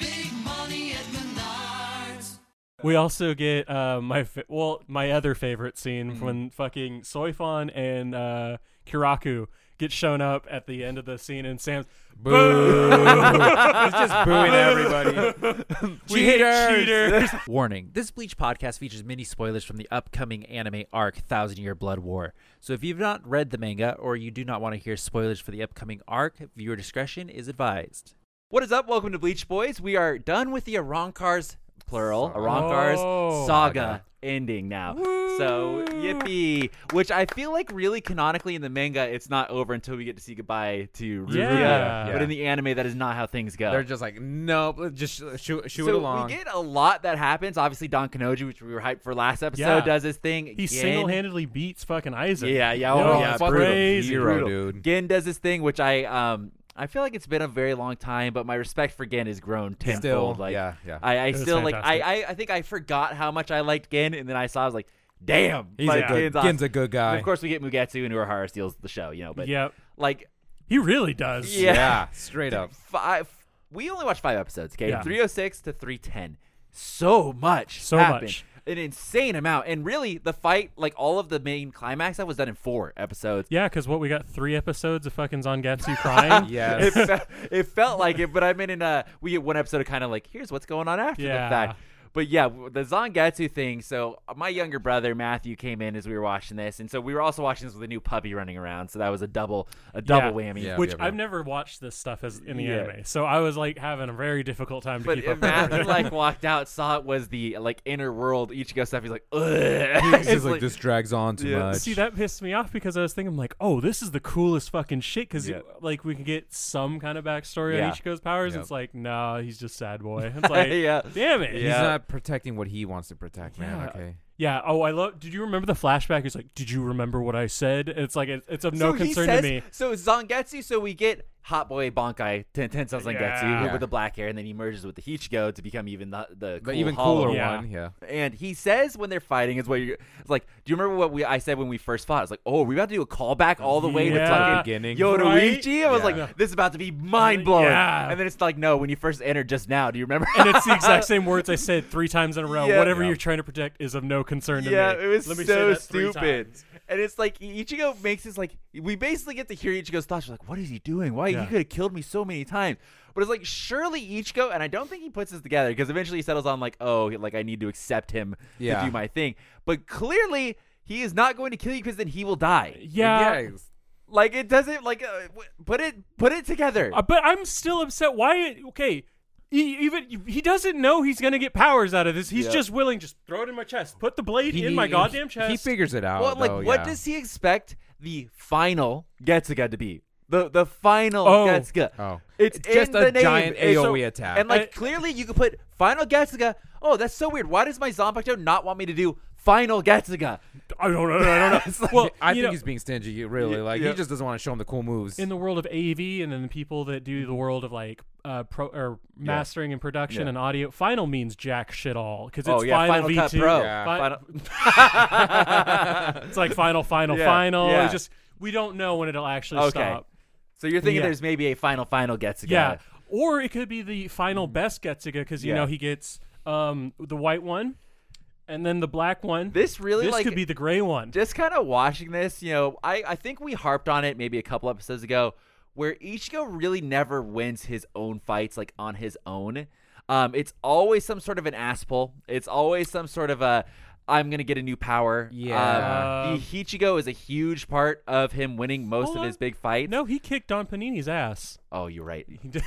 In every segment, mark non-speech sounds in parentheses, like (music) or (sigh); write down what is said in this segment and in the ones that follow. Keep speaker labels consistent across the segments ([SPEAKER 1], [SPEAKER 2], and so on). [SPEAKER 1] big money at Menards.
[SPEAKER 2] We also get uh, my fa- well, my other favorite scene
[SPEAKER 3] Mm-hmm.
[SPEAKER 2] when fucking Soifon and uh, Kiraku get shown up at the end of the scene, and Sam's
[SPEAKER 4] (laughs) He's just booing everybody. (laughs)
[SPEAKER 2] we hate cheaters.
[SPEAKER 4] Warning This Bleach podcast features many spoilers from the upcoming anime arc Thousand Year Blood War. So if you've not read the manga or you do not want to hear spoilers for the upcoming arc, viewer discretion is advised. What is up? Welcome to Bleach Boys. We are done with the Aronkars, plural, Aronkar's
[SPEAKER 2] Oh.
[SPEAKER 4] saga ending now. So yippee! Which I feel like really canonically in the manga, it's not over until we get to see goodbye to Rukia.
[SPEAKER 2] Yeah.
[SPEAKER 4] But in the anime, that is not how things go.
[SPEAKER 3] They're just like, nope, let's just sh- shoot, shoot
[SPEAKER 4] so
[SPEAKER 3] it along.
[SPEAKER 4] we get a lot that happens. Obviously, Don Kanoji, which we were hyped for last episode,
[SPEAKER 2] Yeah.
[SPEAKER 4] does his thing.
[SPEAKER 2] He
[SPEAKER 4] Gin-
[SPEAKER 2] single-handedly beats fucking Isaac.
[SPEAKER 4] Yeah, yeah,
[SPEAKER 2] Yo,
[SPEAKER 4] oh,
[SPEAKER 2] it's
[SPEAKER 4] yeah,
[SPEAKER 3] fucking
[SPEAKER 4] brutal.
[SPEAKER 2] crazy.
[SPEAKER 3] hero,
[SPEAKER 4] brutal.
[SPEAKER 3] dude.
[SPEAKER 4] Gin does his thing, which I um I feel like it's been a very long time, but my respect for Gin has grown tenfold.
[SPEAKER 3] Still,
[SPEAKER 4] like,
[SPEAKER 3] yeah, yeah.
[SPEAKER 4] I, I
[SPEAKER 2] was
[SPEAKER 4] still like I,
[SPEAKER 2] fantastic.
[SPEAKER 4] I I think I forgot how much I liked Gin, and then I saw I was like, damn,
[SPEAKER 3] He's
[SPEAKER 4] like,
[SPEAKER 3] a good,
[SPEAKER 4] awesome.
[SPEAKER 3] Gin's a good guy.
[SPEAKER 4] And of course, we get Mugetsu and Urahara steals the show, you know. But
[SPEAKER 2] Yep.
[SPEAKER 4] like
[SPEAKER 2] He really does.
[SPEAKER 4] Yeah.
[SPEAKER 3] yeah, (laughs)
[SPEAKER 2] (laughs)
[SPEAKER 3] straight up.
[SPEAKER 4] five. We only watched five episodes. Okay,
[SPEAKER 2] Yeah.
[SPEAKER 4] 306 to 310. So much.
[SPEAKER 2] So
[SPEAKER 4] happened.
[SPEAKER 2] much.
[SPEAKER 4] An insane amount. And really, the fight, like all of the main climax stuff, was done in four episodes.
[SPEAKER 2] Yeah, because what we got three episodes of fucking Zangetsu
[SPEAKER 4] (laughs)
[SPEAKER 2] crying.
[SPEAKER 4] It,
[SPEAKER 2] (laughs)
[SPEAKER 3] Yes.
[SPEAKER 4] fe- it felt like it, but I mean, in uh, we get one episode of kind of like, here's what's going on after
[SPEAKER 2] Yeah.
[SPEAKER 4] the fact. But yeah, w- the Zangetsu thing. So uh, my younger brother Matthew came in as we were watching this, and so we were also watching this with a new puppy running around. So that was a double, a double
[SPEAKER 2] Yeah.
[SPEAKER 4] whammy.
[SPEAKER 3] Yeah.
[SPEAKER 2] Which I've never watched this stuff as in the
[SPEAKER 4] Yeah.
[SPEAKER 2] anime, so I was like having a very difficult time to
[SPEAKER 4] But
[SPEAKER 2] keep up.
[SPEAKER 4] if
[SPEAKER 2] with everything.
[SPEAKER 4] Matthew
[SPEAKER 2] (laughs)
[SPEAKER 4] like walked out, saw it was the like inner world Ichigo stuff. He's like, (laughs) ugh.
[SPEAKER 3] He's just like, this drags on too
[SPEAKER 4] Yeah.
[SPEAKER 3] much.
[SPEAKER 2] See, that pissed me off because I was thinking, like, oh, this is the coolest fucking shit because,
[SPEAKER 4] Yeah.
[SPEAKER 2] like, we can get some kind of backstory
[SPEAKER 4] Yeah.
[SPEAKER 2] on Ichigo's powers.
[SPEAKER 3] Yep.
[SPEAKER 2] It's like, nah, he's just sad
[SPEAKER 4] (laughs)
[SPEAKER 2] boy. It's like,
[SPEAKER 4] Yeah.
[SPEAKER 2] damn it.
[SPEAKER 3] He's
[SPEAKER 4] Yeah.
[SPEAKER 3] not protecting what he wants to protect, man.
[SPEAKER 2] Yeah.
[SPEAKER 3] Okay.
[SPEAKER 2] Yeah. Oh, I love. Did you remember the flashback? He's like, did you remember what I said? It's like, it, it's of no
[SPEAKER 4] he
[SPEAKER 2] concern
[SPEAKER 4] says-
[SPEAKER 2] to me.
[SPEAKER 4] So Zangetsu, so we get Hot Boy Bonkai Ten Ten Sounds Zangetsu
[SPEAKER 2] Yeah.
[SPEAKER 4] with the black hair, and then he merges with the Ichigo to become even the the,
[SPEAKER 3] The
[SPEAKER 4] cool
[SPEAKER 3] even
[SPEAKER 4] Hollow
[SPEAKER 3] cooler
[SPEAKER 2] Yeah.
[SPEAKER 3] one, yeah.
[SPEAKER 4] And he says when they're fighting is what you're it's like. Do you remember what we I said when we first fought? It's like, oh, we about to do a callback all the way
[SPEAKER 2] Yeah.
[SPEAKER 4] to fucking
[SPEAKER 3] Beginning.
[SPEAKER 4] Yoruichi. I was
[SPEAKER 3] Right?
[SPEAKER 4] like, this is about to be mind blowing.
[SPEAKER 2] Yeah.
[SPEAKER 4] And then it's like, no, when you first entered just now, do you
[SPEAKER 2] (laughs)
[SPEAKER 4] remember?
[SPEAKER 2] And it's the
[SPEAKER 4] (laughs)
[SPEAKER 2] exact same words I said three times in a row.
[SPEAKER 4] Yeah.
[SPEAKER 2] Whatever you're trying to protect is of no concern to
[SPEAKER 4] yeah,
[SPEAKER 2] me.
[SPEAKER 4] it was
[SPEAKER 2] Let me say
[SPEAKER 4] so
[SPEAKER 2] that three
[SPEAKER 4] stupid.
[SPEAKER 2] times.
[SPEAKER 4] And it's like Ichigo makes this like we basically get to hear Ichigo's thoughts. We're like, what is he doing? Why
[SPEAKER 2] Yeah.
[SPEAKER 4] he could have killed me so many times? But it's like surely Ichigo, and I don't think he puts this together because eventually he settles on like, oh, like I need to accept him
[SPEAKER 3] Yeah.
[SPEAKER 4] to do my thing. But clearly he is not going to kill you because then he will die.
[SPEAKER 2] Yeah.
[SPEAKER 3] Yeah,
[SPEAKER 4] Like it doesn't like uh, w- put it put it together.
[SPEAKER 2] Uh, but I'm still upset. Why? Okay, he, even he doesn't know he's gonna get powers out of this. He's
[SPEAKER 4] Yeah.
[SPEAKER 2] just willing. Just throw it in my chest. Put the blade in my
[SPEAKER 3] he-
[SPEAKER 2] goddamn
[SPEAKER 3] He
[SPEAKER 2] chest.
[SPEAKER 3] figures it out.
[SPEAKER 4] Well, like,
[SPEAKER 3] though,
[SPEAKER 4] what
[SPEAKER 3] Oh, yeah. (laughs)
[SPEAKER 4] does he expect the final Getsuga to be? The the final
[SPEAKER 2] Oh.
[SPEAKER 4] Getsuga.
[SPEAKER 3] Oh.
[SPEAKER 4] it's,
[SPEAKER 3] It's just
[SPEAKER 4] in the
[SPEAKER 3] a
[SPEAKER 4] name.
[SPEAKER 3] giant
[SPEAKER 4] And so-
[SPEAKER 3] AoE attack.
[SPEAKER 4] And like,
[SPEAKER 2] I-
[SPEAKER 4] clearly, you could put final Getsuga. Oh, that's so weird. Why does my Zanpakuto not want me to do final Getsuga?
[SPEAKER 2] I don't know. I don't know. well,
[SPEAKER 3] I
[SPEAKER 2] you
[SPEAKER 3] think
[SPEAKER 2] know,
[SPEAKER 3] he's being stingy. you- Really, like
[SPEAKER 4] yeah.
[SPEAKER 3] he just doesn't want to show him the cool
[SPEAKER 2] (laughs)
[SPEAKER 3] moves.
[SPEAKER 2] in the world of AV and then the people that do the world of like uh, pro or mastering and production
[SPEAKER 3] Yeah.
[SPEAKER 2] and audio, final means jack shit all because it's
[SPEAKER 4] oh yeah,
[SPEAKER 2] final,
[SPEAKER 4] Cut
[SPEAKER 2] V2.
[SPEAKER 4] Pro.
[SPEAKER 3] Yeah.
[SPEAKER 2] Fi-
[SPEAKER 4] Final-
[SPEAKER 3] (laughs)
[SPEAKER 2] It's like final, final,
[SPEAKER 4] Yeah,
[SPEAKER 2] final.
[SPEAKER 4] yeah.
[SPEAKER 2] It's just we don't know when it'll actually
[SPEAKER 4] Okay.
[SPEAKER 2] stop.
[SPEAKER 4] (laughs) so you're thinking
[SPEAKER 2] Yeah.
[SPEAKER 4] there's maybe a final final Getsuga?
[SPEAKER 2] Yeah. Or it could be the final best Getsuga because you
[SPEAKER 4] Yeah.
[SPEAKER 2] know he gets um the white one and then the black one.
[SPEAKER 4] This really,
[SPEAKER 2] This
[SPEAKER 4] like-
[SPEAKER 2] could be the gray one.
[SPEAKER 4] Just kind of watching this, you know, I, I think we harped on it maybe a couple episodes ago where Ichigo really never wins his own fights like on his own. Um, it's always some sort of an ass pull. It's always some sort of a I'm gonna get a new power.
[SPEAKER 3] Yeah.
[SPEAKER 4] Um, the Ichigo is a huge part of him winning most
[SPEAKER 2] Hold
[SPEAKER 4] of
[SPEAKER 2] on.
[SPEAKER 4] his big fights.
[SPEAKER 2] No, he kicked Don Panini's ass.
[SPEAKER 4] Oh, you're right.
[SPEAKER 2] He did.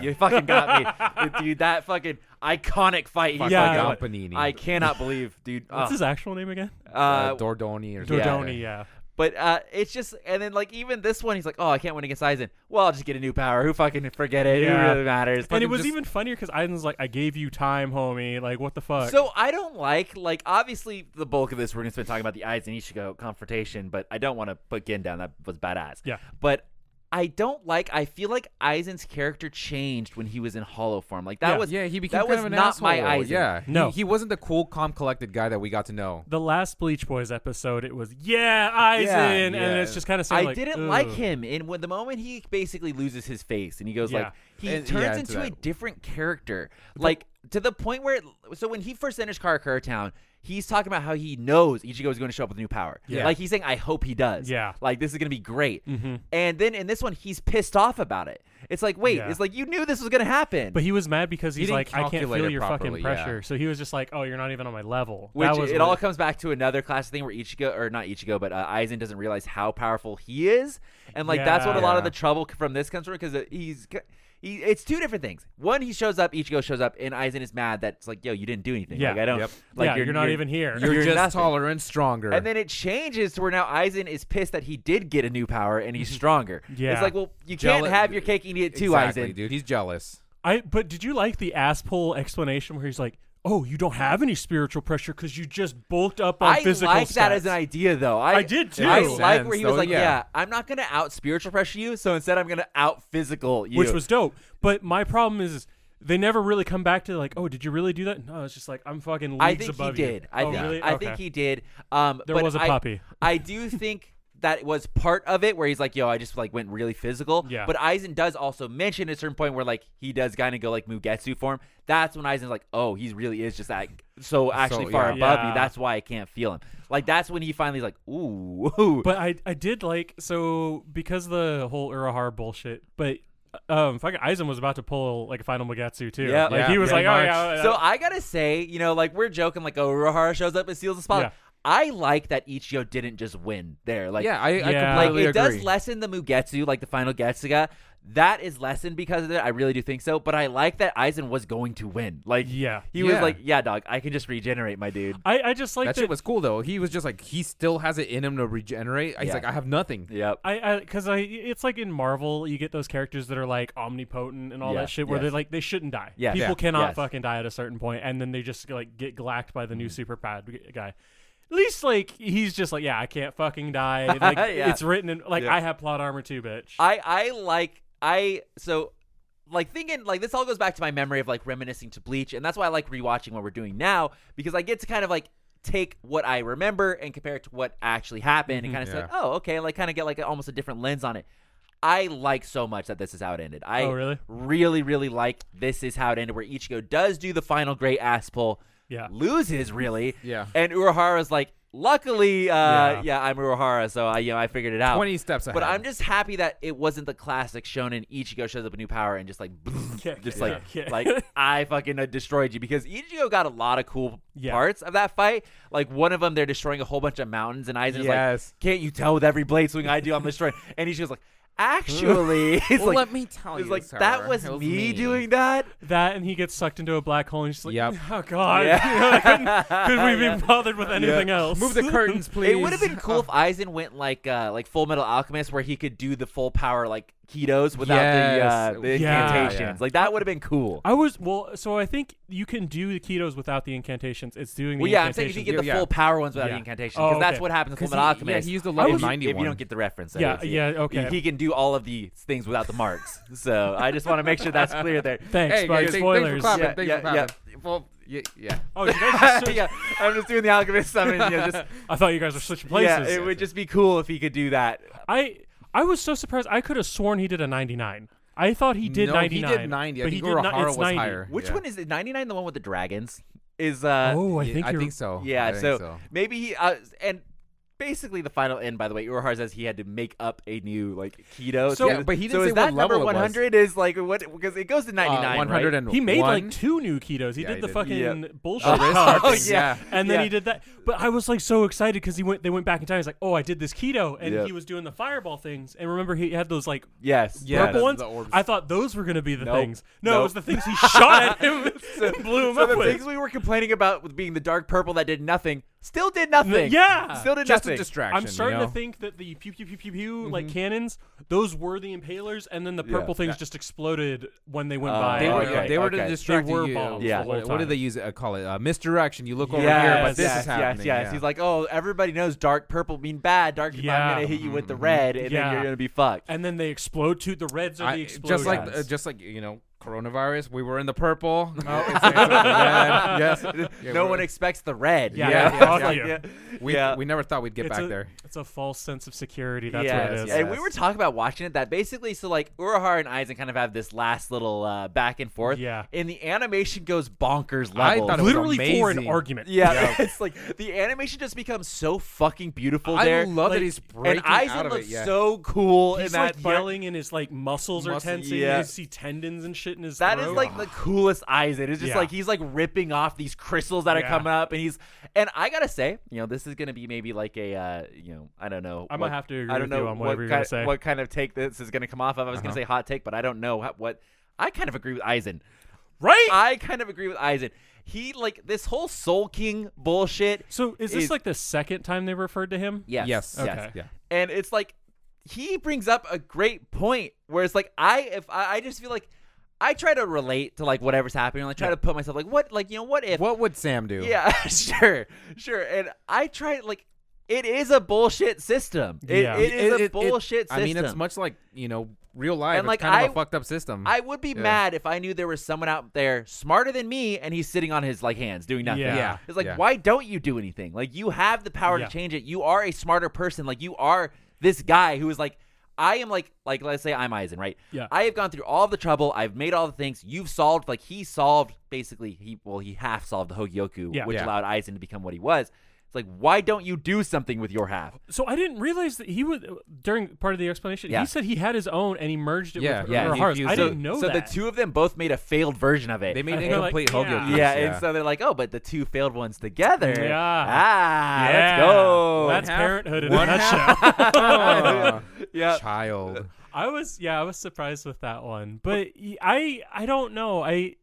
[SPEAKER 4] You fucking got me, dude. That fucking iconic fight. he
[SPEAKER 3] Fuck
[SPEAKER 2] Yeah.
[SPEAKER 4] fucking-
[SPEAKER 3] like Don Panini.
[SPEAKER 4] I cannot believe, dude.
[SPEAKER 2] (laughs) What's
[SPEAKER 4] Oh,
[SPEAKER 2] his actual name again?
[SPEAKER 3] uh,
[SPEAKER 4] uh,
[SPEAKER 3] Dordoni or something.
[SPEAKER 2] Dordoni, yeah.
[SPEAKER 4] But uh, it's just, and then like even this one, he's like, "Oh, I can't win against Aizen. Well, I'll just get a new power. Who fucking forget it?
[SPEAKER 2] Yeah.
[SPEAKER 4] Who really matters?"
[SPEAKER 2] and it
[SPEAKER 3] fucking
[SPEAKER 2] was
[SPEAKER 3] just-
[SPEAKER 2] even funnier because Aiden's like, "I gave you time, homie. Like, what the fuck?"
[SPEAKER 4] So I don't like like obviously the bulk of this we're gonna spend talking about the Aizen Ishigo confrontation, but I don't want to put Gin down. That was badass.
[SPEAKER 2] Yeah.
[SPEAKER 4] But I don't like. I feel like Aizen's character changed when he was in hollow form. Like that
[SPEAKER 2] Yeah.
[SPEAKER 4] was
[SPEAKER 3] Yeah, he became
[SPEAKER 4] that
[SPEAKER 3] kind
[SPEAKER 4] was
[SPEAKER 3] of an
[SPEAKER 4] not
[SPEAKER 3] asshole.
[SPEAKER 4] my Aizen.
[SPEAKER 3] Yeah, he-
[SPEAKER 2] No.
[SPEAKER 3] he, wasn't the cool, calm, collected guy that we got to know.
[SPEAKER 2] the last Bleach Boys episode, it was yeah, Aizen, and
[SPEAKER 3] yeah.
[SPEAKER 2] it's just kind of.
[SPEAKER 4] I
[SPEAKER 2] like,
[SPEAKER 4] didn't
[SPEAKER 2] "Ugh."
[SPEAKER 4] like him. And when the moment he basically loses his face and he goes
[SPEAKER 2] Yeah.
[SPEAKER 4] like he
[SPEAKER 3] And-
[SPEAKER 4] turns
[SPEAKER 3] yeah, into
[SPEAKER 4] into a
[SPEAKER 3] that.
[SPEAKER 4] different character, like to the point where so when he first enters Karakura Town. He's talking about how he knows Ichigo is going to show up with a new power.
[SPEAKER 3] Yeah.
[SPEAKER 4] Like he's saying, I hope he does.
[SPEAKER 2] Yeah.
[SPEAKER 4] Like this is going to be great. And then in this one, he's pissed off about it. It's like, wait,
[SPEAKER 2] Yeah.
[SPEAKER 4] it's like you knew this was going to happen.
[SPEAKER 2] But he was mad because he's
[SPEAKER 3] didn't
[SPEAKER 2] like, I can't
[SPEAKER 3] calculate
[SPEAKER 2] feel
[SPEAKER 3] it
[SPEAKER 2] your
[SPEAKER 3] properly,
[SPEAKER 2] fucking
[SPEAKER 3] yeah.
[SPEAKER 2] pressure. So he was just like, oh, you're not even on my level.
[SPEAKER 4] Which
[SPEAKER 2] that was
[SPEAKER 4] it all
[SPEAKER 2] what-
[SPEAKER 4] comes back to another classic thing where Ichigo or not Ichigo, but uh, Aizen doesn't realize how powerful he is, and like that's what a
[SPEAKER 2] Yeah.
[SPEAKER 4] lot of the trouble c- from this comes from because he's c- he, it's two different things. One, he shows up, Ichigo shows up, and Aizen is mad that it's like, yo, you didn't do anything.
[SPEAKER 2] Yeah.
[SPEAKER 4] Like I don't.
[SPEAKER 3] Yep.
[SPEAKER 4] Like
[SPEAKER 2] Yeah, you're not even here.
[SPEAKER 3] You're, just
[SPEAKER 4] nothing.
[SPEAKER 3] taller and stronger.
[SPEAKER 4] And then it changes to where now Aizen is pissed that he did get a new power
[SPEAKER 2] (laughs)
[SPEAKER 4] and he's stronger.
[SPEAKER 2] Yeah.
[SPEAKER 4] It's like, well, you
[SPEAKER 3] Jealous-
[SPEAKER 4] can't have your cake and eat it too,
[SPEAKER 3] exactly,
[SPEAKER 4] Aizen.
[SPEAKER 3] dude. He's jealous.
[SPEAKER 2] I but did you like the asshole explanation where he's like, "Oh, you don't have any spiritual pressure because you just bulked up on
[SPEAKER 4] I
[SPEAKER 2] physical."
[SPEAKER 4] like that as an
[SPEAKER 2] stats."
[SPEAKER 4] idea, though. I,
[SPEAKER 2] I did, too.
[SPEAKER 4] I
[SPEAKER 2] Makes
[SPEAKER 4] like
[SPEAKER 3] sense,
[SPEAKER 4] where he
[SPEAKER 3] though,
[SPEAKER 4] was like,
[SPEAKER 3] yeah.
[SPEAKER 4] yeah. I'm not gonna out spiritual pressure you, so instead I'm gonna out physical you."
[SPEAKER 2] which was dope. But my problem is, is they never really come back to like, "Oh, did you really do that?" No, it's just like I'm fucking leagues
[SPEAKER 4] I think he
[SPEAKER 2] above you.
[SPEAKER 4] did. I
[SPEAKER 2] Oh,
[SPEAKER 4] think
[SPEAKER 2] really?
[SPEAKER 4] I
[SPEAKER 2] Okay.
[SPEAKER 4] think he did. Um,
[SPEAKER 2] There
[SPEAKER 4] but
[SPEAKER 2] was a
[SPEAKER 4] I-
[SPEAKER 2] puppy. (laughs)
[SPEAKER 4] I do think that was part of it where he's like, "Yo, I just like went really physical."
[SPEAKER 2] Yeah.
[SPEAKER 4] But Aizen does also mention at a certain point where like he does kind of go like Mugetsu form. That's when Aizen's like, "Oh, he really is just like so actually
[SPEAKER 3] So-
[SPEAKER 4] far
[SPEAKER 3] yeah.
[SPEAKER 4] above me.
[SPEAKER 2] Yeah.
[SPEAKER 4] That's why I can't feel him." Like that's when he finally's like, "Ooh." (laughs)
[SPEAKER 2] But I I did like so because the whole Urahara bullshit, but. Um, fucking Aizen was about to pull like a final Magatsu too.
[SPEAKER 4] Yeah.
[SPEAKER 2] like
[SPEAKER 3] Yeah,
[SPEAKER 2] he was like,
[SPEAKER 3] pretty
[SPEAKER 2] oh
[SPEAKER 3] much.
[SPEAKER 2] yeah.
[SPEAKER 4] So I gotta say, you know, like we're joking, like oh, Urahara shows up and steals the spot.
[SPEAKER 2] Yeah.
[SPEAKER 4] I like that Ichigo didn't just win there. Like,
[SPEAKER 3] yeah, I,
[SPEAKER 2] Yeah.
[SPEAKER 3] I
[SPEAKER 4] like
[SPEAKER 3] completely
[SPEAKER 4] it
[SPEAKER 3] agree.
[SPEAKER 4] does lessen the Mugetsu, like the final Getsuga. That is lessened because of it. I really do think so. But I like that Aizen was going to win. Like,
[SPEAKER 2] Yeah.
[SPEAKER 4] he
[SPEAKER 3] Yeah.
[SPEAKER 4] was like, yeah, dog, I can just regenerate, my dude.
[SPEAKER 2] I, I just like
[SPEAKER 3] that shit was cool though. He was just like he still has it in him to regenerate. He's
[SPEAKER 4] Yeah.
[SPEAKER 3] like, I have nothing.
[SPEAKER 4] Yep.
[SPEAKER 2] I because I, it's like in Marvel you get those characters that are like omnipotent and all
[SPEAKER 4] Yeah,
[SPEAKER 2] that shit where
[SPEAKER 4] yes.
[SPEAKER 2] they're like they shouldn't die.
[SPEAKER 4] Yeah.
[SPEAKER 2] people
[SPEAKER 3] Yeah,
[SPEAKER 2] cannot
[SPEAKER 4] yes. Mm.
[SPEAKER 2] fucking die at a certain point, and then they just like get glacked by the new super bad g- guy. At least like he's just like yeah I can't fucking die.
[SPEAKER 4] (laughs)
[SPEAKER 2] Like
[SPEAKER 4] Yeah.
[SPEAKER 2] it's written in like
[SPEAKER 3] Yeah.
[SPEAKER 2] I have plot armor too, bitch.
[SPEAKER 4] I I like I so like thinking like this all goes back to my memory of like reminiscing to Bleach, and that's why I like rewatching what we're doing now because I get to kind of like take what I remember and compare it to what actually happened and kind of say, like,
[SPEAKER 3] Yeah.
[SPEAKER 4] oh, okay, like kind of get like almost a different lens on it. I like so much that this is how it ended. I
[SPEAKER 2] Oh, really?
[SPEAKER 4] really, really like this is how it ended, where Ichigo does do the final great ass pull,
[SPEAKER 2] Yeah.
[SPEAKER 4] loses really,
[SPEAKER 3] Yeah.
[SPEAKER 4] and Urahara's like, luckily, uh,
[SPEAKER 2] Yeah.
[SPEAKER 4] yeah. I'm Urahara, so I, you know, I figured it out.
[SPEAKER 3] Twenty steps ahead.
[SPEAKER 4] But I'm just happy that it wasn't the classic Shonen Ichigo shows up a new power and just like,
[SPEAKER 2] (laughs)
[SPEAKER 4] (laughs)
[SPEAKER 2] Yeah,
[SPEAKER 4] just
[SPEAKER 2] yeah,
[SPEAKER 4] like,
[SPEAKER 2] yeah.
[SPEAKER 4] like
[SPEAKER 3] (laughs)
[SPEAKER 4] I fucking uh, destroyed you because Ichigo got a lot of cool
[SPEAKER 2] Yeah.
[SPEAKER 4] parts of that fight. Like one of them, they're destroying a whole bunch of mountains, and Aizen's
[SPEAKER 3] Yes.
[SPEAKER 4] like, "Can't you tell with every blade swing I do, I'm
[SPEAKER 3] (laughs)
[SPEAKER 4] destroying?" And Ichigo's like, "Actually, (laughs) it's
[SPEAKER 3] Well,
[SPEAKER 4] like,
[SPEAKER 3] let me tell
[SPEAKER 4] it's
[SPEAKER 3] you,
[SPEAKER 4] like
[SPEAKER 3] sir.
[SPEAKER 4] that was,
[SPEAKER 3] It was
[SPEAKER 4] me,
[SPEAKER 3] me."
[SPEAKER 4] doing that."
[SPEAKER 2] (laughs) that and he gets sucked into a black hole and he's just like
[SPEAKER 3] Yep.
[SPEAKER 2] (laughs) oh god
[SPEAKER 4] Yeah. (laughs)
[SPEAKER 2] could, could we be
[SPEAKER 4] Yeah.
[SPEAKER 2] bothered with anything else?
[SPEAKER 3] Move the curtains,
[SPEAKER 4] (laughs)
[SPEAKER 3] please.
[SPEAKER 4] It would have been
[SPEAKER 3] (laughs)
[SPEAKER 4] cool if Aizen went like uh, like Full Metal Alchemist, where he could do the full power like ketos without
[SPEAKER 3] Yes.
[SPEAKER 4] the uh, the
[SPEAKER 2] Yeah.
[SPEAKER 4] incantations.
[SPEAKER 3] Yeah.
[SPEAKER 4] Like that would have been cool.
[SPEAKER 2] I was well, so I think you can do the ketos without the incantations. It's doing the
[SPEAKER 4] Well, yeah, I'm saying
[SPEAKER 2] incantations.
[SPEAKER 4] if you get the
[SPEAKER 3] Yeah, yeah.
[SPEAKER 4] full power ones without
[SPEAKER 2] Yeah.
[SPEAKER 4] the incantation,
[SPEAKER 2] Oh,
[SPEAKER 4] because that's
[SPEAKER 2] okay.
[SPEAKER 4] what happens in
[SPEAKER 3] 'Cause
[SPEAKER 4] Full Metal
[SPEAKER 3] he-
[SPEAKER 4] Alchemist.
[SPEAKER 3] yeah, he used the
[SPEAKER 4] If
[SPEAKER 3] level
[SPEAKER 4] you- If you
[SPEAKER 3] 91.
[SPEAKER 4] don't get the reference, that
[SPEAKER 2] Yeah,
[SPEAKER 4] is,
[SPEAKER 2] yeah, okay.
[SPEAKER 4] He can do all of these things without the marks. so I just want to make sure that's clear there.
[SPEAKER 2] Thanks,
[SPEAKER 3] Hey,
[SPEAKER 2] but
[SPEAKER 3] guys, thank- (laughs) thanks for
[SPEAKER 2] spoilers.
[SPEAKER 3] clapping.
[SPEAKER 4] Yeah,
[SPEAKER 3] Thanks
[SPEAKER 4] yeah,
[SPEAKER 3] for clapping. Well, yeah, yeah.
[SPEAKER 2] Oh, you
[SPEAKER 3] (laughs)
[SPEAKER 2] guys just switched-
[SPEAKER 4] yeah, I'm just doing the Alchemist summon. You know, just,
[SPEAKER 2] I thought you guys were switching places.
[SPEAKER 4] yeah, it would just be cool if he could do that.
[SPEAKER 2] I I was so surprised. I could have sworn he did a 99. I thought he did
[SPEAKER 3] No, he did
[SPEAKER 2] 99.
[SPEAKER 3] 90. I
[SPEAKER 2] But he
[SPEAKER 3] think
[SPEAKER 2] did not,
[SPEAKER 3] Urahara
[SPEAKER 2] it's
[SPEAKER 3] was
[SPEAKER 2] 90.
[SPEAKER 3] higher.
[SPEAKER 4] Which
[SPEAKER 3] Yeah.
[SPEAKER 4] one is it? 99, the one with the dragons? Is uh
[SPEAKER 2] Oh, I
[SPEAKER 3] Yeah,
[SPEAKER 2] think
[SPEAKER 3] I
[SPEAKER 2] you're,
[SPEAKER 3] think so.
[SPEAKER 4] Yeah,
[SPEAKER 3] I think
[SPEAKER 4] so, maybe he uh, and basically the final end. By the way, Urahara says he had to make up a new like keto.
[SPEAKER 3] So- Yeah, but he didn't
[SPEAKER 4] so
[SPEAKER 3] say
[SPEAKER 4] is that
[SPEAKER 3] what level
[SPEAKER 4] number
[SPEAKER 3] it was.
[SPEAKER 4] one hundred is like what because it goes to ninety nine.
[SPEAKER 3] Uh, 100
[SPEAKER 4] Right?
[SPEAKER 3] and
[SPEAKER 2] He made
[SPEAKER 3] one. (laughs)
[SPEAKER 2] like two new ketos. He
[SPEAKER 3] Yeah,
[SPEAKER 2] did
[SPEAKER 3] he
[SPEAKER 2] the
[SPEAKER 3] did.
[SPEAKER 2] fucking
[SPEAKER 4] Yeah.
[SPEAKER 2] bullshit
[SPEAKER 3] Oh, wrist
[SPEAKER 2] cups. (laughs)
[SPEAKER 3] harping,
[SPEAKER 4] yeah.
[SPEAKER 2] And then
[SPEAKER 4] Yeah.
[SPEAKER 2] he did that. But I was like so excited because he went. They went back in time. He's like, oh, I did this keto, and
[SPEAKER 4] Yeah.
[SPEAKER 2] he was doing the fireball things. And remember, he had those like
[SPEAKER 4] Yes.
[SPEAKER 3] Yeah,
[SPEAKER 2] purple
[SPEAKER 3] the-
[SPEAKER 2] ones.
[SPEAKER 3] the orbs.
[SPEAKER 2] I thought those were gonna be the
[SPEAKER 4] Nope.
[SPEAKER 2] things. No, it was the
[SPEAKER 4] Nope.
[SPEAKER 2] things he
[SPEAKER 3] (laughs)
[SPEAKER 2] shot at him and blew him
[SPEAKER 4] So
[SPEAKER 2] up
[SPEAKER 4] the
[SPEAKER 2] with.
[SPEAKER 4] things we were complaining about with being the dark purple that did nothing, Still did nothing.
[SPEAKER 2] yeah.
[SPEAKER 4] Still did
[SPEAKER 3] Just a
[SPEAKER 4] nothing.
[SPEAKER 3] distraction.
[SPEAKER 2] I'm starting
[SPEAKER 3] you know?
[SPEAKER 2] to think that the pew pew pew pew pew
[SPEAKER 4] Mm-hmm.
[SPEAKER 2] like cannons, those were the impalers, and then the purple things just exploded when they went
[SPEAKER 4] Oh,
[SPEAKER 2] by.
[SPEAKER 3] They were,
[SPEAKER 4] Okay.
[SPEAKER 3] yeah, they were
[SPEAKER 4] okay.
[SPEAKER 3] to distract
[SPEAKER 2] They were
[SPEAKER 3] you.
[SPEAKER 2] bombs
[SPEAKER 4] Yeah. the
[SPEAKER 3] What,
[SPEAKER 2] whole
[SPEAKER 3] what do
[SPEAKER 2] time.
[SPEAKER 3] they use? Uh, call it uh, misdirection. You look over
[SPEAKER 4] yes,
[SPEAKER 3] here, but this
[SPEAKER 4] yes,
[SPEAKER 3] is
[SPEAKER 4] Yes,
[SPEAKER 3] happening.
[SPEAKER 4] yes,
[SPEAKER 3] yeah.
[SPEAKER 4] He's like, oh, everybody knows dark purple mean bad. Dark, I'm
[SPEAKER 2] Yeah.
[SPEAKER 4] gonna hit you with
[SPEAKER 3] Mm-hmm.
[SPEAKER 4] the red, and then
[SPEAKER 2] Yeah.
[SPEAKER 4] you're gonna be fucked.
[SPEAKER 3] (laughs)
[SPEAKER 2] and then they explode too. The reds are
[SPEAKER 3] I-
[SPEAKER 2] the explosions.
[SPEAKER 3] just like uh,
[SPEAKER 4] explosions.
[SPEAKER 3] just like you know coronavirus. We were in
[SPEAKER 4] (laughs)
[SPEAKER 3] the purple. No, it's, it's the red. Yes. Yeah,
[SPEAKER 4] no
[SPEAKER 3] we're-
[SPEAKER 4] one expects the red.
[SPEAKER 2] yeah,
[SPEAKER 3] yeah,
[SPEAKER 2] yeah,
[SPEAKER 4] (laughs)
[SPEAKER 3] yeah,
[SPEAKER 2] fuck
[SPEAKER 3] yeah.
[SPEAKER 2] you.
[SPEAKER 4] yeah.
[SPEAKER 3] We,
[SPEAKER 4] yeah.
[SPEAKER 3] we never thought we'd get
[SPEAKER 2] It's
[SPEAKER 3] back
[SPEAKER 2] a,
[SPEAKER 3] there.
[SPEAKER 2] It's a false sense of security. That's
[SPEAKER 4] yes,
[SPEAKER 2] what it is.
[SPEAKER 4] And we were talking about watching it that basically, so like Urahara and Aizen kind of have this last little uh, back and forth.
[SPEAKER 2] Yeah.
[SPEAKER 4] And the animation goes bonkers
[SPEAKER 3] I
[SPEAKER 4] levels.
[SPEAKER 3] thought it was
[SPEAKER 2] Literally for an
[SPEAKER 3] amazing.
[SPEAKER 2] argument.
[SPEAKER 4] yeah, (laughs) it's like the animation just becomes so fucking beautiful
[SPEAKER 3] I
[SPEAKER 4] there.
[SPEAKER 3] love that
[SPEAKER 4] like,
[SPEAKER 3] he's breaking
[SPEAKER 4] and Aizen
[SPEAKER 3] out of it,
[SPEAKER 4] looks
[SPEAKER 3] yeah.
[SPEAKER 4] so cool
[SPEAKER 2] He's
[SPEAKER 4] in that
[SPEAKER 2] like
[SPEAKER 4] part.
[SPEAKER 2] yelling, and his like muscles are
[SPEAKER 3] Muscle-
[SPEAKER 2] tensing.
[SPEAKER 4] yeah.
[SPEAKER 2] You see tendons and shit in his.
[SPEAKER 4] That is
[SPEAKER 2] throat.
[SPEAKER 4] like the coolest Aizen. It's just
[SPEAKER 2] Yeah.
[SPEAKER 4] like he's like ripping off these crystals that are
[SPEAKER 2] Yeah.
[SPEAKER 4] coming up, and he's and I gotta say, you know, this is gonna be maybe like a uh, you know, I don't know.
[SPEAKER 2] I'm
[SPEAKER 4] what-
[SPEAKER 2] gonna have to agree
[SPEAKER 4] I don't
[SPEAKER 2] with
[SPEAKER 4] know
[SPEAKER 2] you on whatever you're
[SPEAKER 4] what kind,
[SPEAKER 2] gonna say. Uh-huh.
[SPEAKER 4] what kind of take this is gonna come off of. I was gonna say hot take, but I don't know how, what. I kind of agree with Aizen.
[SPEAKER 2] right?
[SPEAKER 4] I kind of agree with Aizen. He like this whole Soul King bullshit.
[SPEAKER 2] so is this
[SPEAKER 4] is-
[SPEAKER 2] like the second time they referred to him?
[SPEAKER 4] Yes.
[SPEAKER 3] Yes.
[SPEAKER 4] Yes.
[SPEAKER 2] Okay.
[SPEAKER 3] Yeah.
[SPEAKER 4] And it's like he brings up a great point where it's like I if I, I just feel like I try to relate to like whatever's happening. Like try to put myself like what like you know what if (laughs)
[SPEAKER 3] What would Sam do?
[SPEAKER 4] yeah (laughs) sure sure and I try like it is a bullshit system. It,
[SPEAKER 2] Yeah.
[SPEAKER 4] it is
[SPEAKER 3] It-
[SPEAKER 4] a
[SPEAKER 3] it- it-
[SPEAKER 4] bullshit system.
[SPEAKER 3] I mean, it's much like you know real life.
[SPEAKER 4] And,
[SPEAKER 3] it's
[SPEAKER 4] like,
[SPEAKER 3] kind of
[SPEAKER 4] I-
[SPEAKER 3] a fucked up system.
[SPEAKER 4] I would be mad if I knew there was someone out there smarter than me and he's sitting on his like hands doing nothing.
[SPEAKER 2] Yeah. Yeah.
[SPEAKER 4] It's like
[SPEAKER 3] Yeah.
[SPEAKER 4] why don't you do anything? Like you have the power
[SPEAKER 2] Yeah.
[SPEAKER 4] to change it. You are a smarter person. Like you are this guy who is like I am like like let's say I'm Eisen, right?
[SPEAKER 2] Yeah.
[SPEAKER 4] I have gone through all the trouble. I've made all the things. You've solved like he solved basically he well he half solved the Hogyoku,
[SPEAKER 2] Yeah.
[SPEAKER 4] which
[SPEAKER 3] Yeah.
[SPEAKER 4] allowed Eisen to become what he was. It's like why don't you do something with your half?
[SPEAKER 2] So I didn't realize that he was during part of the explanation.
[SPEAKER 4] Yeah.
[SPEAKER 2] He said he had his own and he merged it
[SPEAKER 3] Yeah,
[SPEAKER 2] with
[SPEAKER 3] yeah,
[SPEAKER 2] Her
[SPEAKER 3] he
[SPEAKER 2] Hearts.
[SPEAKER 3] fused
[SPEAKER 2] I
[SPEAKER 3] it.
[SPEAKER 2] didn't know
[SPEAKER 4] so
[SPEAKER 2] that.
[SPEAKER 4] the two of them both made a failed version of it.
[SPEAKER 3] They made
[SPEAKER 2] Okay.
[SPEAKER 3] incomplete
[SPEAKER 2] Like,
[SPEAKER 3] Hogyokus,
[SPEAKER 4] Yeah, and so they're like, oh, but the two failed ones together.
[SPEAKER 2] Yeah.
[SPEAKER 4] Ah,
[SPEAKER 2] yeah.
[SPEAKER 4] let's go.
[SPEAKER 2] That's
[SPEAKER 3] half-
[SPEAKER 2] parenthood in
[SPEAKER 3] one
[SPEAKER 2] a nutshell.
[SPEAKER 4] (laughs)
[SPEAKER 3] Ah,
[SPEAKER 4] yeah.
[SPEAKER 3] child.
[SPEAKER 2] I was yeah, I was surprised with that one, but y- I I don't know I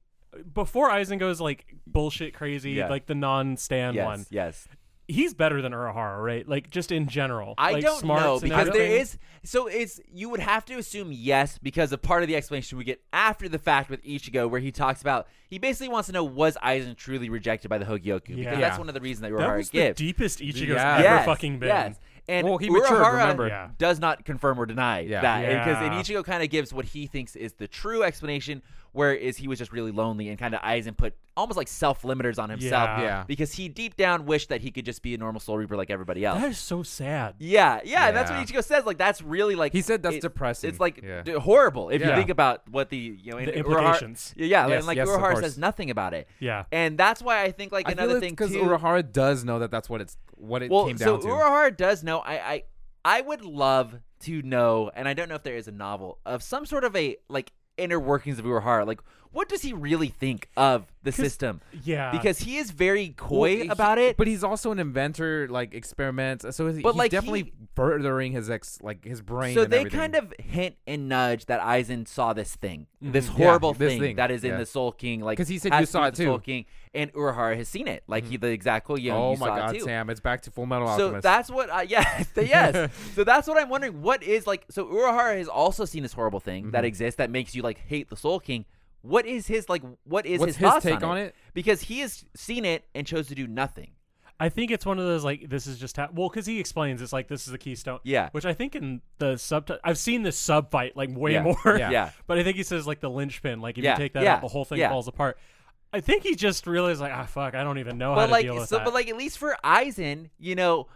[SPEAKER 2] before Eisen goes like bullshit crazy
[SPEAKER 4] Yeah.
[SPEAKER 2] like the non-Stan
[SPEAKER 4] Yes,
[SPEAKER 2] one.
[SPEAKER 4] yes.
[SPEAKER 2] He's better than Urahara, right? Like just in general.
[SPEAKER 4] I
[SPEAKER 2] Like,
[SPEAKER 4] don't
[SPEAKER 2] smarts
[SPEAKER 4] know
[SPEAKER 2] and
[SPEAKER 4] because there
[SPEAKER 2] everything.
[SPEAKER 4] is. So it's you would have to assume yes because a part of the explanation we get after the fact with Ichigo where he talks about he basically wants to know was Aizen truly rejected by the Hogyoku because
[SPEAKER 2] Yeah.
[SPEAKER 4] that's one of the reasons that
[SPEAKER 2] that
[SPEAKER 4] Urahara
[SPEAKER 2] was
[SPEAKER 4] gives.
[SPEAKER 2] the deepest Ichigo's
[SPEAKER 3] Yeah.
[SPEAKER 2] ever
[SPEAKER 4] yes,
[SPEAKER 2] fucking been.
[SPEAKER 4] Yes. And
[SPEAKER 3] Well, he
[SPEAKER 4] Urahara
[SPEAKER 3] matured, remember.
[SPEAKER 2] Yeah.
[SPEAKER 4] does not confirm or deny
[SPEAKER 3] Yeah.
[SPEAKER 4] that because
[SPEAKER 2] Yeah.
[SPEAKER 4] and Ichigo kind of gives what he thinks is the true explanation, whereas he was just really lonely and kind of Aizen put almost like self limiters on himself
[SPEAKER 2] Yeah.
[SPEAKER 3] Yeah.
[SPEAKER 4] because he deep down wished that he could just be a normal Soul Reaper like everybody else.
[SPEAKER 2] That is so sad.
[SPEAKER 4] yeah, yeah, and that's what
[SPEAKER 3] Yeah.
[SPEAKER 4] Ichigo says. Like that's really like
[SPEAKER 3] He said that's
[SPEAKER 4] it-
[SPEAKER 3] depressing.
[SPEAKER 4] It's like
[SPEAKER 3] Yeah.
[SPEAKER 4] d- horrible if you
[SPEAKER 2] Yeah.
[SPEAKER 4] think about what the you know and
[SPEAKER 2] The
[SPEAKER 4] Urahara-
[SPEAKER 2] implications.
[SPEAKER 4] yeah,
[SPEAKER 3] Yes,
[SPEAKER 4] and like
[SPEAKER 3] yes, of
[SPEAKER 4] Urahara
[SPEAKER 3] course.
[SPEAKER 4] says nothing about it.
[SPEAKER 2] Yeah.
[SPEAKER 4] and that's why I think like
[SPEAKER 3] I
[SPEAKER 4] another
[SPEAKER 3] feel
[SPEAKER 4] thing
[SPEAKER 3] because
[SPEAKER 4] too.
[SPEAKER 3] Urahara does know that that's what it's what it
[SPEAKER 4] well,
[SPEAKER 3] came
[SPEAKER 4] so
[SPEAKER 3] down to.
[SPEAKER 4] Urahara does know. I, I I would love to know, and I don't know if there is a novel of some sort of a like inner workings of Urahara. Like, what does he really think of the system?
[SPEAKER 2] Yeah.
[SPEAKER 4] Because he is very coy
[SPEAKER 3] Well, he-
[SPEAKER 4] about it.
[SPEAKER 3] but he's also an inventor, like experiments. So he-
[SPEAKER 4] But,
[SPEAKER 3] he's
[SPEAKER 4] like,
[SPEAKER 3] definitely
[SPEAKER 4] he-
[SPEAKER 3] furthering his ex, like his brain.
[SPEAKER 4] so
[SPEAKER 3] and
[SPEAKER 4] they
[SPEAKER 3] everything.
[SPEAKER 4] kind of hint and nudge that Aizen saw this thing, this
[SPEAKER 3] Mm-hmm. Yeah,
[SPEAKER 4] horrible
[SPEAKER 3] this
[SPEAKER 4] thing,
[SPEAKER 3] thing,
[SPEAKER 4] that is in
[SPEAKER 3] yeah.
[SPEAKER 4] the Soul King. Like,
[SPEAKER 3] 'Cause he said
[SPEAKER 4] has
[SPEAKER 3] you
[SPEAKER 4] to do
[SPEAKER 3] saw
[SPEAKER 4] with the
[SPEAKER 3] it too. Mm-hmm.
[SPEAKER 4] Soul King, and Urahara has seen it. Like he, the exact quote. You know,
[SPEAKER 3] oh
[SPEAKER 4] you
[SPEAKER 3] my
[SPEAKER 4] saw it
[SPEAKER 3] god,
[SPEAKER 4] too.
[SPEAKER 3] Sam! It's back to Full Metal
[SPEAKER 4] So
[SPEAKER 3] Alchemist.
[SPEAKER 4] that's what I (laughs) yes,
[SPEAKER 2] (laughs)
[SPEAKER 4] yes. so that's what I'm wondering. What is like so Urahara has also seen this horrible thing
[SPEAKER 2] Mm-hmm.
[SPEAKER 4] that exists that makes you like hate the Soul King. What is his like what is
[SPEAKER 3] What's
[SPEAKER 4] his,
[SPEAKER 3] his
[SPEAKER 4] thoughts
[SPEAKER 3] take on it?
[SPEAKER 4] Because he has seen it and chose to do nothing.
[SPEAKER 2] I think it's one of those like this is just how well because he explains it's like this is the keystone.
[SPEAKER 4] Yeah.
[SPEAKER 2] Which I think in the sub I've seen this sub fight like way
[SPEAKER 4] Yeah.
[SPEAKER 2] more. (laughs)
[SPEAKER 4] Yeah. Yeah.
[SPEAKER 2] But I think he says like the linchpin like if
[SPEAKER 4] Yeah.
[SPEAKER 2] you take that
[SPEAKER 4] Yeah.
[SPEAKER 2] out the whole thing
[SPEAKER 4] Yeah.
[SPEAKER 2] falls apart. I think he just realized like ah fuck I don't even know how
[SPEAKER 4] But
[SPEAKER 2] to
[SPEAKER 4] like
[SPEAKER 2] deal with
[SPEAKER 4] so,
[SPEAKER 2] that.
[SPEAKER 4] but like at least for Aizen, you know,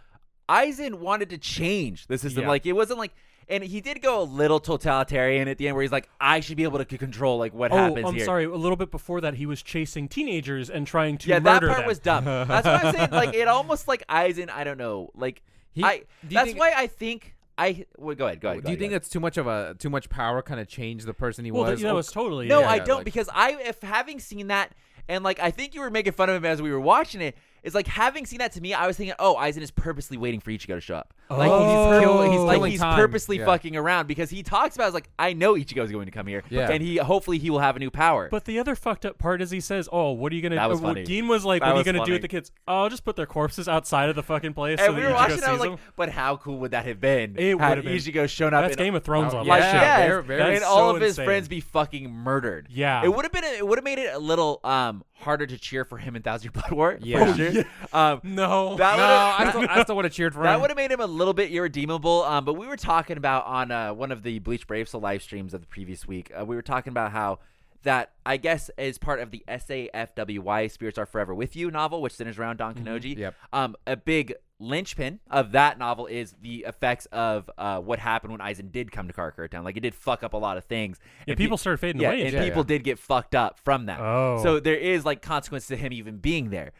[SPEAKER 4] Aizen wanted to change the system.
[SPEAKER 2] Yeah.
[SPEAKER 4] Like it wasn't like and he did go a little totalitarian at the end where he's like, I should be able to c- control like what
[SPEAKER 2] oh
[SPEAKER 4] happens
[SPEAKER 2] I'm
[SPEAKER 4] here.
[SPEAKER 2] sorry a little bit before that he was chasing teenagers and trying to
[SPEAKER 4] Yeah, that
[SPEAKER 2] murder
[SPEAKER 4] part
[SPEAKER 2] them. (laughs)
[SPEAKER 4] was dumb. That's what I'm saying. Like it almost like Aizen. I don't know. Like
[SPEAKER 3] He-
[SPEAKER 4] I.
[SPEAKER 3] do you
[SPEAKER 4] That's
[SPEAKER 3] think-
[SPEAKER 4] why I think I. Well, go ahead. Go ahead.
[SPEAKER 3] do you think it's too much of a too much power? Kind of change the person he
[SPEAKER 2] well that,
[SPEAKER 3] was.
[SPEAKER 2] you know,
[SPEAKER 3] Oh,
[SPEAKER 2] it's totally
[SPEAKER 4] No,
[SPEAKER 2] yeah.
[SPEAKER 4] I
[SPEAKER 3] yeah,
[SPEAKER 4] don't
[SPEAKER 3] like-
[SPEAKER 4] because I if having seen that and like I think you were making fun of him as we were watching it. It's like having seen that to me, I was thinking, oh, Aizen is purposely waiting for Ichigo to show up. Like
[SPEAKER 3] Oh.
[SPEAKER 4] he's, pur-
[SPEAKER 3] Kill- he's
[SPEAKER 4] like
[SPEAKER 3] killing
[SPEAKER 4] he's
[SPEAKER 3] time.
[SPEAKER 4] purposely
[SPEAKER 3] Yeah.
[SPEAKER 4] fucking around because he talks about it, it's like I know Ichigo's going to come here,
[SPEAKER 3] Yeah.
[SPEAKER 4] and he hopefully he will have a new power.
[SPEAKER 2] But the other fucked up part is he says, "Oh, what are you gonna?"
[SPEAKER 4] That was
[SPEAKER 2] uh, well,
[SPEAKER 4] funny.
[SPEAKER 2] Dean was like,
[SPEAKER 4] That
[SPEAKER 2] "What are you
[SPEAKER 4] was
[SPEAKER 2] gonna
[SPEAKER 4] funny.
[SPEAKER 2] do with the kids?" Oh, I'll just put their corpses outside of the fucking place. so
[SPEAKER 4] and we
[SPEAKER 2] that
[SPEAKER 4] were
[SPEAKER 2] Ichigo
[SPEAKER 4] watching, I
[SPEAKER 2] sees
[SPEAKER 4] was like,
[SPEAKER 2] them.
[SPEAKER 4] but how cool would that have been?
[SPEAKER 2] It
[SPEAKER 4] had
[SPEAKER 2] would've been.
[SPEAKER 4] Ichigo shown up.
[SPEAKER 2] "That's
[SPEAKER 4] in-
[SPEAKER 2] Game of Thrones
[SPEAKER 3] Oh,
[SPEAKER 2] level."
[SPEAKER 3] yeah.
[SPEAKER 4] Like, yes,
[SPEAKER 3] very- very-
[SPEAKER 2] That is
[SPEAKER 4] and all
[SPEAKER 2] so
[SPEAKER 4] of his
[SPEAKER 2] insane.
[SPEAKER 4] friends be fucking murdered.
[SPEAKER 2] Yeah.
[SPEAKER 4] it would have been. It would have made it a little um harder to cheer for him in Thousand Year Blood War. for
[SPEAKER 3] Yeah.
[SPEAKER 4] sure. Um,
[SPEAKER 2] No.
[SPEAKER 4] that
[SPEAKER 3] No,
[SPEAKER 4] would have
[SPEAKER 3] I still, I still would have cheered for
[SPEAKER 4] That
[SPEAKER 3] him.
[SPEAKER 4] would have made him a little bit irredeemable. Um, but we were talking about on uh, one of the Bleach Brave Soul live streams of the previous week. Uh, we were talking about how that I guess is part of the SAFWY Spirits Are Forever with You novel, which centers around
[SPEAKER 2] Mm-hmm.
[SPEAKER 4] Don Kanoji.
[SPEAKER 3] Yep.
[SPEAKER 4] Um, a big linchpin of that novel is the effects of uh, what happened when Aizen did come to Karakura Town. Like it did fuck up a lot of things.
[SPEAKER 2] Yeah,
[SPEAKER 4] And pe-
[SPEAKER 2] people started fading
[SPEAKER 4] yeah,
[SPEAKER 2] away.
[SPEAKER 4] and
[SPEAKER 2] yeah.
[SPEAKER 4] people did get fucked up from that.
[SPEAKER 2] Oh.
[SPEAKER 4] So there is like consequence to him even being there.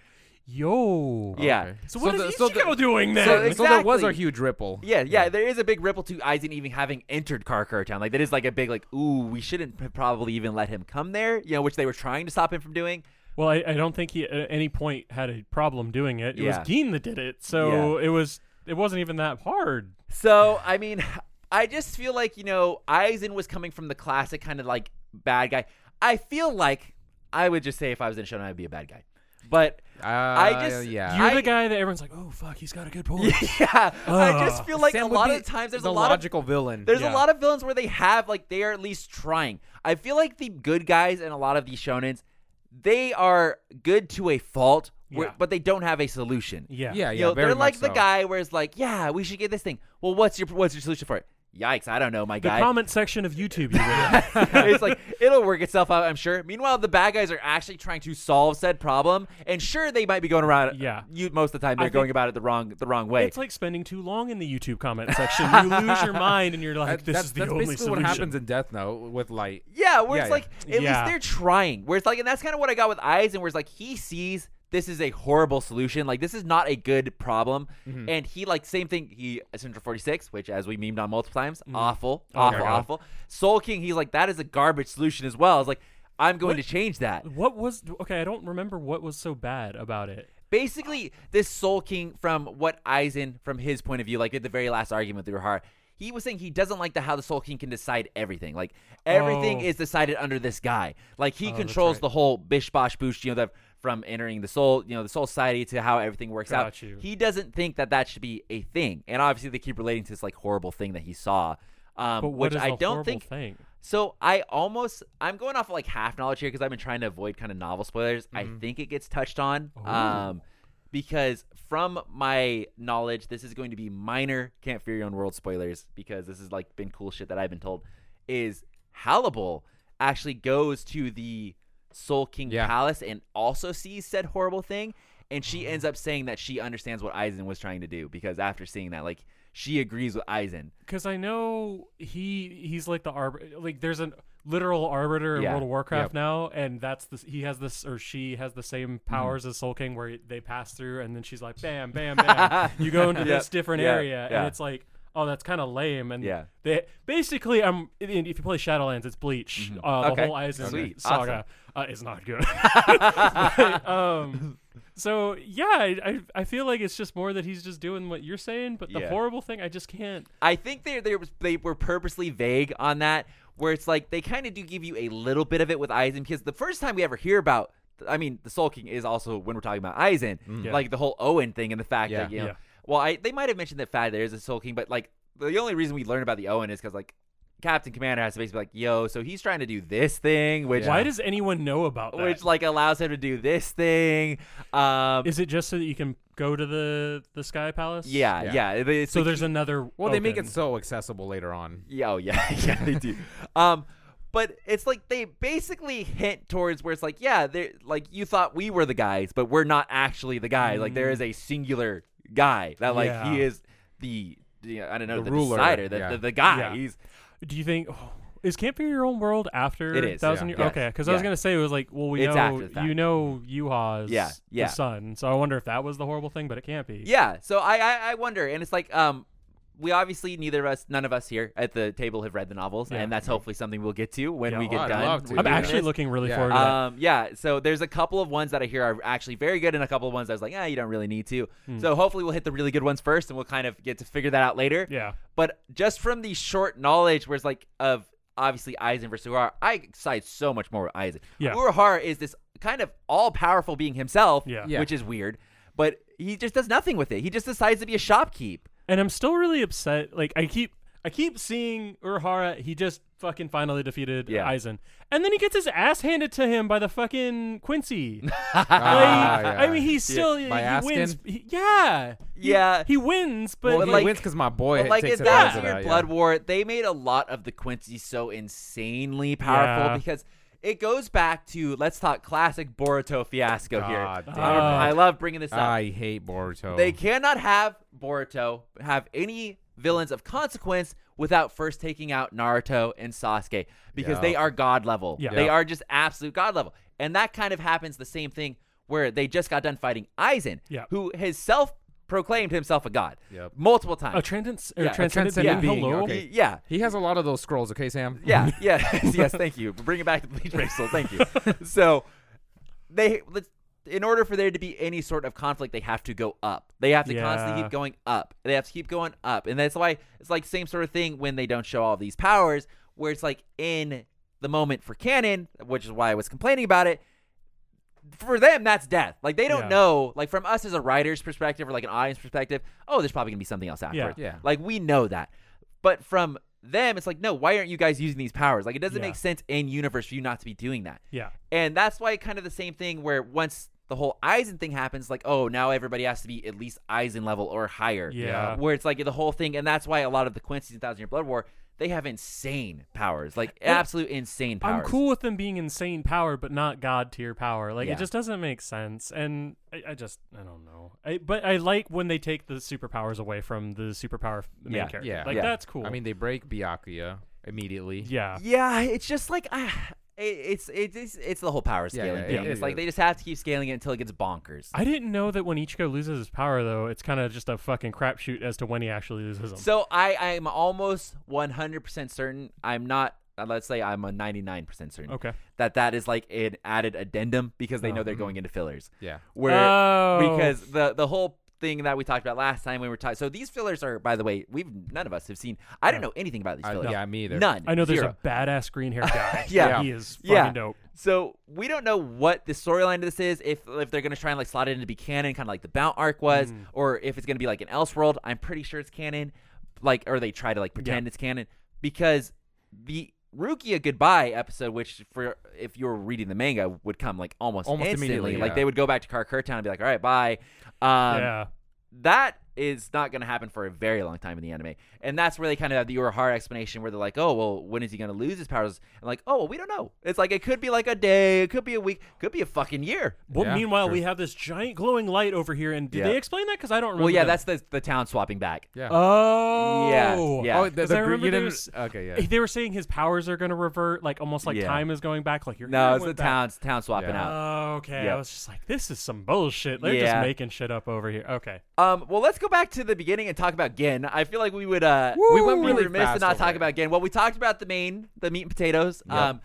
[SPEAKER 2] Yo.
[SPEAKER 4] Yeah.
[SPEAKER 2] So
[SPEAKER 3] So
[SPEAKER 2] what is
[SPEAKER 3] the- so the-
[SPEAKER 2] Ichigo doing then?
[SPEAKER 3] So, so there was a
[SPEAKER 4] Exactly.
[SPEAKER 3] huge ripple.
[SPEAKER 4] Yeah, yeah, there is a big ripple to Aizen even having entered Karakura Town. Like that is like a big like, ooh, we shouldn't p- probably even let him come there. You know, which they were trying to stop him from doing.
[SPEAKER 2] Well, I, I don't think he at any point had a problem doing it. It
[SPEAKER 4] Yeah.
[SPEAKER 2] was Gene that did it, so it was it wasn't even that hard.
[SPEAKER 4] So I mean, I just feel like you know Aizen was coming from the classic kind of like bad guy. I feel like I would just say if I was in Shonen, I'd be a bad guy. But (laughs) I just
[SPEAKER 3] Uh, yeah.
[SPEAKER 2] You're
[SPEAKER 4] I-
[SPEAKER 2] the guy that everyone's like, oh fuck, he's got a good
[SPEAKER 4] (laughs)
[SPEAKER 2] point.
[SPEAKER 4] yeah, I just feel like
[SPEAKER 3] Sam
[SPEAKER 4] a
[SPEAKER 3] would
[SPEAKER 4] lot
[SPEAKER 3] be
[SPEAKER 4] of times there's
[SPEAKER 3] the
[SPEAKER 4] a lot of
[SPEAKER 3] logical villain.
[SPEAKER 4] There's
[SPEAKER 2] Yeah.
[SPEAKER 4] a lot of villains where they have like they are at least trying. I feel like the good guys in a lot of these shonens, they are good to a fault, where,
[SPEAKER 2] Yeah.
[SPEAKER 4] but they don't have a solution.
[SPEAKER 2] yeah.
[SPEAKER 3] yeah, yeah,
[SPEAKER 4] You know,
[SPEAKER 3] very
[SPEAKER 4] they're
[SPEAKER 3] much
[SPEAKER 4] like the
[SPEAKER 3] so.
[SPEAKER 4] guy where it's like, yeah, we should get this thing. Well, what's your what's your solution for it? Yikes, I don't know, my
[SPEAKER 2] The
[SPEAKER 4] guy.
[SPEAKER 2] comment section of YouTube, you would.
[SPEAKER 4] (laughs) it's like it'll work itself out, I'm sure. Meanwhile, the bad guys are actually trying to solve said problem, and sure, they might be going around.
[SPEAKER 2] Yeah.
[SPEAKER 4] you most of the time
[SPEAKER 2] I
[SPEAKER 4] they're
[SPEAKER 2] think-
[SPEAKER 4] going about it the wrong the wrong way.
[SPEAKER 2] It's like spending too long in the YouTube comment section. You
[SPEAKER 4] (laughs)
[SPEAKER 2] lose your mind, and you're like,
[SPEAKER 3] That-
[SPEAKER 2] this
[SPEAKER 3] that's,
[SPEAKER 2] is the
[SPEAKER 3] that's
[SPEAKER 2] only
[SPEAKER 3] basically
[SPEAKER 2] solution.
[SPEAKER 3] what happens in Death Note with Light.
[SPEAKER 4] Yeah, where
[SPEAKER 3] Yeah,
[SPEAKER 4] it's
[SPEAKER 3] yeah.
[SPEAKER 4] like at
[SPEAKER 2] Yeah.
[SPEAKER 4] least they're trying. Where it's like, and that's kind of what I got with Aizen, where it's like he sees this is a horrible solution. Like this is not a good problem,
[SPEAKER 2] Mm-hmm.
[SPEAKER 4] and he like same thing. He Central Forty Six, which as we memed on multiple times, awful, awful,
[SPEAKER 2] Mm-hmm. Oh God.
[SPEAKER 4] awful. Soul King, he's like that is a garbage solution as well. It's like I'm going to change that.
[SPEAKER 2] What was okay? I don't remember what was so bad about it.
[SPEAKER 4] Basically, this Soul King from what Aizen, from his point of view, like at the very last argument through her, he was saying he doesn't like the how the Soul King can decide everything. Like everything
[SPEAKER 2] Oh.
[SPEAKER 4] is decided under this guy. Like he controls
[SPEAKER 2] right.
[SPEAKER 4] the whole bish bosh boosh, you know, the, from entering the soul, you know, the soul society to how everything works out.
[SPEAKER 2] Got you.
[SPEAKER 4] He doesn't think that that should be a thing. And obviously, they keep relating to this like horrible thing that he saw. Um,
[SPEAKER 2] But what
[SPEAKER 4] which
[SPEAKER 2] is
[SPEAKER 4] I
[SPEAKER 2] the
[SPEAKER 4] don't
[SPEAKER 2] horrible
[SPEAKER 4] think
[SPEAKER 2] thing?
[SPEAKER 4] so I almost I'm going off of like half knowledge here because I've been trying to avoid kind of novel spoilers. I think it gets touched on, um, because from my knowledge, this is going to be minor Camp Fury on World spoilers because this has like been cool shit that I've been told. Is Hallible actually goes to the Soul King
[SPEAKER 3] Yeah.
[SPEAKER 4] Palace and also sees said horrible thing, and she ends up saying that she understands what Aizen was trying to do because after seeing that, like she agrees with Aizen.
[SPEAKER 2] Because I know he he's like the arbiter. Like there's a literal arbiter in
[SPEAKER 4] Yeah,
[SPEAKER 2] World of Warcraft
[SPEAKER 3] yep.
[SPEAKER 2] now, and that's the he has this or she has the same
[SPEAKER 4] Mm-hmm.
[SPEAKER 2] powers as Soul King, where they pass through, and then she's like, bam, bam,
[SPEAKER 4] (laughs)
[SPEAKER 2] bam. you go into
[SPEAKER 4] Yep,
[SPEAKER 2] this different
[SPEAKER 4] yeah,
[SPEAKER 2] area,
[SPEAKER 4] yeah.
[SPEAKER 2] and it's like. Oh, that's kind of lame, and
[SPEAKER 4] Yeah.
[SPEAKER 2] they basically, um, i- if you play Shadowlands, it's Bleach. Uh, the
[SPEAKER 4] Mm-hmm. Okay,
[SPEAKER 2] whole Aizen
[SPEAKER 4] sweet,
[SPEAKER 2] saga uh, is not
[SPEAKER 4] (laughs)
[SPEAKER 2] good. But, um, so yeah, I, I I feel like it's just more that he's just doing what you're saying, but the
[SPEAKER 4] Yeah.
[SPEAKER 2] horrible thing, I just can't.
[SPEAKER 4] I think they they they were purposely vague on that, where it's like they kind of do give you a little bit of it with Aizen because the first time we ever hear about, I mean, the Soul King is also when we're talking about Aizen,
[SPEAKER 2] Yeah.
[SPEAKER 4] like the whole Owen thing and the fact that
[SPEAKER 3] Yeah.
[SPEAKER 4] you know,
[SPEAKER 2] Mm. Yeah.
[SPEAKER 4] well, I they might have mentioned that fact there is a Soul King, but like the only reason we learn about the Owen is because like Captain Commander has to basically be like, yo, so he's trying to do this thing, which
[SPEAKER 2] Why does anyone know about that?
[SPEAKER 4] which like allows him to do this thing, um,
[SPEAKER 2] Is it just so that you can go to the the Sky Palace?
[SPEAKER 4] yeah,
[SPEAKER 3] Yeah.
[SPEAKER 4] yeah. It's
[SPEAKER 2] So
[SPEAKER 4] like
[SPEAKER 2] there's another.
[SPEAKER 3] Well, they make it
[SPEAKER 2] open.
[SPEAKER 3] so accessible
[SPEAKER 2] (laughs)
[SPEAKER 3] later on.
[SPEAKER 4] Yeah, oh yeah, (laughs) yeah, they do. um, but it's like they basically hint towards where it's like, yeah, they like you thought we were the guys, but we're not actually the guy. Like there is
[SPEAKER 3] Mm.
[SPEAKER 4] a singular guy that like
[SPEAKER 2] Yeah.
[SPEAKER 4] he is the, the I don't know
[SPEAKER 3] The
[SPEAKER 4] the,
[SPEAKER 3] ruler,
[SPEAKER 4] decider, the,
[SPEAKER 3] yeah.
[SPEAKER 4] the, the guy.
[SPEAKER 2] Yeah.
[SPEAKER 4] He's
[SPEAKER 2] Do you think oh, is Camp for Your Own World after
[SPEAKER 4] It is,
[SPEAKER 2] Thousand
[SPEAKER 3] yeah.
[SPEAKER 2] Year?
[SPEAKER 4] Yes,
[SPEAKER 2] Okay, because I was
[SPEAKER 4] yeah.
[SPEAKER 2] gonna say it was like, well, we
[SPEAKER 4] It's
[SPEAKER 2] know
[SPEAKER 4] after the fact.
[SPEAKER 2] you know Yuha's
[SPEAKER 4] Yeah, yeah.
[SPEAKER 2] the son, so I wonder if that was the horrible thing, but it can't be.
[SPEAKER 4] yeah. So I, I I wonder, and it's like um, we obviously neither of us, none of us here at the table have read the novels, and that's hopefully something we'll get to when
[SPEAKER 3] Yeah.
[SPEAKER 4] we
[SPEAKER 3] Oh,
[SPEAKER 4] get
[SPEAKER 3] I'd
[SPEAKER 4] done.
[SPEAKER 3] love to.
[SPEAKER 4] with
[SPEAKER 2] I'm
[SPEAKER 4] doing
[SPEAKER 2] actually
[SPEAKER 4] this.
[SPEAKER 2] looking really
[SPEAKER 3] Yeah.
[SPEAKER 2] forward to that.
[SPEAKER 4] Um, yeah, so there's a couple of ones that I hear are actually very good, and a couple of ones I was like, ah, you don't really need to.
[SPEAKER 2] Hmm.
[SPEAKER 4] So hopefully we'll hit the really good ones first, and we'll kind of get to figure that out later.
[SPEAKER 2] Yeah.
[SPEAKER 4] But just from the short knowledge, where it's like of obviously Aizen versus Uhura, I side so much more with Aizen.
[SPEAKER 2] Yeah.
[SPEAKER 4] Urahara is this kind of all powerful being himself,
[SPEAKER 2] Yeah.
[SPEAKER 3] Yeah.
[SPEAKER 4] which is weird, but he just does nothing with it. He just decides to be a shopkeep.
[SPEAKER 2] And I'm still really upset. Like I keep I keep seeing Urahara, he just fucking finally defeated
[SPEAKER 4] Yeah.
[SPEAKER 2] Aizen. And then he gets his ass handed to him by the fucking Quincy.
[SPEAKER 4] (laughs)
[SPEAKER 2] like,
[SPEAKER 3] Ah, yeah.
[SPEAKER 2] I mean he's still
[SPEAKER 3] By
[SPEAKER 2] he wins.
[SPEAKER 3] Askin?
[SPEAKER 2] he- yeah. He-
[SPEAKER 4] Yeah.
[SPEAKER 2] He, wins, but
[SPEAKER 3] Well,
[SPEAKER 4] But
[SPEAKER 3] he
[SPEAKER 4] like-
[SPEAKER 3] wins because my boy
[SPEAKER 4] But like
[SPEAKER 3] takes
[SPEAKER 4] in
[SPEAKER 3] it
[SPEAKER 4] that
[SPEAKER 3] out.
[SPEAKER 4] weird Blood War, they made a lot of the Quincy so insanely powerful
[SPEAKER 2] Yeah.
[SPEAKER 4] because it goes back to let's talk classic Boruto fiasco here.
[SPEAKER 3] God damn
[SPEAKER 4] Um, I
[SPEAKER 3] it.
[SPEAKER 4] love bringing this up.
[SPEAKER 3] I hate Boruto.
[SPEAKER 4] They cannot have Boruto have any villains of consequence without first taking out Naruto and Sasuke because
[SPEAKER 3] Yeah.
[SPEAKER 4] they are god level.
[SPEAKER 2] Yeah.
[SPEAKER 4] They
[SPEAKER 3] Yeah.
[SPEAKER 4] are just absolute god level. And that kind of happens the same thing where they just got done fighting Aizen,
[SPEAKER 2] Yeah.
[SPEAKER 4] who has self proclaimed himself a god
[SPEAKER 3] Yep.
[SPEAKER 4] multiple times.
[SPEAKER 2] a transcendent or
[SPEAKER 4] Yeah, a
[SPEAKER 2] transcendent,
[SPEAKER 3] transcendent
[SPEAKER 2] being,
[SPEAKER 3] being,
[SPEAKER 2] hello.
[SPEAKER 3] okay.
[SPEAKER 4] Y- yeah.
[SPEAKER 3] he has a lot of those scrolls. Okay, Sam.
[SPEAKER 2] (laughs)
[SPEAKER 4] Yeah, yeah, (laughs) yes, thank you. Bring it back to Bleach Pixel. Thank you. So they let's- in order for there to be any sort of conflict, they have to go up. They have to constantly
[SPEAKER 2] Yeah.
[SPEAKER 4] keep going up. They have to keep going up. And that's why it's like same sort of thing when they don't show all these powers where it's like in the moment for canon, which is why I was complaining about it. For them, that's death. Like they don't
[SPEAKER 2] Yeah.
[SPEAKER 4] know. Like from us as a writer's perspective or like an audience perspective, oh, there's probably gonna be something else afterwards.
[SPEAKER 3] Yeah.
[SPEAKER 4] Like we know that. But from them, it's like, no, why aren't you guys using these powers? Like it doesn't
[SPEAKER 2] Yeah.
[SPEAKER 4] make sense in universe for you not to be doing that.
[SPEAKER 2] Yeah.
[SPEAKER 4] And that's why kind of the same thing where once the whole Eisen thing happens, like, oh, now everybody has to be at least Eisen level or higher.
[SPEAKER 2] Yeah.
[SPEAKER 4] Where it's like the whole thing, and that's why a lot of the Quincy's in Thousand Year Blood War, they have insane powers. Like absolute insane powers.
[SPEAKER 2] I'm cool with them being insane power, but not god tier power. Like
[SPEAKER 4] Yeah.
[SPEAKER 2] it just doesn't make sense, and I, I just I don't know. I, but I like when they take the superpowers away from the superpower f- main
[SPEAKER 4] Yeah,
[SPEAKER 2] character.
[SPEAKER 3] yeah,
[SPEAKER 2] like
[SPEAKER 4] yeah.
[SPEAKER 2] that's cool.
[SPEAKER 3] I mean, they break Byakuya immediately.
[SPEAKER 2] yeah,
[SPEAKER 4] Yeah, it's just like ah, it, it's it- it's it's the whole power
[SPEAKER 3] Yeah,
[SPEAKER 4] scaling
[SPEAKER 3] yeah,
[SPEAKER 4] thing.
[SPEAKER 3] yeah,
[SPEAKER 4] it's
[SPEAKER 3] yeah.
[SPEAKER 4] like they just have to keep scaling it until it gets bonkers.
[SPEAKER 2] I didn't know that when Ichigo loses his power, though, it's kind of just a fucking crapshoot as to when he actually loses them.
[SPEAKER 4] So I I am almost 100% certain. I'm not. uh, Let's say I'm a 99% certain.
[SPEAKER 2] Okay. Uh-huh.
[SPEAKER 4] That that is like an added addendum because they know they're going into fillers.
[SPEAKER 3] Yeah.
[SPEAKER 4] Where
[SPEAKER 2] Oh.
[SPEAKER 4] because the the whole thing that we talked about last time when we were talking. So these fillers are, by the way, we've none of us have seen. I don't know anything about these
[SPEAKER 3] I-
[SPEAKER 4] fillers.
[SPEAKER 3] yeah, me either.
[SPEAKER 4] None.
[SPEAKER 2] I know there's
[SPEAKER 4] Zero.
[SPEAKER 2] a badass green
[SPEAKER 4] (laughs)
[SPEAKER 2] hair guy.
[SPEAKER 4] Yeah.
[SPEAKER 2] he is fucking
[SPEAKER 4] Yeah.
[SPEAKER 2] dope.
[SPEAKER 4] So we don't know what the storyline of this is. If if they're gonna try and like slot it into be canon, kind of like the Bount arc was,
[SPEAKER 3] Mm.
[SPEAKER 4] or if it's gonna be like an Elseworld. I'm pretty sure it's canon. Like, or they try to like pretend it's canon because the Rukia goodbye episode, which for if you were reading the manga, would come like almost,
[SPEAKER 3] Almost
[SPEAKER 4] instantly.
[SPEAKER 3] immediately,
[SPEAKER 4] Like
[SPEAKER 3] yeah.
[SPEAKER 4] they would go back to Karkurtown and be like, all right, bye. Um,
[SPEAKER 2] yeah,
[SPEAKER 4] that is not going to happen for a very long time in the anime. And that's where they kind of have the Urahara explanation where they're like, oh, well, when is he going to lose his powers? And like, oh, well, we don't know. It's like, it could be like a day, it could be a week, could be a fucking year.
[SPEAKER 2] Well,
[SPEAKER 3] Yeah,
[SPEAKER 2] meanwhile,
[SPEAKER 3] true.
[SPEAKER 2] we have this giant glowing light over here, and did
[SPEAKER 4] Yeah.
[SPEAKER 2] they explain that? Because I don't remember.
[SPEAKER 4] Well, yeah,
[SPEAKER 2] them.
[SPEAKER 4] that's the, the town swapping back.
[SPEAKER 3] Yeah.
[SPEAKER 2] Oh,
[SPEAKER 4] Yeah, yeah.
[SPEAKER 3] Oh, the, the,
[SPEAKER 2] 'Cause I
[SPEAKER 3] gr-
[SPEAKER 2] remember
[SPEAKER 3] you
[SPEAKER 2] there
[SPEAKER 3] didn't.
[SPEAKER 2] was-
[SPEAKER 3] okay. Yeah.
[SPEAKER 2] Eh, They were saying his powers are going to revert, like almost like
[SPEAKER 4] Yeah.
[SPEAKER 2] time is going back, like your
[SPEAKER 4] No,
[SPEAKER 2] hair
[SPEAKER 4] it's the
[SPEAKER 2] went back.
[SPEAKER 4] town, town swapping
[SPEAKER 3] Yeah.
[SPEAKER 4] out.
[SPEAKER 2] Oh, okay.
[SPEAKER 4] Yep.
[SPEAKER 2] I was just like, this is some bullshit. They're
[SPEAKER 4] Yeah.
[SPEAKER 2] just making shit up over here. Okay.
[SPEAKER 4] Um, well, let's go back to the beginning and talk about Gin. I feel like we would uh, we wouldn't be
[SPEAKER 3] Really
[SPEAKER 4] remiss to
[SPEAKER 3] fast
[SPEAKER 4] not
[SPEAKER 3] over
[SPEAKER 4] talk
[SPEAKER 3] it.
[SPEAKER 4] about Gin. Well, we talked about the main, the meat and potatoes. Um,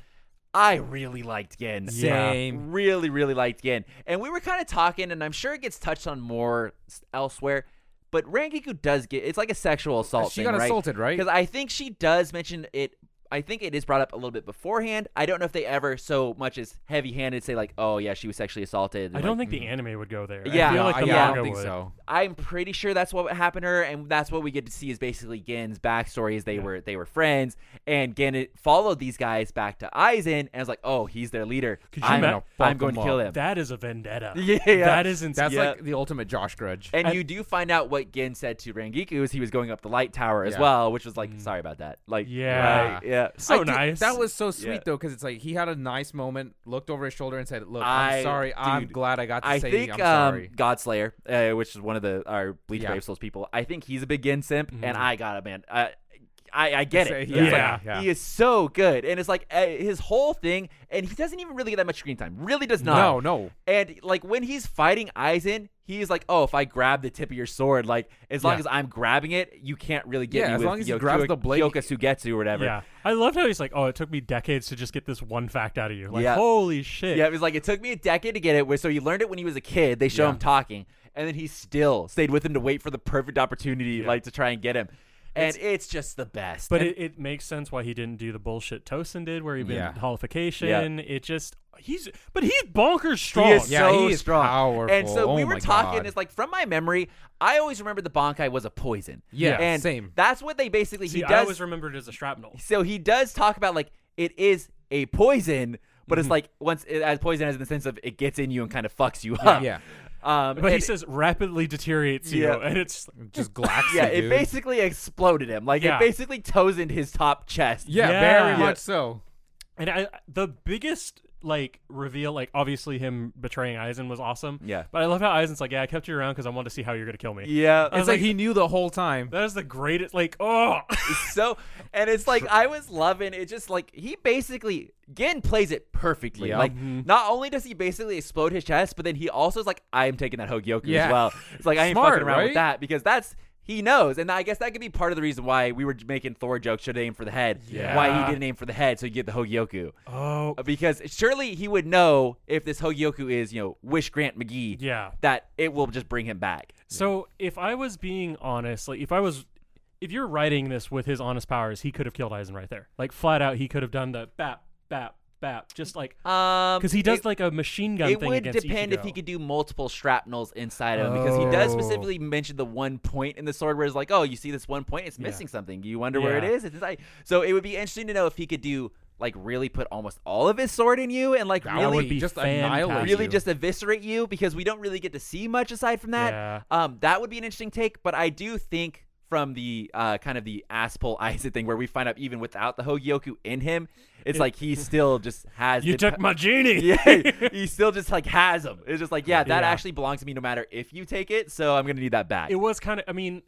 [SPEAKER 4] I really liked Gin.
[SPEAKER 3] Same.
[SPEAKER 4] Really, really liked Gin. And we were kind of talking, and I'm sure it gets touched on more s- elsewhere. But Rangiku does get it's like a sexual assault.
[SPEAKER 3] She
[SPEAKER 4] thing,
[SPEAKER 3] got assaulted, right?
[SPEAKER 4] Because I think she does mention it. I think it is brought up a little bit beforehand. I don't know if they ever so much as heavy-handed say like, "Oh yeah, she was sexually assaulted." and,
[SPEAKER 2] I
[SPEAKER 4] like, mm.
[SPEAKER 2] don't think the anime would go there.
[SPEAKER 4] Yeah,
[SPEAKER 2] I feel
[SPEAKER 3] No,
[SPEAKER 2] like the
[SPEAKER 3] yeah, I
[SPEAKER 2] manga
[SPEAKER 3] don't think
[SPEAKER 2] would.
[SPEAKER 3] so.
[SPEAKER 4] I'm pretty sure that's what happened to her, and that's what we get to see is basically Gen's backstory is they were they were friends, and Gen it- followed these guys back to Aizen, and was like, oh, he's their leader.
[SPEAKER 2] Could you
[SPEAKER 4] I'm,
[SPEAKER 2] ma-
[SPEAKER 4] gonna-
[SPEAKER 3] fuck
[SPEAKER 4] I'm going to
[SPEAKER 3] him
[SPEAKER 4] kill
[SPEAKER 3] up.
[SPEAKER 4] him.
[SPEAKER 2] That is a vendetta.
[SPEAKER 4] (laughs) Yeah, yeah.
[SPEAKER 2] That is insane.
[SPEAKER 3] That's
[SPEAKER 4] Yeah.
[SPEAKER 3] like the ultimate Josh grudge.
[SPEAKER 4] and you do find out what Gen said to Rangiku is he was going up the light tower as
[SPEAKER 3] Yeah.
[SPEAKER 4] well, which was like, sorry about that. Like,
[SPEAKER 2] Yeah.
[SPEAKER 4] like, yeah.
[SPEAKER 2] so
[SPEAKER 3] I did-
[SPEAKER 2] nice.
[SPEAKER 3] That was so sweet
[SPEAKER 4] Yeah.
[SPEAKER 3] though, because it's like he had a nice moment, looked over his shoulder, and said, "Look,
[SPEAKER 4] I-
[SPEAKER 3] am sorry. I'm
[SPEAKER 4] dude,
[SPEAKER 3] glad I got to
[SPEAKER 4] I
[SPEAKER 3] say
[SPEAKER 4] think
[SPEAKER 3] I'm
[SPEAKER 4] um,
[SPEAKER 3] sorry."
[SPEAKER 4] Godslayer, uh, which is one of the our Bleach
[SPEAKER 3] Yeah. Mm-hmm.
[SPEAKER 4] Brave Souls people, I think he's a big Gen simp, and I got it, man. I, I, I get it.
[SPEAKER 3] Say-
[SPEAKER 4] It's like,
[SPEAKER 2] Yeah.
[SPEAKER 3] Yeah.
[SPEAKER 4] he is so good, and it's like uh, his whole thing, and he doesn't even really get that much screen time. Really does not.
[SPEAKER 3] No, no.
[SPEAKER 4] And like when he's fighting Aizen, he's like, oh, if I grab the tip of your sword, like as long
[SPEAKER 3] Yeah.
[SPEAKER 4] as I'm grabbing it, you can't really get
[SPEAKER 3] Yeah,
[SPEAKER 4] me
[SPEAKER 3] as
[SPEAKER 4] with
[SPEAKER 3] long as he
[SPEAKER 4] Yoku-
[SPEAKER 3] grabs the blade-
[SPEAKER 4] Kyoka Sugetsu or whatever.
[SPEAKER 2] Yeah, I loved how he's like, "Oh, it took me decades to just get this one fact out of you." Like,
[SPEAKER 4] Yeah.
[SPEAKER 2] holy shit!
[SPEAKER 4] Yeah, it was like it took me a decade to get it. So he learned it when he was a kid. They show him talking, and then he still stayed with him to wait for the perfect opportunity, like to try and get him. And it's, just the best.
[SPEAKER 2] But
[SPEAKER 4] And-
[SPEAKER 2] it, it makes sense why he didn't do the bullshit Tosin did, where he been
[SPEAKER 3] Yeah.
[SPEAKER 2] holification. It just he's but he's bonkers strong.
[SPEAKER 4] he is
[SPEAKER 3] Yeah,
[SPEAKER 4] so
[SPEAKER 3] he is
[SPEAKER 4] strong.
[SPEAKER 3] powerful.
[SPEAKER 4] And so we
[SPEAKER 3] Oh
[SPEAKER 4] were
[SPEAKER 3] my
[SPEAKER 4] talking.
[SPEAKER 3] God.
[SPEAKER 4] It's like from my memory, I always remember the Bonkai was a poison.
[SPEAKER 3] Yeah,
[SPEAKER 4] and
[SPEAKER 3] same.
[SPEAKER 4] That's what they basically
[SPEAKER 2] See,
[SPEAKER 4] he
[SPEAKER 2] I
[SPEAKER 4] does.
[SPEAKER 2] always remembered it as a shrapnel.
[SPEAKER 4] so he does talk about like it is a poison, but
[SPEAKER 3] Mm-hmm.
[SPEAKER 4] it's like once it, as poison as in the sense of it gets in you and kind of fucks you up.
[SPEAKER 3] yeah.
[SPEAKER 4] Um,
[SPEAKER 2] But he
[SPEAKER 4] and-
[SPEAKER 2] says rapidly deteriorates you,
[SPEAKER 4] Yeah.
[SPEAKER 2] and it's
[SPEAKER 3] Just (laughs) glaxy,
[SPEAKER 4] um, Yeah, it
[SPEAKER 3] dude.
[SPEAKER 4] basically exploded him. Like
[SPEAKER 2] Yeah.
[SPEAKER 4] it basically toesened his top chest.
[SPEAKER 3] yeah,
[SPEAKER 2] Yeah.
[SPEAKER 3] very
[SPEAKER 2] Yeah.
[SPEAKER 3] much so.
[SPEAKER 2] and I, the biggest like reveal, like obviously him betraying Aizen was awesome.
[SPEAKER 4] Yeah.
[SPEAKER 2] but I love how Aizen's like, "Yeah, I kept you around because I wanted to see how you're gonna kill me." I was
[SPEAKER 4] Yeah.
[SPEAKER 3] It's like,
[SPEAKER 2] like-
[SPEAKER 3] he knew the whole time.
[SPEAKER 2] That is the greatest. Like, oh,
[SPEAKER 4] (laughs) so and it's like I was loving it just like he basically Gin plays it perfectly.
[SPEAKER 3] Yeah. Mm-hmm.
[SPEAKER 4] Like not only does he basically explode his chest, but then he also is like, I am taking that Hogyoku
[SPEAKER 3] Yeah.
[SPEAKER 4] as well. It's like I ain't
[SPEAKER 3] Smart,
[SPEAKER 4] fucking around
[SPEAKER 3] right?
[SPEAKER 4] with that because that's he knows, and I guess that could be part of the reason why we were making Thor jokes. Should aim for the head.
[SPEAKER 2] Yeah.
[SPEAKER 4] Why he didn't aim for the head, so you get the Hogyoku.
[SPEAKER 2] (laughs) oh,
[SPEAKER 4] because surely he would know if this Hogyoku is, you know, Wish Grant McGee,
[SPEAKER 2] Yeah.
[SPEAKER 4] that it will just bring him back.
[SPEAKER 2] So if I was being honest, like if I was, if you're writing this with his honest powers, he could have killed Eisen right there. Like flat out, he could have done the bap, bap, bap, just like
[SPEAKER 4] Um,
[SPEAKER 2] because he does
[SPEAKER 4] it,
[SPEAKER 2] like a machine gun
[SPEAKER 4] It
[SPEAKER 2] thing
[SPEAKER 4] would
[SPEAKER 2] against
[SPEAKER 4] depend if he
[SPEAKER 2] Ichigo.
[SPEAKER 4] could do multiple shrapnels inside of him because he does
[SPEAKER 3] Oh.
[SPEAKER 4] specifically mention the one point in the sword where it's like, oh, you see this one point, it's missing something. You wonder where it
[SPEAKER 2] Yeah.
[SPEAKER 4] is. It's inside. So it would be interesting to know if he could do like really put almost all of his sword in you and like
[SPEAKER 3] That
[SPEAKER 4] really
[SPEAKER 3] would be
[SPEAKER 2] just
[SPEAKER 3] just
[SPEAKER 2] annihilate
[SPEAKER 3] annihilate
[SPEAKER 4] really
[SPEAKER 3] you.
[SPEAKER 4] just eviscerate you because we don't really get to see much aside from that.
[SPEAKER 2] Yeah.
[SPEAKER 4] Um, that would be an interesting take, but I do think from the uh, kind of the asshole (laughs) Aizen thing where we find out even without the Hogyoku in him, it's like
[SPEAKER 3] (laughs)
[SPEAKER 4] he still just has
[SPEAKER 2] You
[SPEAKER 4] the
[SPEAKER 2] took
[SPEAKER 4] pa-
[SPEAKER 2] my genie.
[SPEAKER 4] (laughs) yeah, he still just like has him. It's just like, yeah, that
[SPEAKER 2] Yeah.
[SPEAKER 4] actually belongs to me no matter if you take it, so I'm gonna need that back.
[SPEAKER 2] It was kind of, I mean,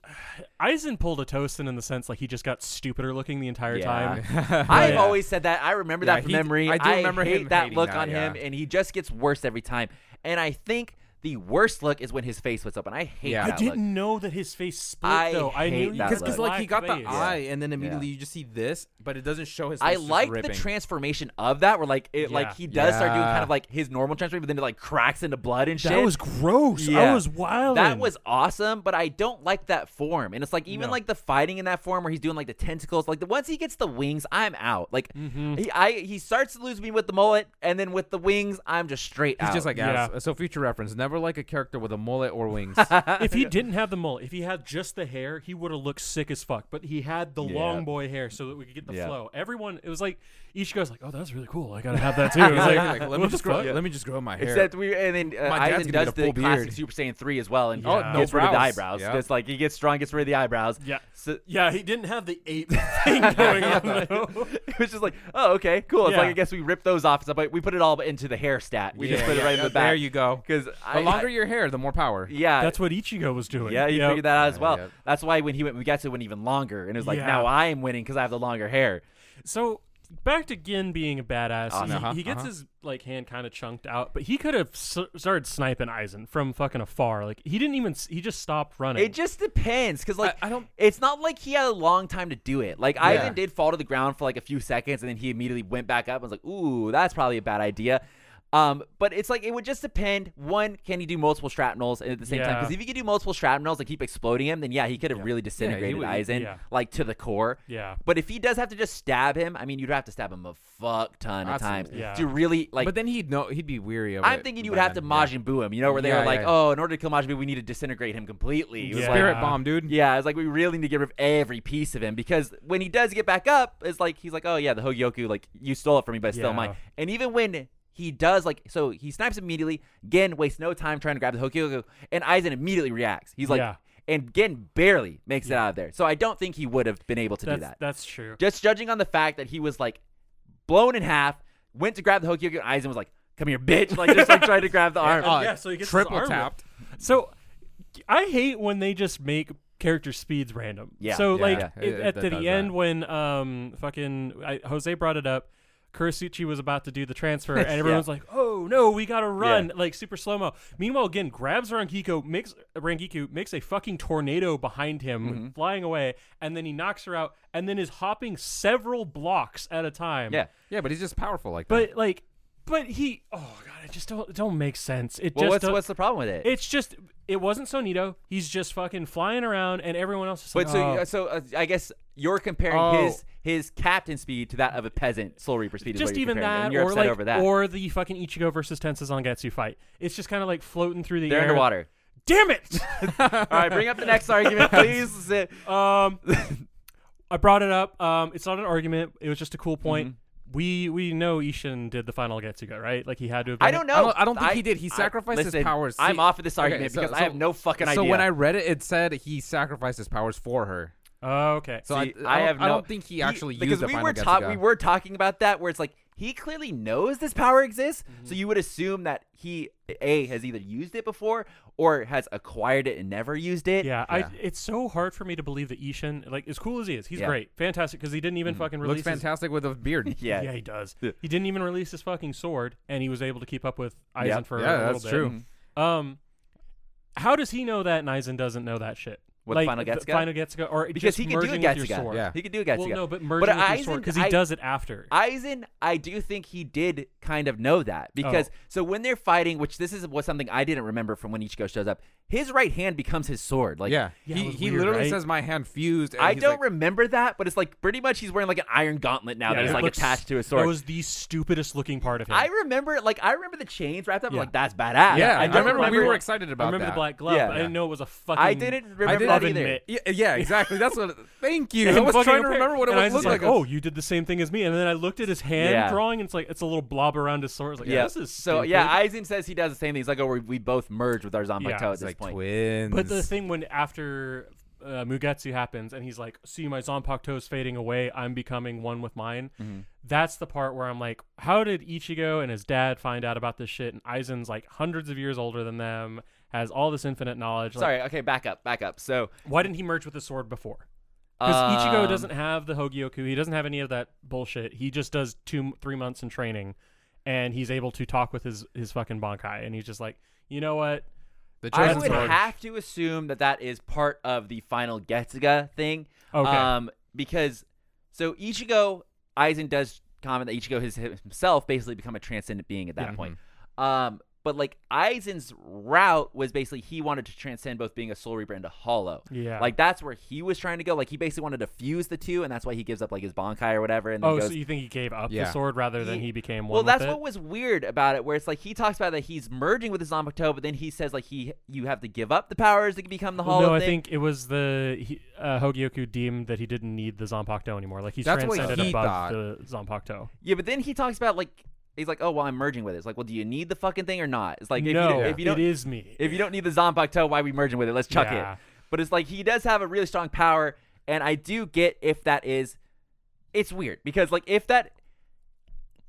[SPEAKER 2] Eisen pulled a Tosin in the sense like he just got stupider looking the entire
[SPEAKER 4] Yeah. (laughs)
[SPEAKER 2] time.
[SPEAKER 4] I've
[SPEAKER 2] Yeah.
[SPEAKER 4] always said that. I remember
[SPEAKER 3] Yeah,
[SPEAKER 4] that from
[SPEAKER 3] he-
[SPEAKER 4] memory.
[SPEAKER 3] I do remember
[SPEAKER 4] hate
[SPEAKER 3] him
[SPEAKER 4] that
[SPEAKER 3] hating
[SPEAKER 4] look
[SPEAKER 3] that,
[SPEAKER 4] on him,
[SPEAKER 3] yeah.
[SPEAKER 4] and he just gets worse every time. And I think the worst look is when his face was up, and I hate
[SPEAKER 3] Yeah.
[SPEAKER 2] I
[SPEAKER 4] that
[SPEAKER 2] didn't
[SPEAKER 4] look.
[SPEAKER 2] know that his face split
[SPEAKER 4] I
[SPEAKER 2] though. I
[SPEAKER 4] hate
[SPEAKER 2] knew
[SPEAKER 4] that
[SPEAKER 2] because
[SPEAKER 4] look.
[SPEAKER 3] because like he got the eye, and then immediately
[SPEAKER 4] Yeah.
[SPEAKER 3] you just see this, but it doesn't show his.
[SPEAKER 4] I
[SPEAKER 3] face just
[SPEAKER 4] like the
[SPEAKER 3] ripping.
[SPEAKER 4] transformation of that, where like it,
[SPEAKER 2] Yeah.
[SPEAKER 4] like he does start doing
[SPEAKER 3] Yeah.
[SPEAKER 4] kind of like his normal transformation, but then it like cracks into blood and shit.
[SPEAKER 2] That was gross. I
[SPEAKER 4] Yeah.
[SPEAKER 2] was wild.
[SPEAKER 4] That was awesome, but I don't like that form. And it's like even
[SPEAKER 2] No.
[SPEAKER 4] like the fighting in that form where he's doing like the tentacles, like the once he gets the wings, I'm out. Like
[SPEAKER 3] Mm-hmm.
[SPEAKER 4] he, I he starts to lose me with the mullet, and then with the wings, I'm just straight
[SPEAKER 3] He's
[SPEAKER 4] out.
[SPEAKER 3] just like
[SPEAKER 2] Yeah.
[SPEAKER 3] ass. So future reference, never like a character with a mullet
[SPEAKER 4] (laughs)
[SPEAKER 3] or wings.
[SPEAKER 2] if he didn't have the mullet, if he had just the hair, he would have looked sick as fuck. But he had the long boy hair so that we could get the
[SPEAKER 4] Yeah.
[SPEAKER 2] flow. Everyone, it was like each guy's like, "Oh, that's really cool. I gotta have that
[SPEAKER 4] (laughs)
[SPEAKER 2] too." It was like,
[SPEAKER 3] Like, let me
[SPEAKER 2] what the
[SPEAKER 3] just grow.
[SPEAKER 2] fuck?
[SPEAKER 3] Let me just grow my hair.
[SPEAKER 4] Except we and then uh,
[SPEAKER 3] My dad's
[SPEAKER 4] Aizen does
[SPEAKER 3] gonna get a
[SPEAKER 4] the
[SPEAKER 3] full
[SPEAKER 4] classic
[SPEAKER 3] beard.
[SPEAKER 4] Super Saiyan three as well, and
[SPEAKER 2] Oh,
[SPEAKER 4] yeah.
[SPEAKER 2] no
[SPEAKER 4] gets rid of the
[SPEAKER 3] brows.
[SPEAKER 4] eyebrows.
[SPEAKER 3] Yeah.
[SPEAKER 4] It's like he gets strong, gets rid of the eyebrows.
[SPEAKER 2] Yeah.
[SPEAKER 4] So,
[SPEAKER 2] Yeah, he didn't have the ape (laughs)
[SPEAKER 4] (laughs)
[SPEAKER 2] thing going on. though.
[SPEAKER 4] it was just like, oh, okay, cool. It's
[SPEAKER 2] Yeah.
[SPEAKER 4] like I guess we ripped those off, but we put it all into the hair stat. We just
[SPEAKER 3] Yeah,
[SPEAKER 4] put it
[SPEAKER 3] yeah,
[SPEAKER 4] right in
[SPEAKER 3] yeah,
[SPEAKER 4] the back.
[SPEAKER 3] There you go.
[SPEAKER 4] Because
[SPEAKER 3] The longer your hair, the more power.
[SPEAKER 4] yeah,
[SPEAKER 2] (laughs) That's what Ichigo was doing.
[SPEAKER 4] yeah, you
[SPEAKER 2] Yep.
[SPEAKER 4] figured that out as well.
[SPEAKER 3] yep.
[SPEAKER 4] That's why when he went, Mugetsu went even longer, and it was like,
[SPEAKER 2] Yeah.
[SPEAKER 4] now I am winning because I have the longer hair.
[SPEAKER 2] So back to Gin being a badass. He-
[SPEAKER 3] Uh-huh,
[SPEAKER 2] he, gets
[SPEAKER 3] uh-huh.
[SPEAKER 2] his like hand kind of chunked out, but he could have s- started sniping Aizen from fucking afar. Like he didn't even. s- He just stopped running.
[SPEAKER 4] It just depends, because like
[SPEAKER 3] I don't-
[SPEAKER 4] It's not like he had a long time to do it. Like
[SPEAKER 3] Yeah.
[SPEAKER 4] Ivan did fall to the ground for like a few seconds, and then he immediately went back up and was like, "Ooh, that's probably a bad idea." Um, but it's like it would just depend. One, can he do multiple shrapnels at the same time?
[SPEAKER 2] Yeah.
[SPEAKER 4] Because if he could do multiple shrapnels and keep exploding him, then yeah, he could have really disintegrated
[SPEAKER 3] would-
[SPEAKER 4] Aizen
[SPEAKER 2] yeah.
[SPEAKER 4] like to the core.
[SPEAKER 2] Yeah.
[SPEAKER 4] But if he does have to just stab him, I mean, you'd have to stab him a fuck ton of times
[SPEAKER 3] Absolutely.
[SPEAKER 2] Yeah.
[SPEAKER 4] to really like.
[SPEAKER 3] but then he'd know. He'd be weary of it.
[SPEAKER 4] I'm thinking you would
[SPEAKER 3] by
[SPEAKER 4] have to
[SPEAKER 3] then.
[SPEAKER 4] Majin Buu him, you know, where they
[SPEAKER 3] Yeah,
[SPEAKER 4] were like,
[SPEAKER 3] yeah.
[SPEAKER 4] oh, in order to kill Majin Buu, we need to disintegrate him completely. It was
[SPEAKER 3] Yeah.
[SPEAKER 2] Yeah.
[SPEAKER 4] like,
[SPEAKER 3] Spirit bomb, dude.
[SPEAKER 4] yeah, it's like we really need to get rid of every piece of him because when he does get back up, it's like he's like, oh yeah, the Hogyoku, like you stole it from me, but it's still
[SPEAKER 2] Yeah.
[SPEAKER 4] mine. And even when he does, like, so he snipes immediately. Gen wastes no time trying to grab the Hogyoku, and Aizen immediately reacts. He's like,
[SPEAKER 2] Yeah.
[SPEAKER 4] and Gen barely makes it out of there. So I don't think he would have been able to
[SPEAKER 2] that's
[SPEAKER 4] do that.
[SPEAKER 2] that's true.
[SPEAKER 4] Just judging on the fact that he was like blown in half, went to grab the Hogyoku, and Aizen was like, come here, bitch, like just like trying to grab the arm.
[SPEAKER 3] Uh,
[SPEAKER 2] (laughs) Yeah, so he gets his
[SPEAKER 3] triple
[SPEAKER 2] arm whipped.
[SPEAKER 3] tapped.
[SPEAKER 2] So I hate when they just make character speeds random.
[SPEAKER 4] Yeah.
[SPEAKER 2] So
[SPEAKER 3] Yeah.
[SPEAKER 2] like
[SPEAKER 3] Yeah.
[SPEAKER 2] it-
[SPEAKER 3] It-
[SPEAKER 2] at
[SPEAKER 3] that
[SPEAKER 2] the
[SPEAKER 3] does
[SPEAKER 2] end
[SPEAKER 3] that.
[SPEAKER 2] when um fucking I, Jose brought it up Kurasuchi was about to do the transfer,
[SPEAKER 4] (laughs)
[SPEAKER 2] and everyone's like, "Oh no, we gotta run!" Like super slow mo. Meanwhile, again grabs Rangiku, makes Rangiku makes a fucking tornado behind him,
[SPEAKER 4] Mm-hmm.
[SPEAKER 2] flying away, and then he knocks her out, and then is hopping several blocks at a time.
[SPEAKER 4] Yeah.
[SPEAKER 3] Yeah, but he's just powerful like that.
[SPEAKER 2] but like, but he, oh god, it just don't don't make sense. It
[SPEAKER 4] Well,
[SPEAKER 2] just
[SPEAKER 4] what's
[SPEAKER 2] don't-
[SPEAKER 4] what's the problem with it?
[SPEAKER 2] it's just it wasn't Sonito. He's just fucking flying around, and everyone else is
[SPEAKER 4] but
[SPEAKER 2] like,
[SPEAKER 4] so
[SPEAKER 2] "Oh."
[SPEAKER 4] uh, so uh, I guess you're comparing
[SPEAKER 3] Oh.
[SPEAKER 4] his his captain speed to that of a peasant soul reaper speed. Is
[SPEAKER 2] just
[SPEAKER 4] what you're
[SPEAKER 2] even
[SPEAKER 4] comparing,
[SPEAKER 2] that,
[SPEAKER 4] and you're
[SPEAKER 2] or
[SPEAKER 4] upset
[SPEAKER 2] like,
[SPEAKER 4] over that.
[SPEAKER 2] or the fucking Ichigo versus Tensei Zangetsu fight. It's just kind of like floating through the
[SPEAKER 4] they're
[SPEAKER 2] air.
[SPEAKER 3] (laughs)
[SPEAKER 4] underwater.
[SPEAKER 2] Damn
[SPEAKER 4] (laughs)
[SPEAKER 2] it!
[SPEAKER 4] All right, bring up the next (laughs) argument, please. This is it.
[SPEAKER 2] um, I brought it up. Um, it's not an argument. It was just a cool point.
[SPEAKER 4] Mm-hmm.
[SPEAKER 2] We we know Ishin did the final Getsuga, right? Like he had to. Have done
[SPEAKER 4] I don't
[SPEAKER 2] it.
[SPEAKER 4] know.
[SPEAKER 3] I don't- I don't think he did. He sacrificed his
[SPEAKER 4] listen,
[SPEAKER 3] powers.
[SPEAKER 4] I'm
[SPEAKER 3] See-
[SPEAKER 4] off of this argument
[SPEAKER 3] Okay, so-
[SPEAKER 4] because I have
[SPEAKER 3] so-
[SPEAKER 4] no fucking idea.
[SPEAKER 3] So when I read it, it said he sacrificed his powers for her.
[SPEAKER 2] Oh, okay.
[SPEAKER 3] So
[SPEAKER 4] See,
[SPEAKER 3] I, I,
[SPEAKER 4] have
[SPEAKER 3] don't, I
[SPEAKER 4] no-
[SPEAKER 3] don't think he actually used
[SPEAKER 4] because
[SPEAKER 3] the
[SPEAKER 4] we
[SPEAKER 3] final
[SPEAKER 4] were ta-
[SPEAKER 3] Getsuga.
[SPEAKER 4] we were talking about that where it's like he clearly knows this power exists,
[SPEAKER 3] Mm-hmm.
[SPEAKER 4] so you would assume that he a has either used it before or has acquired it and never used it.
[SPEAKER 2] yeah, I, it's so hard for me to believe that Ishin, like as cool as he is, he's
[SPEAKER 4] Yeah. Mm-hmm.
[SPEAKER 2] great, fantastic, because he didn't even fucking
[SPEAKER 3] Looks
[SPEAKER 2] release. his-
[SPEAKER 3] fantastic with a beard.
[SPEAKER 4] Eh. yeah,
[SPEAKER 2] yeah, he does. He didn't even release his fucking sword, and he was able to keep up with Aizen
[SPEAKER 4] Yeah.
[SPEAKER 2] for
[SPEAKER 3] Yeah,
[SPEAKER 2] a little
[SPEAKER 3] that's
[SPEAKER 2] bit.
[SPEAKER 3] true.
[SPEAKER 2] Um, how does he know that and Aizen doesn't know that shit?
[SPEAKER 4] With
[SPEAKER 2] like,
[SPEAKER 4] Final
[SPEAKER 2] the
[SPEAKER 4] Getsuga?
[SPEAKER 2] Final Getsuga, or
[SPEAKER 4] because
[SPEAKER 2] just
[SPEAKER 4] he can do a
[SPEAKER 2] merging with your
[SPEAKER 4] Gatsuga.
[SPEAKER 2] sword.
[SPEAKER 3] Yeah.
[SPEAKER 4] He could do a Gatsuga.
[SPEAKER 2] Well, no, but merging with your sword
[SPEAKER 4] Aizen-
[SPEAKER 2] because he
[SPEAKER 4] I-
[SPEAKER 2] does it after.
[SPEAKER 4] Aizen, I do think he did kind of know that because
[SPEAKER 2] Oh.
[SPEAKER 4] so when they're fighting, which this is was something I didn't remember from when Ichigo shows up, his right hand becomes his sword. Like
[SPEAKER 3] yeah.
[SPEAKER 2] Yeah, it
[SPEAKER 3] he
[SPEAKER 2] was
[SPEAKER 3] he
[SPEAKER 2] weird,
[SPEAKER 3] literally
[SPEAKER 2] right?
[SPEAKER 3] says my hand fused. And
[SPEAKER 4] I
[SPEAKER 3] he's
[SPEAKER 4] don't
[SPEAKER 3] like,
[SPEAKER 4] remember that, but it's like pretty much he's wearing like an iron gauntlet now
[SPEAKER 2] Yeah,
[SPEAKER 4] that is
[SPEAKER 2] it
[SPEAKER 4] like
[SPEAKER 2] looks-
[SPEAKER 4] attached to his sword.
[SPEAKER 2] That was the stupidest looking part of him.
[SPEAKER 4] I remember like I remember the chains wrapped up. I'm
[SPEAKER 2] Yeah.
[SPEAKER 4] like that's badass.
[SPEAKER 3] Yeah,
[SPEAKER 4] I,
[SPEAKER 3] I
[SPEAKER 4] don't
[SPEAKER 3] remember,
[SPEAKER 4] remember.
[SPEAKER 3] we were excited about
[SPEAKER 2] I remember
[SPEAKER 3] that.
[SPEAKER 2] the black glove.
[SPEAKER 4] Yeah.
[SPEAKER 2] but I didn't know it was a fucking.
[SPEAKER 4] I didn't remember
[SPEAKER 3] didn't
[SPEAKER 4] that
[SPEAKER 3] even-
[SPEAKER 4] either.
[SPEAKER 2] admit.
[SPEAKER 3] Yeah, yeah, exactly. That's what.
[SPEAKER 4] (laughs)
[SPEAKER 3] Thank you. I
[SPEAKER 2] and
[SPEAKER 3] was
[SPEAKER 2] fucking
[SPEAKER 3] trying to
[SPEAKER 2] appear-
[SPEAKER 3] remember what it
[SPEAKER 2] and
[SPEAKER 3] was
[SPEAKER 2] Aizen's
[SPEAKER 3] looked like.
[SPEAKER 2] Oh, you did the same thing as me, and then I looked at his hand
[SPEAKER 4] Yeah.
[SPEAKER 2] drawing, and it's like it's a little blob around his sword. I was like, yeah, this is
[SPEAKER 4] so.
[SPEAKER 2] stupid.
[SPEAKER 4] Yeah, Aizen says he does the same thing. He's like, oh, we, we both merge with our Zanpakuto
[SPEAKER 2] Yeah,
[SPEAKER 4] at
[SPEAKER 2] it's
[SPEAKER 4] this
[SPEAKER 3] like
[SPEAKER 4] point.
[SPEAKER 3] twins.
[SPEAKER 2] But the thing when after uh, Mugetsu happens and he's like, "See my Zanpakuto is fading away. I'm becoming one with mine."
[SPEAKER 4] Mm-hmm.
[SPEAKER 2] That's the part where I'm like, "How did Ichigo and his dad find out about this shit?" And Aizen's like hundreds of years older than them, has all this infinite knowledge. Like,
[SPEAKER 4] Sorry. Okay, back up, back up. So
[SPEAKER 2] why didn't he merge with the sword before? Because Ichigo
[SPEAKER 4] um,
[SPEAKER 2] doesn't have the Hogyoku. He doesn't have any of that bullshit. He just does two, three months in training, and he's able to talk with his his fucking Bankai, and he's just like, you know what?
[SPEAKER 3] the
[SPEAKER 4] I
[SPEAKER 3] Chosen
[SPEAKER 4] would
[SPEAKER 3] Sword.
[SPEAKER 4] have to assume that that is part of the final Getsuga thing.
[SPEAKER 2] Okay.
[SPEAKER 4] Um, because so Ichigo Aizen does comment that Ichigo has himself basically become a transcendent being at that
[SPEAKER 2] Yeah.
[SPEAKER 4] point. Um, but like Aizen's route was basically he wanted to transcend both being a Soul Reaper and a Hollow.
[SPEAKER 2] Yeah.
[SPEAKER 4] Like that's where he was trying to go. Like he basically wanted to fuse the two, and that's why he gives up like his Bonkai or whatever. And then
[SPEAKER 2] Oh,
[SPEAKER 4] goes,
[SPEAKER 2] so you think he gave up
[SPEAKER 3] Yeah.
[SPEAKER 2] the sword rather than he, became one?
[SPEAKER 4] well,
[SPEAKER 2] with
[SPEAKER 4] that's
[SPEAKER 2] it?
[SPEAKER 4] what was weird about it, where it's like he talks about that he's merging with his Zanpakuto, but then he says like he you have to give up the powers to become the
[SPEAKER 2] Well,
[SPEAKER 4] Hollow.
[SPEAKER 2] no, I
[SPEAKER 4] thing.
[SPEAKER 2] think it was the he, uh, Hogyoku deemed that he didn't need the Zanpakuto anymore. Like he's
[SPEAKER 3] That's what
[SPEAKER 2] transcended
[SPEAKER 3] he
[SPEAKER 2] above
[SPEAKER 3] thought.
[SPEAKER 2] the Zanpakuto.
[SPEAKER 4] Yeah, but then he talks about like he's like, oh well, I'm merging with it. It's like, well, do you need the fucking thing or not? It's like if you,
[SPEAKER 2] no,
[SPEAKER 4] don't- if you don't
[SPEAKER 2] it is me.
[SPEAKER 4] if you don't need the Zanpakuto, why we merging with it? Let's chuck
[SPEAKER 2] Yeah.
[SPEAKER 4] it. But it's like he does have a really strong power, and I do get if that is, it's weird because like if that.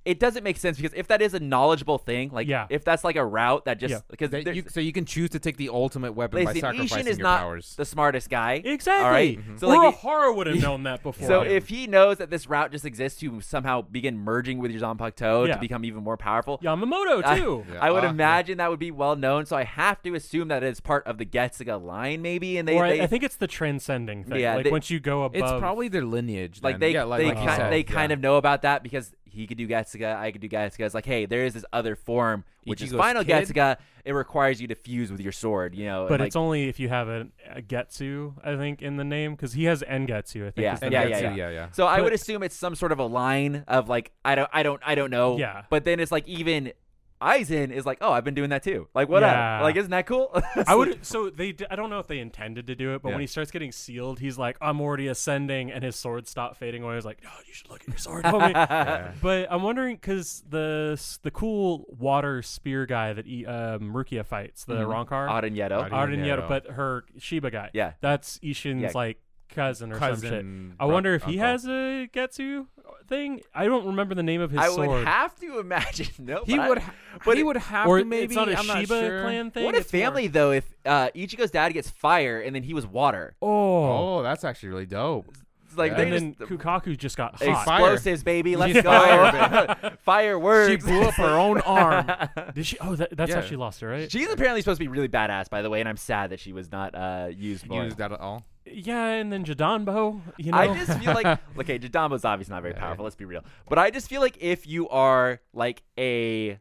[SPEAKER 4] It doesn't make sense because if that is a knowledgeable thing, like
[SPEAKER 2] Yeah.
[SPEAKER 4] if that's like a route that just
[SPEAKER 2] Yeah.
[SPEAKER 4] because
[SPEAKER 3] That
[SPEAKER 4] there's-
[SPEAKER 3] you- so you can choose to take the ultimate weapon by
[SPEAKER 4] listen,
[SPEAKER 3] sacrificing
[SPEAKER 4] Ishin is
[SPEAKER 3] your
[SPEAKER 4] not
[SPEAKER 3] powers.
[SPEAKER 4] the smartest guy.
[SPEAKER 2] exactly. Mm-hmm.
[SPEAKER 4] All right?
[SPEAKER 2] So
[SPEAKER 4] So like, it-
[SPEAKER 2] Urahara would
[SPEAKER 4] (laughs)
[SPEAKER 2] have known that before.
[SPEAKER 4] so
[SPEAKER 2] him.
[SPEAKER 4] if he knows that this route just exists to somehow begin merging with your Zanpakuto
[SPEAKER 2] Yeah.
[SPEAKER 4] to become even more powerful,
[SPEAKER 2] (laughs) Yamamoto
[SPEAKER 4] I-
[SPEAKER 2] too.
[SPEAKER 3] Yeah.
[SPEAKER 4] I would
[SPEAKER 3] Ah, yeah.
[SPEAKER 4] imagine that would be well known, so I have to assume that it's part of the Getsuga line, maybe. And they,
[SPEAKER 2] or I,
[SPEAKER 4] they
[SPEAKER 2] I think it's the transcending thing.
[SPEAKER 4] Yeah,
[SPEAKER 2] like
[SPEAKER 4] they-
[SPEAKER 2] once you go above,
[SPEAKER 3] it's probably their lineage.
[SPEAKER 4] like
[SPEAKER 3] then.
[SPEAKER 4] they
[SPEAKER 3] yeah, like,
[SPEAKER 4] they,
[SPEAKER 3] like you
[SPEAKER 4] kind,
[SPEAKER 3] said,
[SPEAKER 4] they
[SPEAKER 3] yeah.
[SPEAKER 4] kind of know about that because he could do Getsuga, I could do Getsuga. It's like, hey, there is this other form which is
[SPEAKER 3] Ichigo's
[SPEAKER 4] final
[SPEAKER 3] kid?
[SPEAKER 4] Getsuga. It requires you to fuse with your sword, you know.
[SPEAKER 2] but
[SPEAKER 4] like,
[SPEAKER 2] it's only if you have a, a Getsu, I think, in the name because he has Engetsu. I think.
[SPEAKER 4] Yeah.
[SPEAKER 2] is the
[SPEAKER 3] And
[SPEAKER 4] Yeah,
[SPEAKER 2] name.
[SPEAKER 3] that's
[SPEAKER 4] yeah,
[SPEAKER 3] it, yeah, yeah.
[SPEAKER 4] So I
[SPEAKER 2] But-
[SPEAKER 4] would assume it's some sort of a line of like I don't I don't I don't know.
[SPEAKER 2] Yeah.
[SPEAKER 4] But then it's like even Aizen is like, oh, I've been doing that too. Like what? up?
[SPEAKER 2] Yeah.
[SPEAKER 4] Like isn't that cool?
[SPEAKER 2] I
[SPEAKER 4] (laughs)
[SPEAKER 2] would. (laughs) So they. d- I don't know if they intended to do it, but
[SPEAKER 3] Yeah.
[SPEAKER 2] when he starts getting sealed, he's like, "I'm already ascending," and his sword stopped fading away. I was like, "No, you should look at your sword, homie." But I'm wondering because the s- the cool water spear guy that he, um, Rukia fights, the Ronkar,
[SPEAKER 4] Odd and Yeto.
[SPEAKER 3] Arin
[SPEAKER 2] Arin Yero,
[SPEAKER 3] Yero.
[SPEAKER 2] but her Shiba guy.
[SPEAKER 4] Yeah.
[SPEAKER 2] that's Ishin's
[SPEAKER 4] Yeah.
[SPEAKER 2] like cousin or some
[SPEAKER 3] Cousin,
[SPEAKER 2] shit. I
[SPEAKER 3] bro-
[SPEAKER 2] wonder if he
[SPEAKER 3] uncle.
[SPEAKER 2] has a Getsu thing. I don't remember the name of his
[SPEAKER 4] I
[SPEAKER 2] sword.
[SPEAKER 4] would have to imagine. (laughs) No,
[SPEAKER 3] He
[SPEAKER 4] but I-
[SPEAKER 3] would. ha-
[SPEAKER 4] but
[SPEAKER 3] he
[SPEAKER 4] it-
[SPEAKER 3] would have
[SPEAKER 2] or
[SPEAKER 3] to maybe.
[SPEAKER 2] it's not a
[SPEAKER 3] I'm
[SPEAKER 2] Shiba
[SPEAKER 3] not sure.
[SPEAKER 2] clan thing.
[SPEAKER 4] What a
[SPEAKER 2] it's more-
[SPEAKER 4] family though! If uh, Ichigo's dad gets fire and then he was water,
[SPEAKER 2] Oh,
[SPEAKER 3] Oh, that's actually really dope.
[SPEAKER 4] It's like
[SPEAKER 3] Yeah.
[SPEAKER 4] they
[SPEAKER 2] and then
[SPEAKER 4] just
[SPEAKER 2] Kukaku just got hot.
[SPEAKER 3] Expi-
[SPEAKER 4] explosives, baby. Let's
[SPEAKER 3] She's
[SPEAKER 4] go.
[SPEAKER 3] (laughs) fire,
[SPEAKER 4] (laughs) Fireworks.
[SPEAKER 3] She blew up her own arm.
[SPEAKER 2] Did she? Oh, that, that's how
[SPEAKER 3] Yeah.
[SPEAKER 2] she lost her, right?
[SPEAKER 4] (laughs) She's apparently supposed to be really badass, by the way, and I'm sad that she was not uh, used more.
[SPEAKER 3] Used that at all?
[SPEAKER 2] yeah, and then Jadonbo, you know,
[SPEAKER 4] I just feel
[SPEAKER 3] (laughs)
[SPEAKER 4] like okay, Jadambo's obviously not very powerful. Let's be real, but I just feel like if you are like a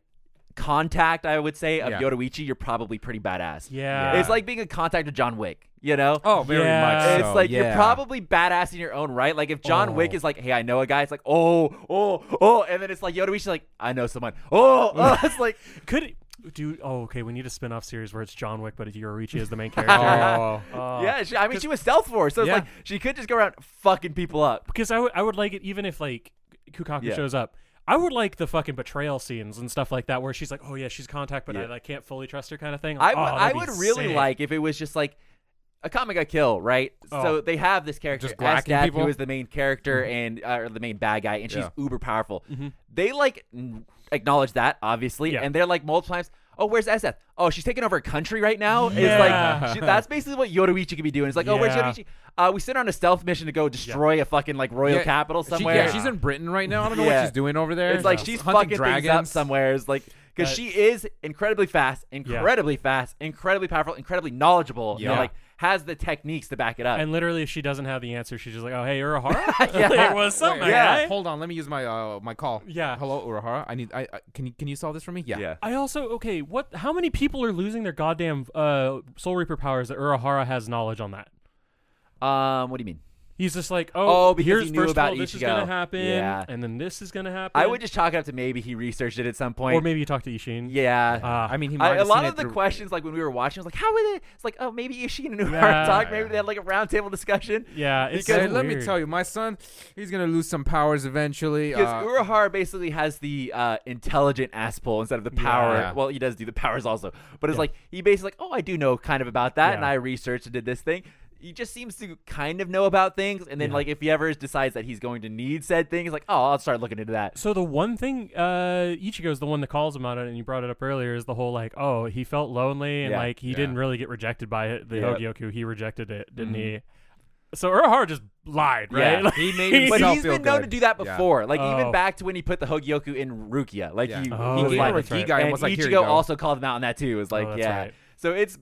[SPEAKER 4] contact, I would say of
[SPEAKER 3] Yeah.
[SPEAKER 4] Yoruichi, you're probably pretty badass.
[SPEAKER 2] Yeah.
[SPEAKER 4] it's like being a contact of John Wick. You know,
[SPEAKER 3] Oh, very
[SPEAKER 2] Yeah.
[SPEAKER 3] much.
[SPEAKER 4] it's
[SPEAKER 3] so,
[SPEAKER 4] like you're
[SPEAKER 3] yeah. Oh.
[SPEAKER 4] probably badass in your own right. Like if John Wick is like, "Hey, I know a guy," it's like, "Oh, oh, oh," and then it's like Yoruichi's like, "I know someone." Oh,
[SPEAKER 3] (laughs)
[SPEAKER 4] oh. it's like
[SPEAKER 2] could it, do. Oh, okay, we need a spin-off series where it's John Wick, but Yoruichi is the main character.
[SPEAKER 3] Oh,
[SPEAKER 4] yeah. She, I mean, she was stealth force, so it's
[SPEAKER 3] Yeah.
[SPEAKER 4] like she could just go around fucking people up.
[SPEAKER 2] Because I would, I would like it even if like Kukaku
[SPEAKER 4] Yeah.
[SPEAKER 2] shows up. I would like the fucking betrayal scenes and stuff like that, where she's like, "Oh yeah, she's contact, but I
[SPEAKER 4] Yeah.
[SPEAKER 2] like, can't fully trust her," kind of thing.
[SPEAKER 4] I
[SPEAKER 2] Like,
[SPEAKER 4] would-
[SPEAKER 2] oh,
[SPEAKER 4] I
[SPEAKER 2] that'd
[SPEAKER 4] would
[SPEAKER 2] be
[SPEAKER 4] really
[SPEAKER 2] sick.
[SPEAKER 4] like if it was just like a comic I kill, right? So
[SPEAKER 2] Oh.
[SPEAKER 4] they have this character,
[SPEAKER 3] Just whacking
[SPEAKER 4] Estad,
[SPEAKER 3] people?
[SPEAKER 4] who is the main character
[SPEAKER 2] Mm-hmm.
[SPEAKER 4] and uh, or the main bad guy, and she's
[SPEAKER 3] Yeah.
[SPEAKER 4] uber powerful. They like n- acknowledge that obviously,
[SPEAKER 2] Yeah.
[SPEAKER 4] and they're like multiple times. Oh, where's SF? Oh, she's taking over a country right now. It's
[SPEAKER 2] Yeah.
[SPEAKER 4] like she, that's basically what Yoruichi could be doing. It's like, oh, where's
[SPEAKER 2] Yeah.
[SPEAKER 4] Yoruichi? Uh, we sent her on a stealth mission to go destroy a fucking like royal
[SPEAKER 3] Yeah,
[SPEAKER 4] capital
[SPEAKER 3] she-
[SPEAKER 4] somewhere.
[SPEAKER 3] yeah, she's in Britain right now. I don't know
[SPEAKER 4] Yeah.
[SPEAKER 3] what she's doing over there.
[SPEAKER 4] It's like she's
[SPEAKER 3] hunting
[SPEAKER 4] fucking
[SPEAKER 3] dragons
[SPEAKER 4] things up somewhere. It's like because she is incredibly fast, incredibly fast, incredibly powerful, incredibly knowledgeable.
[SPEAKER 3] Yeah.
[SPEAKER 4] And like has the techniques to back it up.
[SPEAKER 2] And literally, if she doesn't have the answer, she's just like, "Oh hey, Urahara, (laughs)
[SPEAKER 4] (laughs) Yeah.
[SPEAKER 2] there was something."
[SPEAKER 3] Wait,
[SPEAKER 4] Yeah.
[SPEAKER 2] right?"
[SPEAKER 3] Hold on, let me use my uh, my call.
[SPEAKER 2] Yeah.
[SPEAKER 3] Hello, Urahara. I need. I, I can you can you solve this for me? Yeah.
[SPEAKER 4] yeah.
[SPEAKER 2] I also okay. What? How many people are losing their goddamn uh, Soul Reaper powers that Urahara has knowledge on that?
[SPEAKER 4] Um, what do you mean?
[SPEAKER 2] He's just like, oh,
[SPEAKER 4] Oh, because
[SPEAKER 2] here's
[SPEAKER 4] he knew
[SPEAKER 2] first
[SPEAKER 4] about
[SPEAKER 2] of all, this is
[SPEAKER 4] Ichigo.
[SPEAKER 2] gonna happen,
[SPEAKER 4] Yeah.
[SPEAKER 2] and then this is gonna happen.
[SPEAKER 4] I would just chalk it up to maybe he researched it at some point.
[SPEAKER 2] or maybe you talk to Ishin.
[SPEAKER 4] Yeah.
[SPEAKER 2] Ah.
[SPEAKER 3] I mean, uh, he might
[SPEAKER 4] I,
[SPEAKER 3] have
[SPEAKER 4] a lot
[SPEAKER 3] seen
[SPEAKER 4] of
[SPEAKER 3] it
[SPEAKER 4] the
[SPEAKER 3] through-
[SPEAKER 4] questions, like when we were watching, was like, "How would it?" It's like, "Oh, maybe Ishin and Uhura
[SPEAKER 2] Yeah.
[SPEAKER 4] talk. Maybe they had like a roundtable discussion."
[SPEAKER 2] yeah. It's
[SPEAKER 3] Because
[SPEAKER 2] so
[SPEAKER 3] let
[SPEAKER 2] weird.
[SPEAKER 3] me tell you, my son, he's gonna lose some powers eventually.
[SPEAKER 4] Because
[SPEAKER 3] uh,
[SPEAKER 4] Urahara basically has the uh, intelligent ass pull instead of the power.
[SPEAKER 3] Yeah.
[SPEAKER 4] Well, he does do the powers also, but it's like he basically like, oh, I do know kind of about that, and
[SPEAKER 2] Yeah.
[SPEAKER 4] I researched and did this thing. He just seems to kind of know about things, and then like if he ever decides that he's going to need said things, like, oh, I'll start looking into that.
[SPEAKER 2] So the one thing uh, Ichigo's the one that calls him on it, and you brought it up earlier, is the whole like, oh, he felt lonely and
[SPEAKER 4] Yeah.
[SPEAKER 2] like he
[SPEAKER 3] Yeah.
[SPEAKER 2] didn't really get rejected by it- the
[SPEAKER 4] Yeah.
[SPEAKER 2] Hogyoku. He rejected it, didn't he? So Urahara just lied, right? (laughs)
[SPEAKER 4] Mm-hmm. Yeah.
[SPEAKER 2] Like-
[SPEAKER 4] (laughs)
[SPEAKER 3] he made
[SPEAKER 4] But
[SPEAKER 3] himself
[SPEAKER 4] he's
[SPEAKER 3] feel
[SPEAKER 4] been known to
[SPEAKER 3] good.
[SPEAKER 4] do that
[SPEAKER 3] Yeah.
[SPEAKER 4] before, like
[SPEAKER 2] Oh.
[SPEAKER 4] even back to when he put the Hogyoku in Rukia. Like
[SPEAKER 3] Yeah.
[SPEAKER 2] Oh,
[SPEAKER 4] he, he was
[SPEAKER 3] He gave
[SPEAKER 2] yeah,
[SPEAKER 4] like,
[SPEAKER 3] him a
[SPEAKER 2] that's
[SPEAKER 3] key
[SPEAKER 2] right.
[SPEAKER 3] guy and
[SPEAKER 4] and
[SPEAKER 3] was like, "Here
[SPEAKER 4] Ichigo
[SPEAKER 3] you go."
[SPEAKER 4] also called him out on that too. It was like,
[SPEAKER 2] Oh, that's
[SPEAKER 4] yeah.
[SPEAKER 2] right.
[SPEAKER 4] So it's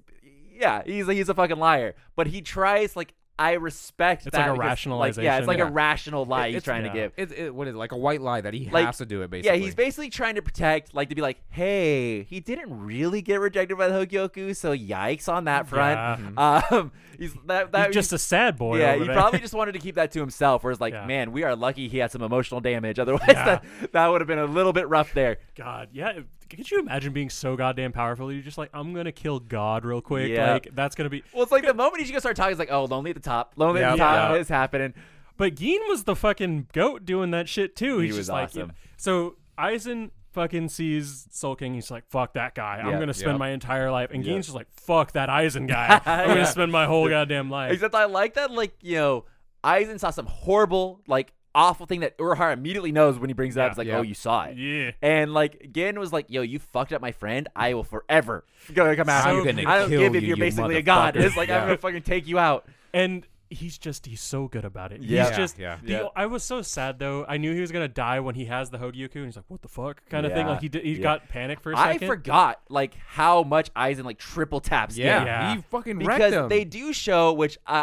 [SPEAKER 4] yeah, he's he's a fucking liar, but he tries like I respect.
[SPEAKER 2] It's like
[SPEAKER 4] that
[SPEAKER 2] a
[SPEAKER 4] because, yeah,
[SPEAKER 2] rationalization.
[SPEAKER 4] it's like
[SPEAKER 2] Yeah.
[SPEAKER 4] a rational lie he's
[SPEAKER 3] it's-
[SPEAKER 4] trying
[SPEAKER 2] yeah.
[SPEAKER 4] to give.
[SPEAKER 3] it, it, what is it, like a white lie that he
[SPEAKER 4] Like-
[SPEAKER 3] has to do it basically.
[SPEAKER 4] Yeah, he's basically trying to protect, like to be like, hey, he didn't really get rejected by the Hokyoku, so yikes on that front.
[SPEAKER 3] Mm-hmm.
[SPEAKER 4] Um, he's that, that
[SPEAKER 2] He's just a sad boy.
[SPEAKER 4] yeah,
[SPEAKER 2] over
[SPEAKER 4] he
[SPEAKER 2] there. (laughs)
[SPEAKER 4] probably just wanted to keep that to himself. Whereas, like,
[SPEAKER 2] Yeah.
[SPEAKER 4] man, we are lucky he had some emotional damage. (laughs) Otherwise,
[SPEAKER 2] Yeah.
[SPEAKER 4] that, that would have been a little bit rough there.
[SPEAKER 2] God, yeah. Could you imagine being so goddamn powerful? You're just like, I'm gonna kill God real quick.
[SPEAKER 4] Yeah.
[SPEAKER 2] Like that's gonna be.
[SPEAKER 4] Well, it's like the moment he's gonna start talking, it's like, oh, lonely at the top, lonely at the
[SPEAKER 2] Yeah.
[SPEAKER 4] top
[SPEAKER 2] Yeah.
[SPEAKER 4] is happening.
[SPEAKER 2] But Geen was the fucking goat doing that shit too.
[SPEAKER 4] He
[SPEAKER 2] He's
[SPEAKER 4] was
[SPEAKER 2] just like,
[SPEAKER 4] awesome.
[SPEAKER 2] so Eisen fucking sees Sulking. He's like, fuck that guy. I'm
[SPEAKER 4] Yeah.
[SPEAKER 2] gonna spend
[SPEAKER 3] Yeah.
[SPEAKER 2] my entire life. And Gein's just like, fuck that Eisen
[SPEAKER 4] (laughs)
[SPEAKER 2] guy. I'm
[SPEAKER 4] Yeah.
[SPEAKER 2] gonna spend my whole goddamn life.
[SPEAKER 4] Except I like that, like, you know, Aizen saw some horrible, like, awful thing that Urahara immediately knows when he brings it up. It's like,
[SPEAKER 3] Yeah.
[SPEAKER 4] oh, you saw it.
[SPEAKER 2] Yeah.
[SPEAKER 4] And, like, Gin was like, yo, you fucked up my friend. I will forever gonna come after
[SPEAKER 2] So
[SPEAKER 4] you.
[SPEAKER 2] gonna
[SPEAKER 4] I don't
[SPEAKER 5] kill
[SPEAKER 4] give if
[SPEAKER 5] you,
[SPEAKER 4] you're
[SPEAKER 5] you
[SPEAKER 4] basically a god.
[SPEAKER 5] motherfucker.
[SPEAKER 4] It's like, I'm
[SPEAKER 3] Yeah.
[SPEAKER 4] gonna fucking take you out.
[SPEAKER 2] And he's just he's so good about it.
[SPEAKER 4] Yeah.
[SPEAKER 2] He's just
[SPEAKER 3] Yeah.
[SPEAKER 2] the-
[SPEAKER 4] Yeah.
[SPEAKER 2] I was so sad though. I knew he was gonna die when he has the Hogyoku, and he's like, "What the fuck?" kind of thing.
[SPEAKER 4] Yeah.
[SPEAKER 2] Like he did, he
[SPEAKER 4] Yeah.
[SPEAKER 2] got panic for a
[SPEAKER 4] I
[SPEAKER 2] second.
[SPEAKER 4] forgot, like, how much Aizen, like, triple taps. Gin.
[SPEAKER 3] yeah,
[SPEAKER 2] Yeah.
[SPEAKER 3] he fucking
[SPEAKER 4] because
[SPEAKER 3] wrecked him.
[SPEAKER 4] they do show which I,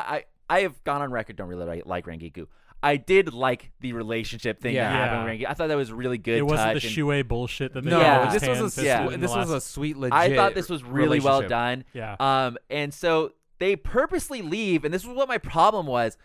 [SPEAKER 4] I I have gone on record don't really like, like Rangiku. I did like the relationship thing
[SPEAKER 3] Yeah.
[SPEAKER 4] that happened with
[SPEAKER 2] Yeah.
[SPEAKER 4] Rangiku. I thought that was a really good.
[SPEAKER 2] It wasn't the
[SPEAKER 4] touch and
[SPEAKER 2] Shuei bullshit that they
[SPEAKER 3] no,
[SPEAKER 2] did
[SPEAKER 4] Yeah.
[SPEAKER 2] with his
[SPEAKER 3] this was a
[SPEAKER 2] hand
[SPEAKER 3] sw-
[SPEAKER 2] fisted
[SPEAKER 4] yeah,
[SPEAKER 2] in the
[SPEAKER 3] this was
[SPEAKER 2] last-
[SPEAKER 3] a sweet legit.
[SPEAKER 4] I thought this was really well
[SPEAKER 3] relationship.
[SPEAKER 4] done.
[SPEAKER 2] Yeah.
[SPEAKER 4] Um, and so they purposely leave, and this was what my problem was.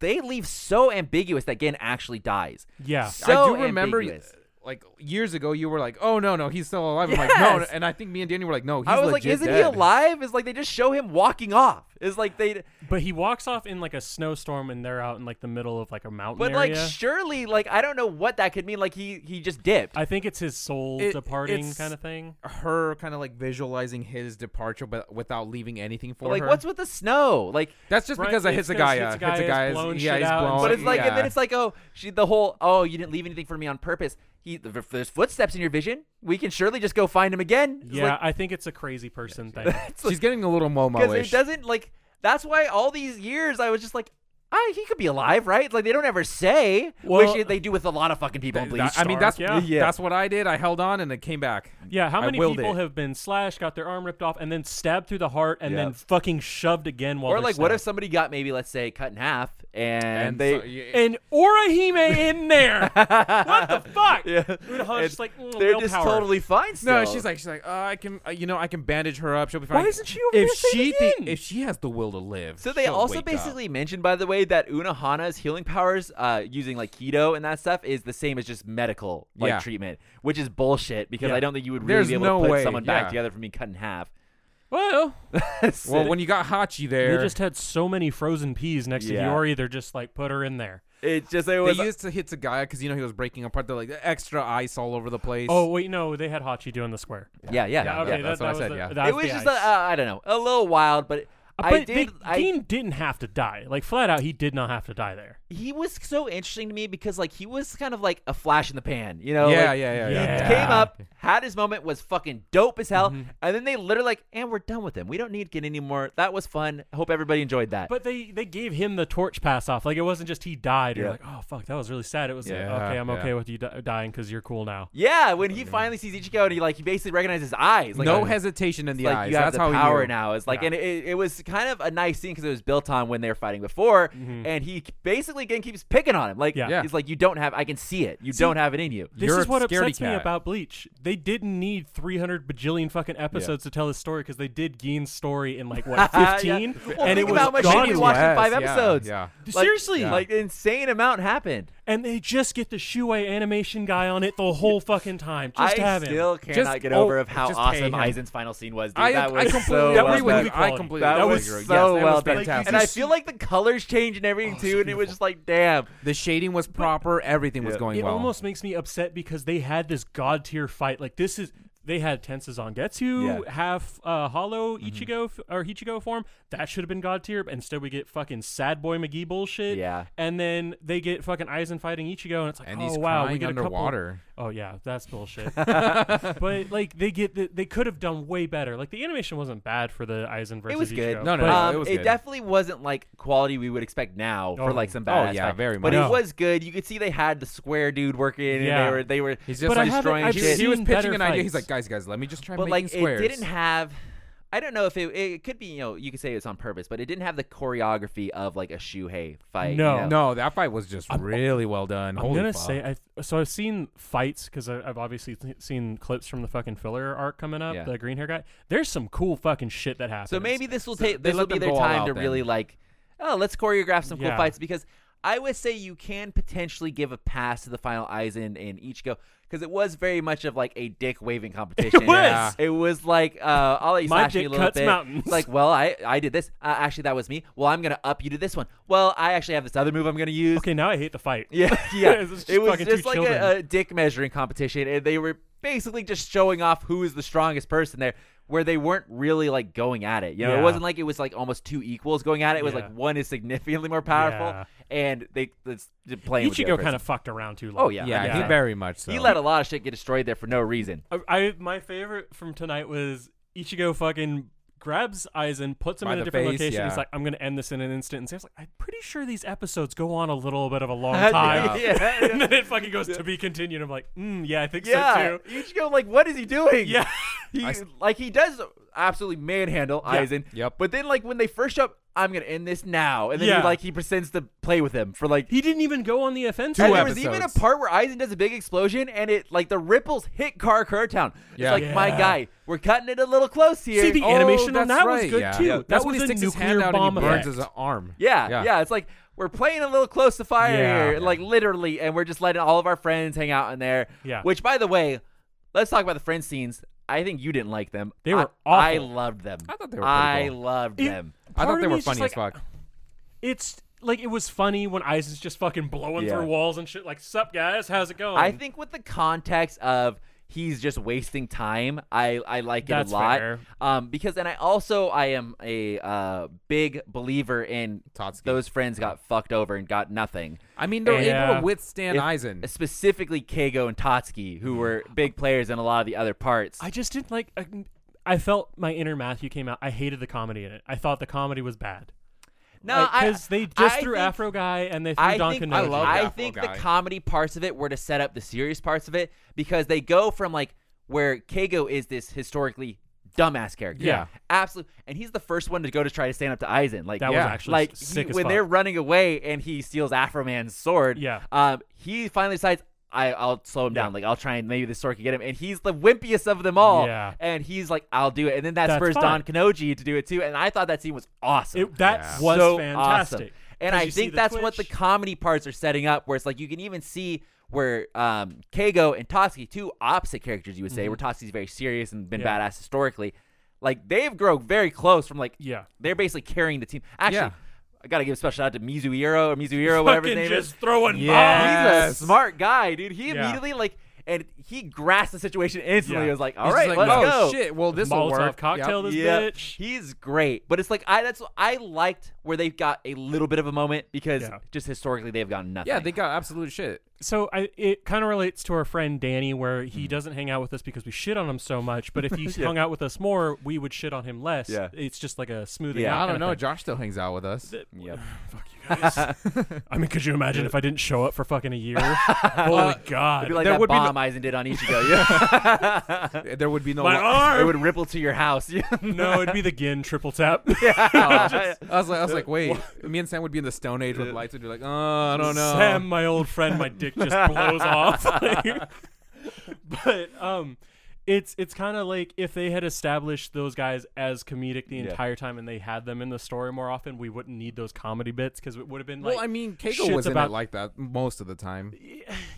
[SPEAKER 4] They leave so ambiguous that Gen actually dies.
[SPEAKER 2] Yeah.
[SPEAKER 4] So
[SPEAKER 3] I do remember
[SPEAKER 4] ambiguous.
[SPEAKER 3] like years ago you were like, "Oh no, no, he's still alive." I'm like, "No," no,"
[SPEAKER 4] Yes.
[SPEAKER 3] and I think me and Danny were like, "No, he's
[SPEAKER 4] I was like,
[SPEAKER 3] legit
[SPEAKER 4] "Isn't he
[SPEAKER 3] dead."
[SPEAKER 4] alive?" It's like they just show him walking off. It's like they,
[SPEAKER 2] But he walks off in like a snowstorm, and they're out in like the middle of like a mountain
[SPEAKER 4] but like
[SPEAKER 2] area.
[SPEAKER 4] surely, like I don't know what that could mean. Like he he just dipped.
[SPEAKER 2] I think it's his soul
[SPEAKER 3] It-
[SPEAKER 2] departing
[SPEAKER 3] it's-
[SPEAKER 2] kind of thing.
[SPEAKER 3] Her kind of like visualizing his departure, but without leaving anything for
[SPEAKER 4] But, like
[SPEAKER 3] her.
[SPEAKER 4] what's with the snow? Like
[SPEAKER 3] That's just
[SPEAKER 2] Right,
[SPEAKER 3] because I
[SPEAKER 2] it's
[SPEAKER 3] hits a
[SPEAKER 2] 'cause
[SPEAKER 3] guy. Hits a
[SPEAKER 2] Hitsugaya
[SPEAKER 3] guy.
[SPEAKER 2] has blown
[SPEAKER 3] yeah,
[SPEAKER 2] shit
[SPEAKER 3] he's
[SPEAKER 2] out and
[SPEAKER 3] blown.
[SPEAKER 4] But it's like,
[SPEAKER 3] yeah.
[SPEAKER 4] and then it's like, oh, she, the whole, oh, you didn't leave anything for me on purpose. He, if there's footsteps in your vision. We can surely just go find him again. It's
[SPEAKER 2] Yeah,
[SPEAKER 4] like,
[SPEAKER 2] I think it's a crazy person thing.
[SPEAKER 3] she's getting a little
[SPEAKER 4] because it
[SPEAKER 3] momo-ish.
[SPEAKER 4] doesn't like. That's why all these years I was just like, I, he could be alive, right? Like they don't ever say,
[SPEAKER 2] Well-
[SPEAKER 4] which they do with a lot of fucking people in Bleach.
[SPEAKER 3] I mean, that's
[SPEAKER 2] Stark,
[SPEAKER 4] yeah.
[SPEAKER 3] that's what I did. I held on and it came back.
[SPEAKER 2] Yeah,
[SPEAKER 4] (laughs)
[SPEAKER 2] how
[SPEAKER 3] I
[SPEAKER 2] many
[SPEAKER 3] willed
[SPEAKER 2] people
[SPEAKER 3] it.
[SPEAKER 2] have been slashed, got their arm ripped off, and then stabbed through the heart, and
[SPEAKER 1] Yeah.
[SPEAKER 2] then fucking shoved again while
[SPEAKER 4] or
[SPEAKER 2] they're
[SPEAKER 4] like, what if
[SPEAKER 2] stabbed?
[SPEAKER 4] somebody got maybe let's say cut in half and,
[SPEAKER 3] And
[SPEAKER 4] they
[SPEAKER 3] so, yeah,
[SPEAKER 2] an Orihime in
[SPEAKER 4] (laughs)
[SPEAKER 2] there? what the fuck? Yeah.
[SPEAKER 4] And
[SPEAKER 2] Udahan's like, mm,
[SPEAKER 4] they're just
[SPEAKER 2] willpower.
[SPEAKER 4] totally fine. Still.
[SPEAKER 3] no, she's like, she's like, uh, I can, uh, you know, I can bandage her up. She'll be fine.
[SPEAKER 4] why isn't she over
[SPEAKER 3] if
[SPEAKER 4] there saying
[SPEAKER 3] she
[SPEAKER 4] it
[SPEAKER 3] thi-
[SPEAKER 4] again?
[SPEAKER 3] if she has the will to live?
[SPEAKER 4] So they
[SPEAKER 3] she'll
[SPEAKER 4] also
[SPEAKER 3] wake
[SPEAKER 4] basically mentioned, by the way, that Unohana's healing powers, uh, using like keto and that stuff, is the same as just medical like
[SPEAKER 3] Yeah.
[SPEAKER 4] treatment, which is bullshit because
[SPEAKER 2] Yeah.
[SPEAKER 4] I don't think you would really
[SPEAKER 3] There's
[SPEAKER 4] be able
[SPEAKER 3] no
[SPEAKER 4] to put
[SPEAKER 3] way,
[SPEAKER 4] someone back
[SPEAKER 3] yeah.
[SPEAKER 4] together from being cut in half.
[SPEAKER 2] Well,
[SPEAKER 3] up. well, when you got Hachi
[SPEAKER 2] they
[SPEAKER 3] there,
[SPEAKER 2] just had so many frozen peas next
[SPEAKER 4] Yeah.
[SPEAKER 2] to Yori, they're just like, put her in there.
[SPEAKER 4] It's just it
[SPEAKER 3] they
[SPEAKER 4] was
[SPEAKER 3] used to hit Sagaya because you know he was breaking apart. They're like extra ice all over the place.
[SPEAKER 2] Oh, wait, no, they had Hachi doing the square.
[SPEAKER 4] yeah, yeah.
[SPEAKER 3] Yeah,
[SPEAKER 2] okay,
[SPEAKER 3] yeah,
[SPEAKER 2] that,
[SPEAKER 3] that's
[SPEAKER 2] that
[SPEAKER 3] what I
[SPEAKER 2] was
[SPEAKER 3] said,
[SPEAKER 2] the,
[SPEAKER 3] yeah.
[SPEAKER 2] that
[SPEAKER 4] it
[SPEAKER 2] was
[SPEAKER 4] was
[SPEAKER 2] the
[SPEAKER 4] just
[SPEAKER 2] ice.
[SPEAKER 4] a, uh, I don't know, a little wild, but
[SPEAKER 2] Uh, But
[SPEAKER 4] I
[SPEAKER 2] they-
[SPEAKER 4] did. I,
[SPEAKER 2] Dean didn't have to die. Like flat out, he did not have to die there.
[SPEAKER 4] he was so interesting to me because like he was kind of like a flash in the pan, you know?
[SPEAKER 3] yeah,
[SPEAKER 4] like,
[SPEAKER 3] yeah,
[SPEAKER 2] yeah.
[SPEAKER 3] yeah, yeah. Mm-hmm.
[SPEAKER 2] Yeah.
[SPEAKER 4] Came up, had his moment, was fucking dope as hell, and then they literally like, and we're done with him. We don't need to get any more. That was fun. Hope everybody enjoyed that.
[SPEAKER 2] But they they gave him the torch pass off. Like it wasn't just he died. You're
[SPEAKER 4] Yeah.
[SPEAKER 2] like, oh fuck, that was really sad. It was like,
[SPEAKER 3] Yeah,
[SPEAKER 2] okay, I'm
[SPEAKER 3] yeah.
[SPEAKER 2] okay with you di- dying because you're cool now.
[SPEAKER 4] Yeah, when he finally sees Ichigo and he like he basically recognizes his eyes. Like,
[SPEAKER 3] no
[SPEAKER 4] uh,
[SPEAKER 3] hesitation in
[SPEAKER 4] it's
[SPEAKER 3] the
[SPEAKER 4] like
[SPEAKER 3] eyes.
[SPEAKER 4] you have
[SPEAKER 3] That's
[SPEAKER 4] the
[SPEAKER 3] how he
[SPEAKER 4] power
[SPEAKER 3] knew.
[SPEAKER 4] now. It's like
[SPEAKER 3] Yeah.
[SPEAKER 4] and it, it was kind of a nice scene because it was built on when they were fighting before, and he basically again keeps picking on him. Like
[SPEAKER 2] Mm-hmm. Yeah.
[SPEAKER 3] Yeah.
[SPEAKER 4] he's like you don't have. I can see it. You don't have it in you.
[SPEAKER 2] This
[SPEAKER 3] You're
[SPEAKER 2] is
[SPEAKER 3] a
[SPEAKER 2] what
[SPEAKER 3] scaredy
[SPEAKER 2] upsets me
[SPEAKER 3] cat.
[SPEAKER 2] about Bleach. They didn't need 300 bajillion fucking episodes to tell this story because they did Gein's story in like
[SPEAKER 3] Ah,
[SPEAKER 2] what
[SPEAKER 4] Yeah.
[SPEAKER 2] 15,
[SPEAKER 4] Well,
[SPEAKER 2] and
[SPEAKER 4] think
[SPEAKER 2] it was
[SPEAKER 4] about how much shit
[SPEAKER 2] gone.
[SPEAKER 4] he watched in
[SPEAKER 3] Yes,
[SPEAKER 4] five
[SPEAKER 3] yeah,
[SPEAKER 4] episodes.
[SPEAKER 3] yeah.
[SPEAKER 4] Like-
[SPEAKER 2] Seriously.
[SPEAKER 4] like insane amount happened.
[SPEAKER 2] and they just get the Shuei animation guy on it the whole fucking time. Just
[SPEAKER 4] I
[SPEAKER 2] have him.
[SPEAKER 4] still cannot
[SPEAKER 3] Just-
[SPEAKER 4] get over
[SPEAKER 3] oh,
[SPEAKER 4] of how
[SPEAKER 3] just pay
[SPEAKER 4] awesome
[SPEAKER 3] him.
[SPEAKER 4] Aizen's final scene was. Dude.
[SPEAKER 3] I,
[SPEAKER 4] that was
[SPEAKER 3] I completely
[SPEAKER 4] so well
[SPEAKER 3] agree
[SPEAKER 2] done.
[SPEAKER 3] with you. I
[SPEAKER 2] Quality.
[SPEAKER 3] completely
[SPEAKER 4] That
[SPEAKER 3] agree.
[SPEAKER 4] was
[SPEAKER 3] Yes,
[SPEAKER 4] so
[SPEAKER 3] that
[SPEAKER 4] well
[SPEAKER 3] was
[SPEAKER 4] done.
[SPEAKER 3] fantastic.
[SPEAKER 4] And I feel like the colors changed and everything too, and it was just like, damn.
[SPEAKER 3] the shading was proper. Everything was going
[SPEAKER 2] It
[SPEAKER 3] well.
[SPEAKER 2] almost makes me upset because they had this god tier fight. Like this is they had Tensas on Getsu, half uh, hollow
[SPEAKER 3] Mm-hmm.
[SPEAKER 2] Ichigo f- or Ichigo form. That should have been god tier, but instead we get fucking Sad Boy McGee bullshit.
[SPEAKER 4] Yeah.
[SPEAKER 2] and then they get fucking Aizen fighting Ichigo, and it's like,
[SPEAKER 3] and
[SPEAKER 2] oh
[SPEAKER 3] he's
[SPEAKER 2] wow, we
[SPEAKER 3] crying
[SPEAKER 2] get a
[SPEAKER 3] underwater.
[SPEAKER 2] couple. Oh yeah, that's
[SPEAKER 3] (laughs)
[SPEAKER 2] bullshit. (laughs) but like they get the, they could have done way better. Like the animation wasn't bad for the Aizen versus
[SPEAKER 4] It was good.
[SPEAKER 2] Ichigo,
[SPEAKER 3] No, no,
[SPEAKER 2] but-
[SPEAKER 3] no.
[SPEAKER 4] Um,
[SPEAKER 3] it was good.
[SPEAKER 4] definitely wasn't like quality we would expect now for
[SPEAKER 2] Oh.
[SPEAKER 4] like some
[SPEAKER 3] Oh,
[SPEAKER 4] badass.
[SPEAKER 3] yeah,
[SPEAKER 4] fight.
[SPEAKER 3] very
[SPEAKER 4] But
[SPEAKER 2] much.
[SPEAKER 4] it was good. You could see they had the square dude working,
[SPEAKER 2] Yeah.
[SPEAKER 4] and they were they were.
[SPEAKER 3] He's just
[SPEAKER 2] But I
[SPEAKER 3] like
[SPEAKER 2] haven't-
[SPEAKER 3] destroying
[SPEAKER 2] I've
[SPEAKER 3] shit. He was
[SPEAKER 2] seen
[SPEAKER 3] pitching
[SPEAKER 2] better
[SPEAKER 3] an idea. He's
[SPEAKER 2] fights.
[SPEAKER 3] like, guys, guys, let me just try
[SPEAKER 4] but
[SPEAKER 3] making
[SPEAKER 4] like
[SPEAKER 3] squares.
[SPEAKER 4] it didn't have. I don't know if it, it could be you know you could say it's on purpose, but it didn't have the choreography of like a Shuhei fight.
[SPEAKER 2] No.
[SPEAKER 4] you know?
[SPEAKER 3] No, that fight was just really well done.
[SPEAKER 2] I'm
[SPEAKER 3] Holy
[SPEAKER 2] gonna
[SPEAKER 3] fuck.
[SPEAKER 2] say I so I've seen fights because I've obviously th- seen clips from the fucking filler arc coming up,
[SPEAKER 4] Yeah.
[SPEAKER 2] the green hair guy. There's some cool fucking shit that happens.
[SPEAKER 4] So maybe this will
[SPEAKER 3] So
[SPEAKER 4] take
[SPEAKER 3] they
[SPEAKER 4] this will
[SPEAKER 3] let
[SPEAKER 4] be
[SPEAKER 3] them
[SPEAKER 4] their
[SPEAKER 3] go all
[SPEAKER 4] time
[SPEAKER 3] out
[SPEAKER 4] to
[SPEAKER 3] then.
[SPEAKER 4] really like, oh, let's choreograph some
[SPEAKER 2] Yeah.
[SPEAKER 4] cool fights because I would say you can potentially give a pass to the final Aizen and Ichigo because it was very much of like a
[SPEAKER 2] (laughs)
[SPEAKER 4] dick waving competition.
[SPEAKER 2] was! Yeah.
[SPEAKER 4] It was like uh, I'll let you
[SPEAKER 2] My
[SPEAKER 4] slash me
[SPEAKER 2] dick
[SPEAKER 4] a little
[SPEAKER 2] cuts
[SPEAKER 4] bit.
[SPEAKER 2] mountains.
[SPEAKER 4] Like, well, I I did this. Uh, actually, that was me. Well, I'm gonna up you to this one. Well, I actually have this other move I'm gonna use.
[SPEAKER 2] okay, now I hate the fight. (laughs)
[SPEAKER 4] Yeah, yeah.
[SPEAKER 2] It's just
[SPEAKER 4] it was
[SPEAKER 2] fucking two
[SPEAKER 4] just like
[SPEAKER 2] children.
[SPEAKER 4] a, uh, a dick measuring competition, and they were basically just showing off who is the strongest person there, where they weren't really like going at it. You know,
[SPEAKER 2] Yeah.
[SPEAKER 4] it wasn't like it was like almost two equals going at it. It was
[SPEAKER 2] Yeah.
[SPEAKER 4] like one is significantly more powerful,
[SPEAKER 2] Yeah.
[SPEAKER 4] and they it's just playing. with the
[SPEAKER 2] Ichigo
[SPEAKER 4] other
[SPEAKER 2] kind
[SPEAKER 4] person.
[SPEAKER 2] of fucked around too. Long.
[SPEAKER 4] Oh yeah,
[SPEAKER 3] yeah,
[SPEAKER 2] Yeah.
[SPEAKER 3] he very much so.
[SPEAKER 4] He let a lot of shit get destroyed there for no reason.
[SPEAKER 2] I, I my favorite from tonight was Ichigo fucking grabs Aizen, puts him
[SPEAKER 3] By
[SPEAKER 2] in a
[SPEAKER 3] the
[SPEAKER 2] different
[SPEAKER 3] face,
[SPEAKER 2] location. He's
[SPEAKER 3] yeah.
[SPEAKER 2] like, I'm gonna end this in an instant. And Sam's like, I'm pretty sure these episodes go on a little bit of a long
[SPEAKER 4] (laughs) Yeah.
[SPEAKER 2] time. (laughs)
[SPEAKER 4] Yeah.
[SPEAKER 2] and then it fucking goes to be continued. I'm like, mm, yeah, I think
[SPEAKER 4] Yeah,
[SPEAKER 2] so too.
[SPEAKER 4] Ichigo, like, what is he doing?
[SPEAKER 2] Yeah.
[SPEAKER 4] he like he does absolutely manhandle
[SPEAKER 2] Yeah.
[SPEAKER 4] Aizen.
[SPEAKER 3] Yep.
[SPEAKER 4] But then, like, when they first show up, I'm gonna end this now, and then
[SPEAKER 2] Yeah.
[SPEAKER 4] he like he pretends to play with him for like
[SPEAKER 2] He didn't even go on the offensive.
[SPEAKER 4] And
[SPEAKER 3] Two
[SPEAKER 4] there was even a
[SPEAKER 3] episodes.
[SPEAKER 4] part where Aizen does a big explosion and it like the ripples hit Car Kurtown.
[SPEAKER 3] Yeah.
[SPEAKER 4] It's like my
[SPEAKER 2] Yeah.
[SPEAKER 4] guy, we're cutting it a little close here.
[SPEAKER 2] See, the
[SPEAKER 3] Oh,
[SPEAKER 2] animation on
[SPEAKER 3] that's
[SPEAKER 2] that was
[SPEAKER 3] right,
[SPEAKER 2] good
[SPEAKER 3] yeah.
[SPEAKER 2] too.
[SPEAKER 3] Yeah.
[SPEAKER 2] That
[SPEAKER 3] That's
[SPEAKER 2] was
[SPEAKER 3] when he
[SPEAKER 2] a
[SPEAKER 3] sticks his
[SPEAKER 2] nuclear
[SPEAKER 3] hand out
[SPEAKER 2] bomb
[SPEAKER 3] and he burns
[SPEAKER 2] effect.
[SPEAKER 3] his arm.
[SPEAKER 4] yeah, yeah,
[SPEAKER 3] yeah.
[SPEAKER 4] It's like we're playing a little close to fire
[SPEAKER 2] Yeah.
[SPEAKER 4] here, like literally, and we're just letting all of our friends hang out in there.
[SPEAKER 2] Yeah.
[SPEAKER 4] Which, by the way, let's talk about the friend scenes. I think you didn't like them.
[SPEAKER 2] They were
[SPEAKER 4] I, I
[SPEAKER 2] awful.
[SPEAKER 4] loved them. I
[SPEAKER 3] thought they were pretty
[SPEAKER 4] I
[SPEAKER 3] cool.
[SPEAKER 4] loved
[SPEAKER 2] It-
[SPEAKER 4] them.
[SPEAKER 3] I
[SPEAKER 2] Part
[SPEAKER 3] thought
[SPEAKER 2] of
[SPEAKER 3] they
[SPEAKER 2] me
[SPEAKER 3] were
[SPEAKER 2] is just
[SPEAKER 3] funny as
[SPEAKER 2] like,
[SPEAKER 3] fuck.
[SPEAKER 2] it's like it was funny when Eisen's just fucking blowing
[SPEAKER 4] Yeah.
[SPEAKER 2] through walls and shit. Like, sup guys, how's it going?
[SPEAKER 4] I think with the context of he's just wasting time, I, I like
[SPEAKER 2] That's
[SPEAKER 4] it a lot.
[SPEAKER 2] fair.
[SPEAKER 4] Um, because and I also I am a uh, big believer in
[SPEAKER 3] Totsky.
[SPEAKER 4] those friends got fucked over and got nothing.
[SPEAKER 3] I mean, they're able
[SPEAKER 2] Yeah.
[SPEAKER 3] to withstand
[SPEAKER 4] If-
[SPEAKER 3] Aizen.
[SPEAKER 4] Specifically Kago and Totsky, who were big players in a lot of the other parts.
[SPEAKER 2] I just didn't like. I, I felt my inner Matthew came out. I hated the comedy in it. I thought the comedy was bad.
[SPEAKER 4] No, I-
[SPEAKER 2] because they just
[SPEAKER 4] I
[SPEAKER 2] threw
[SPEAKER 4] think-
[SPEAKER 2] Afro Guy and they threw
[SPEAKER 4] I
[SPEAKER 2] Don
[SPEAKER 4] think,
[SPEAKER 2] Kanoji.
[SPEAKER 3] I love
[SPEAKER 4] I
[SPEAKER 3] that
[SPEAKER 4] think
[SPEAKER 3] Apple
[SPEAKER 4] the
[SPEAKER 3] guy.
[SPEAKER 4] comedy parts of it were to set up the serious parts of it because they go from like where Kago is this historically dumbass character.
[SPEAKER 2] Yeah.
[SPEAKER 4] Absolutely. And he's the first one to go to try to stand up to Aizen. Like
[SPEAKER 2] That was
[SPEAKER 3] Yeah.
[SPEAKER 2] actually
[SPEAKER 4] like
[SPEAKER 2] s-
[SPEAKER 4] he-
[SPEAKER 2] sick as
[SPEAKER 4] when
[SPEAKER 2] fuck.
[SPEAKER 4] they're running away and he steals Afro Man's sword.
[SPEAKER 2] Yeah.
[SPEAKER 4] Um, he finally decides I, I'll slow him down. Like I'll try and maybe this sword can get him. And he's the wimpiest of them all.
[SPEAKER 2] Yeah.
[SPEAKER 4] And he's like, I'll do it. And then that
[SPEAKER 2] That's
[SPEAKER 4] spurs
[SPEAKER 2] fine.
[SPEAKER 4] Don Kanoji to do it too. And I thought that scene was awesome.
[SPEAKER 2] It, that
[SPEAKER 3] Yeah.
[SPEAKER 2] was
[SPEAKER 4] so
[SPEAKER 2] fantastic.
[SPEAKER 4] awesome. And
[SPEAKER 2] 'Cause
[SPEAKER 4] I
[SPEAKER 2] you see
[SPEAKER 4] think
[SPEAKER 2] the
[SPEAKER 4] that's what the
[SPEAKER 2] twitch.
[SPEAKER 4] comedy parts are setting up, where it's like you can even see where um, Kago and Toski, two opposite characters, you would say, where Toski's very serious and been
[SPEAKER 2] Mm-hmm. Yeah.
[SPEAKER 4] badass historically, like they've grown very close from like
[SPEAKER 2] Yeah.
[SPEAKER 4] they're basically carrying the team. Actually,
[SPEAKER 3] Yeah.
[SPEAKER 4] I gotta give a special shout out to Mizuhiro or Mizuhiro, whatever
[SPEAKER 2] (laughs) Fucking
[SPEAKER 4] his name
[SPEAKER 2] just
[SPEAKER 4] is.
[SPEAKER 2] throwing
[SPEAKER 4] Yeah, he's
[SPEAKER 3] Yes.
[SPEAKER 4] a smart guy, dude. He
[SPEAKER 2] Yeah.
[SPEAKER 4] immediately like. And he grasped the situation instantly.
[SPEAKER 2] Yeah.
[SPEAKER 4] He was like, "All
[SPEAKER 3] He's
[SPEAKER 4] right,
[SPEAKER 3] just like,
[SPEAKER 4] let's
[SPEAKER 3] oh
[SPEAKER 4] go."
[SPEAKER 3] shit! Well, this will
[SPEAKER 2] Molotov
[SPEAKER 3] work.
[SPEAKER 2] cocktail
[SPEAKER 3] Yep.
[SPEAKER 2] this
[SPEAKER 4] Yeah,
[SPEAKER 2] bitch.
[SPEAKER 4] He's great, but it's like I that's I liked where they've got a little bit of a moment because
[SPEAKER 2] Yeah.
[SPEAKER 4] just historically they've gotten nothing.
[SPEAKER 3] Yeah, they got absolute shit.
[SPEAKER 2] so I, it kind of relates to our friend Danny, where
[SPEAKER 4] Mm-hmm.
[SPEAKER 2] he doesn't hang out with us because we shit on him so much. But if
[SPEAKER 4] (laughs)
[SPEAKER 2] he hung out with us more, we would shit on him less.
[SPEAKER 4] Yeah.
[SPEAKER 2] It's just like a smoothing.
[SPEAKER 4] Yeah.
[SPEAKER 2] out kinda
[SPEAKER 3] I don't know.
[SPEAKER 2] thing.
[SPEAKER 3] Josh still hangs out with us.
[SPEAKER 2] (sighs)
[SPEAKER 4] Yep.
[SPEAKER 2] I mean, could you imagine if I didn't show up for fucking a
[SPEAKER 4] (laughs)
[SPEAKER 2] year? Holy
[SPEAKER 4] It'd
[SPEAKER 2] God!
[SPEAKER 4] be like
[SPEAKER 3] There
[SPEAKER 4] that
[SPEAKER 3] would be no-
[SPEAKER 4] bomb Eisen
[SPEAKER 3] (laughs)
[SPEAKER 4] did on Ichigo. Yeah.
[SPEAKER 3] there would be no.
[SPEAKER 2] My
[SPEAKER 3] lo-
[SPEAKER 4] it
[SPEAKER 2] arm.
[SPEAKER 4] would ripple to your house. (laughs) Yeah.
[SPEAKER 2] no, it'd be the Gin triple
[SPEAKER 4] (laughs)
[SPEAKER 2] tap.
[SPEAKER 3] I was like, I was like, wait. Me and Sam would be in the Stone Age with lights. Would be like, oh, I don't know.
[SPEAKER 2] Sam, my old friend, my dick just blows
[SPEAKER 4] (laughs)
[SPEAKER 2] off. (laughs) Like, but um, it's it's kind of like if they had established those guys as comedic the entire time, and they had them in the story more often, we wouldn't need those comedy bits because it would have been like.
[SPEAKER 3] well, I mean, Keiko
[SPEAKER 2] shit's
[SPEAKER 3] was in
[SPEAKER 2] about
[SPEAKER 3] it like that most of the time.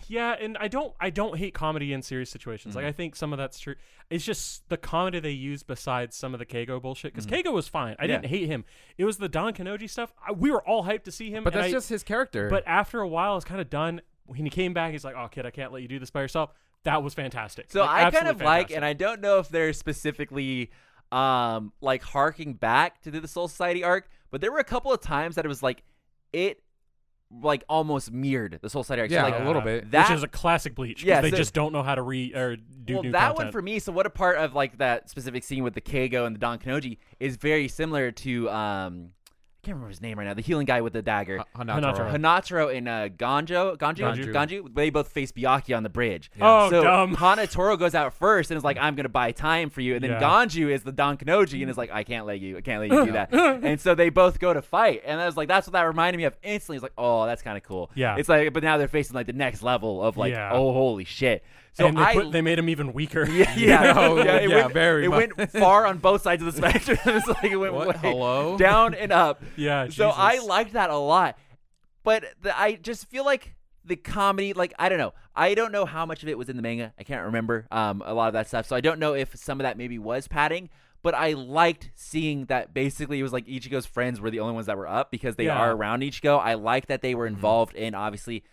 [SPEAKER 2] yeah, and I don't I don't hate comedy in serious situations.
[SPEAKER 4] Mm-hmm.
[SPEAKER 2] Like I think some of that's true. It's just the comedy they used besides some of the Kago bullshit because
[SPEAKER 4] Mm-hmm.
[SPEAKER 2] Kago was fine. I didn't hate him. It was the Don Kanoji stuff. I, we were all hyped to see him,
[SPEAKER 3] But
[SPEAKER 2] and
[SPEAKER 3] that's
[SPEAKER 2] I-
[SPEAKER 3] just his character.
[SPEAKER 2] But after a while, it's kind of done. When he came back, he's like, "Oh, kid, I can't let you do this by yourself." That was fantastic.
[SPEAKER 4] So
[SPEAKER 2] Like,
[SPEAKER 4] I kind of
[SPEAKER 2] absolutely
[SPEAKER 4] like,
[SPEAKER 2] fantastic.
[SPEAKER 4] and I don't know if they're specifically um like harking back to the Soul Society arc, but there were a couple of times that it was like it like almost mirrored the Soul Society arc. So,
[SPEAKER 3] yeah,
[SPEAKER 4] like,
[SPEAKER 3] a little bit.
[SPEAKER 4] That
[SPEAKER 2] which is a classic bleach. 'cause
[SPEAKER 4] Yeah,
[SPEAKER 2] they
[SPEAKER 4] so-
[SPEAKER 2] just don't know how to re or do
[SPEAKER 4] well,
[SPEAKER 2] new
[SPEAKER 4] that
[SPEAKER 2] content.
[SPEAKER 4] one for me. So, what a part of like that specific scene with the Kago and the Don Kanoji is very similar to um, I can't remember his name right now. The healing guy with the dagger,
[SPEAKER 2] Uh,
[SPEAKER 3] Ha- Hanataro.
[SPEAKER 2] Hanataro.
[SPEAKER 4] Hanataro and uh, Ganjo, Ganju,
[SPEAKER 3] Ganju.
[SPEAKER 4] Ganju. They both face Byakuya on the bridge.
[SPEAKER 2] Oh,
[SPEAKER 4] so
[SPEAKER 2] dumb. (laughs)
[SPEAKER 4] Hanataro goes out first and is like, "I'm gonna buy time for you," and then
[SPEAKER 2] Yeah.
[SPEAKER 4] Ganju is the Don Kanoji and is like, "I can't let you, I can't let you do
[SPEAKER 2] (laughs)
[SPEAKER 4] that." and so they both go to fight, and I was like, "That's what that reminded me of." Instantly, it's like, "Oh, that's kind of cool."
[SPEAKER 2] Yeah.
[SPEAKER 4] it's like, but now they're facing like the next level of like,
[SPEAKER 2] Yeah.
[SPEAKER 4] "Oh, holy shit!" So
[SPEAKER 2] and they,
[SPEAKER 4] I
[SPEAKER 2] put, they made him even weaker.
[SPEAKER 4] yeah,
[SPEAKER 2] (laughs)
[SPEAKER 3] (laughs)
[SPEAKER 4] yeah,
[SPEAKER 3] Oh,
[SPEAKER 4] yeah, it
[SPEAKER 3] yeah,
[SPEAKER 4] went,
[SPEAKER 3] very
[SPEAKER 4] It
[SPEAKER 3] much.
[SPEAKER 4] went far on both sides of the spectrum. (laughs) it's like it went
[SPEAKER 3] What?
[SPEAKER 4] way (laughs)
[SPEAKER 3] Hello?
[SPEAKER 4] down and
[SPEAKER 3] (laughs)
[SPEAKER 4] up.
[SPEAKER 2] Yeah,
[SPEAKER 4] So I
[SPEAKER 2] Jesus.
[SPEAKER 4] liked that a lot, but the, I just feel like the comedy, like I don't know, I don't know how much of it was in the manga. I can't remember um, a lot of that stuff, so I don't know if some of that maybe was padding. But I liked seeing that basically it was like Ichigo's friends were the only ones that were up because they
[SPEAKER 2] Yeah.
[SPEAKER 4] are around Ichigo. I like that they were
[SPEAKER 3] Mm-hmm.
[SPEAKER 4] involved in obviously.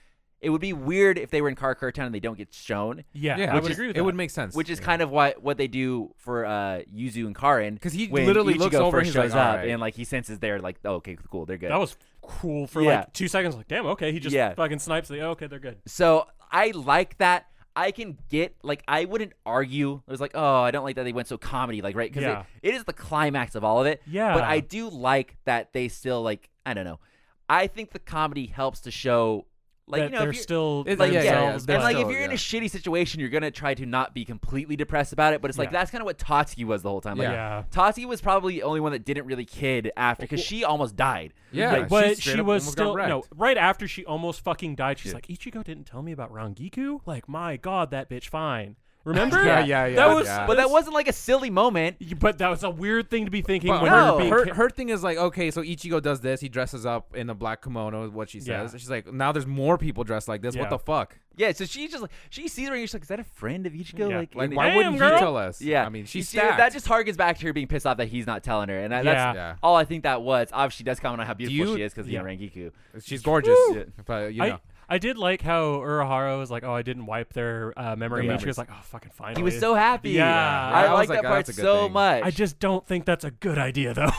[SPEAKER 4] It would be weird if they were in Karakura Town and they don't get shown
[SPEAKER 2] yeah,
[SPEAKER 3] Yeah,
[SPEAKER 2] I
[SPEAKER 3] which
[SPEAKER 2] would
[SPEAKER 3] is-
[SPEAKER 2] agree with
[SPEAKER 3] It
[SPEAKER 2] that.
[SPEAKER 3] would make sense.
[SPEAKER 4] which is kind of what what they do for uh Yuzu and Karin
[SPEAKER 3] 'Cause he
[SPEAKER 4] when
[SPEAKER 3] literally
[SPEAKER 4] Ichigo
[SPEAKER 3] looks over and
[SPEAKER 4] first
[SPEAKER 3] he's
[SPEAKER 4] shows
[SPEAKER 3] like, "All
[SPEAKER 4] up
[SPEAKER 3] right."
[SPEAKER 4] and like he senses they're like oh, okay cool they're good
[SPEAKER 2] that was cool for
[SPEAKER 4] Yeah.
[SPEAKER 2] like two seconds. Like, damn, okay, he just
[SPEAKER 4] Yeah.
[SPEAKER 2] fucking snipes. The, oh, okay, they're good.
[SPEAKER 4] so I like that I can get like I wouldn't argue it was like oh I don't like that they went so comedy like right because
[SPEAKER 2] Yeah.
[SPEAKER 4] it is the climax of all of it
[SPEAKER 2] Yeah.
[SPEAKER 4] but I do like that they still like I don't know I think the comedy helps to show like
[SPEAKER 2] that
[SPEAKER 4] you know if
[SPEAKER 2] they're
[SPEAKER 4] you're-
[SPEAKER 2] still
[SPEAKER 3] It's-
[SPEAKER 4] like
[SPEAKER 3] yeah,
[SPEAKER 4] yeah,
[SPEAKER 3] yeah, yeah,
[SPEAKER 2] themselves,
[SPEAKER 3] they're
[SPEAKER 4] and
[SPEAKER 2] but-
[SPEAKER 4] like
[SPEAKER 3] still-
[SPEAKER 4] if you're in a
[SPEAKER 3] yeah.
[SPEAKER 4] shitty situation, you're gonna try to not be completely depressed about it. But it's like
[SPEAKER 2] Yeah.
[SPEAKER 4] that's kind of what Tatsuki was the whole time. Like,
[SPEAKER 2] Yeah.
[SPEAKER 4] Tatsuki was probably the only one that didn't really kid after because she almost died.
[SPEAKER 3] yeah,
[SPEAKER 2] Like, but
[SPEAKER 3] straight
[SPEAKER 2] she
[SPEAKER 3] up
[SPEAKER 2] was
[SPEAKER 3] almost got
[SPEAKER 2] still no.
[SPEAKER 3] wrecked.
[SPEAKER 2] Right after she almost fucking died, she's like, "Ichigo didn't tell me about Rangiku. Like, my god, that bitch fine. Remember?
[SPEAKER 3] (laughs) Yeah, yeah, yeah,
[SPEAKER 2] That was,
[SPEAKER 3] yeah.
[SPEAKER 4] But that wasn't like a silly moment.
[SPEAKER 2] But that was a weird thing to be thinking
[SPEAKER 3] But
[SPEAKER 2] when
[SPEAKER 4] no,
[SPEAKER 2] you're being.
[SPEAKER 3] her,
[SPEAKER 2] ki-
[SPEAKER 3] her thing is like okay, so Ichigo does this. He dresses up in a black kimono. Is what she
[SPEAKER 2] Yeah.
[SPEAKER 3] says. She's like, now there's more people dressed like this.
[SPEAKER 2] Yeah.
[SPEAKER 3] What the fuck?
[SPEAKER 4] Yeah, so she just like she sees her and she's like, "Is that a friend of Ichigo?"
[SPEAKER 2] Yeah.
[SPEAKER 4] Like,
[SPEAKER 3] Like,
[SPEAKER 4] and-
[SPEAKER 3] why
[SPEAKER 2] Damn,
[SPEAKER 3] wouldn't
[SPEAKER 2] girl.
[SPEAKER 3] he tell us?
[SPEAKER 4] Yeah,
[SPEAKER 3] I mean,
[SPEAKER 4] You
[SPEAKER 3] she's
[SPEAKER 4] see, that just harkens back to her being pissed off that he's not telling her, and that, that's
[SPEAKER 2] Yeah.
[SPEAKER 4] all I think that was. Obviously, she does comment on how beautiful
[SPEAKER 3] you-
[SPEAKER 4] she is because
[SPEAKER 2] Yeah.
[SPEAKER 4] yeah, Rangiku.
[SPEAKER 3] she's gorgeous.
[SPEAKER 4] Woo.
[SPEAKER 3] But you know,
[SPEAKER 2] I, I did like how Urahara was like, "Oh, I didn't wipe their uh, memory,"
[SPEAKER 4] Their
[SPEAKER 2] and she
[SPEAKER 4] memories.
[SPEAKER 2] was like, "Oh, fucking finally."
[SPEAKER 4] He was so happy.
[SPEAKER 2] Yeah.
[SPEAKER 4] I,
[SPEAKER 2] Yeah,
[SPEAKER 3] I
[SPEAKER 4] like
[SPEAKER 3] was like,
[SPEAKER 4] that
[SPEAKER 3] "Oh,
[SPEAKER 4] part
[SPEAKER 3] that's a good
[SPEAKER 4] so
[SPEAKER 3] thing."
[SPEAKER 4] much.
[SPEAKER 2] I just don't think that's a good idea, though.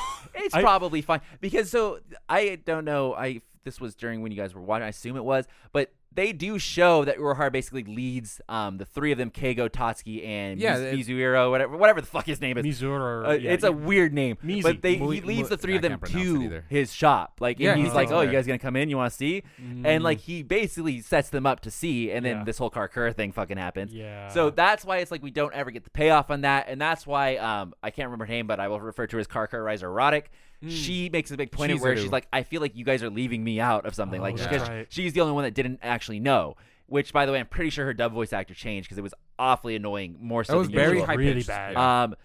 [SPEAKER 2] (laughs)
[SPEAKER 4] It's
[SPEAKER 2] I-
[SPEAKER 4] probably fine because so I don't know. I this was during when you guys were watching. I assume it was, but they do show that Uehara basically leads um, the three of them, Keigo, Tatsuki, and
[SPEAKER 3] Yeah,
[SPEAKER 4] Miz-
[SPEAKER 3] it's-
[SPEAKER 4] Mizuhiro, whatever, whatever the fuck his name is.
[SPEAKER 2] Mizura.
[SPEAKER 4] Uh, it's a weird name,
[SPEAKER 2] Mizi.
[SPEAKER 4] but they,
[SPEAKER 3] Mui-
[SPEAKER 4] he leads
[SPEAKER 3] Mui-
[SPEAKER 4] the three
[SPEAKER 3] I
[SPEAKER 4] of them
[SPEAKER 3] can't pronounce it
[SPEAKER 4] to
[SPEAKER 3] either.
[SPEAKER 4] his shop. Like,
[SPEAKER 3] Yeah,
[SPEAKER 4] and
[SPEAKER 3] he
[SPEAKER 4] he's like,
[SPEAKER 3] takes
[SPEAKER 4] "Oh,
[SPEAKER 3] them
[SPEAKER 4] you
[SPEAKER 3] there. Mm-hmm.
[SPEAKER 4] guys gonna come in? You want to see?" And like, he basically sets them up to see, and then
[SPEAKER 2] Yeah.
[SPEAKER 4] this whole Karkur thing fucking happens.
[SPEAKER 2] Mm, Yeah.
[SPEAKER 4] So that's why it's like we don't ever get the payoff on that, and that's why um I can't remember her name, but I will refer to her as Karkur Rise Erotic. She makes a big point of where
[SPEAKER 3] Chizuru.
[SPEAKER 4] she's like, "I feel like you guys are leaving me out of something."
[SPEAKER 2] Oh,
[SPEAKER 4] like,
[SPEAKER 2] that's
[SPEAKER 4] because
[SPEAKER 2] right.
[SPEAKER 4] she's the only one that didn't actually know. Which, by the way, I'm pretty sure her dub voice actor changed because it was awfully annoying. More so
[SPEAKER 3] was
[SPEAKER 4] than
[SPEAKER 3] very
[SPEAKER 4] usual.
[SPEAKER 3] high
[SPEAKER 2] really
[SPEAKER 3] pitched.
[SPEAKER 2] bad.
[SPEAKER 4] Um,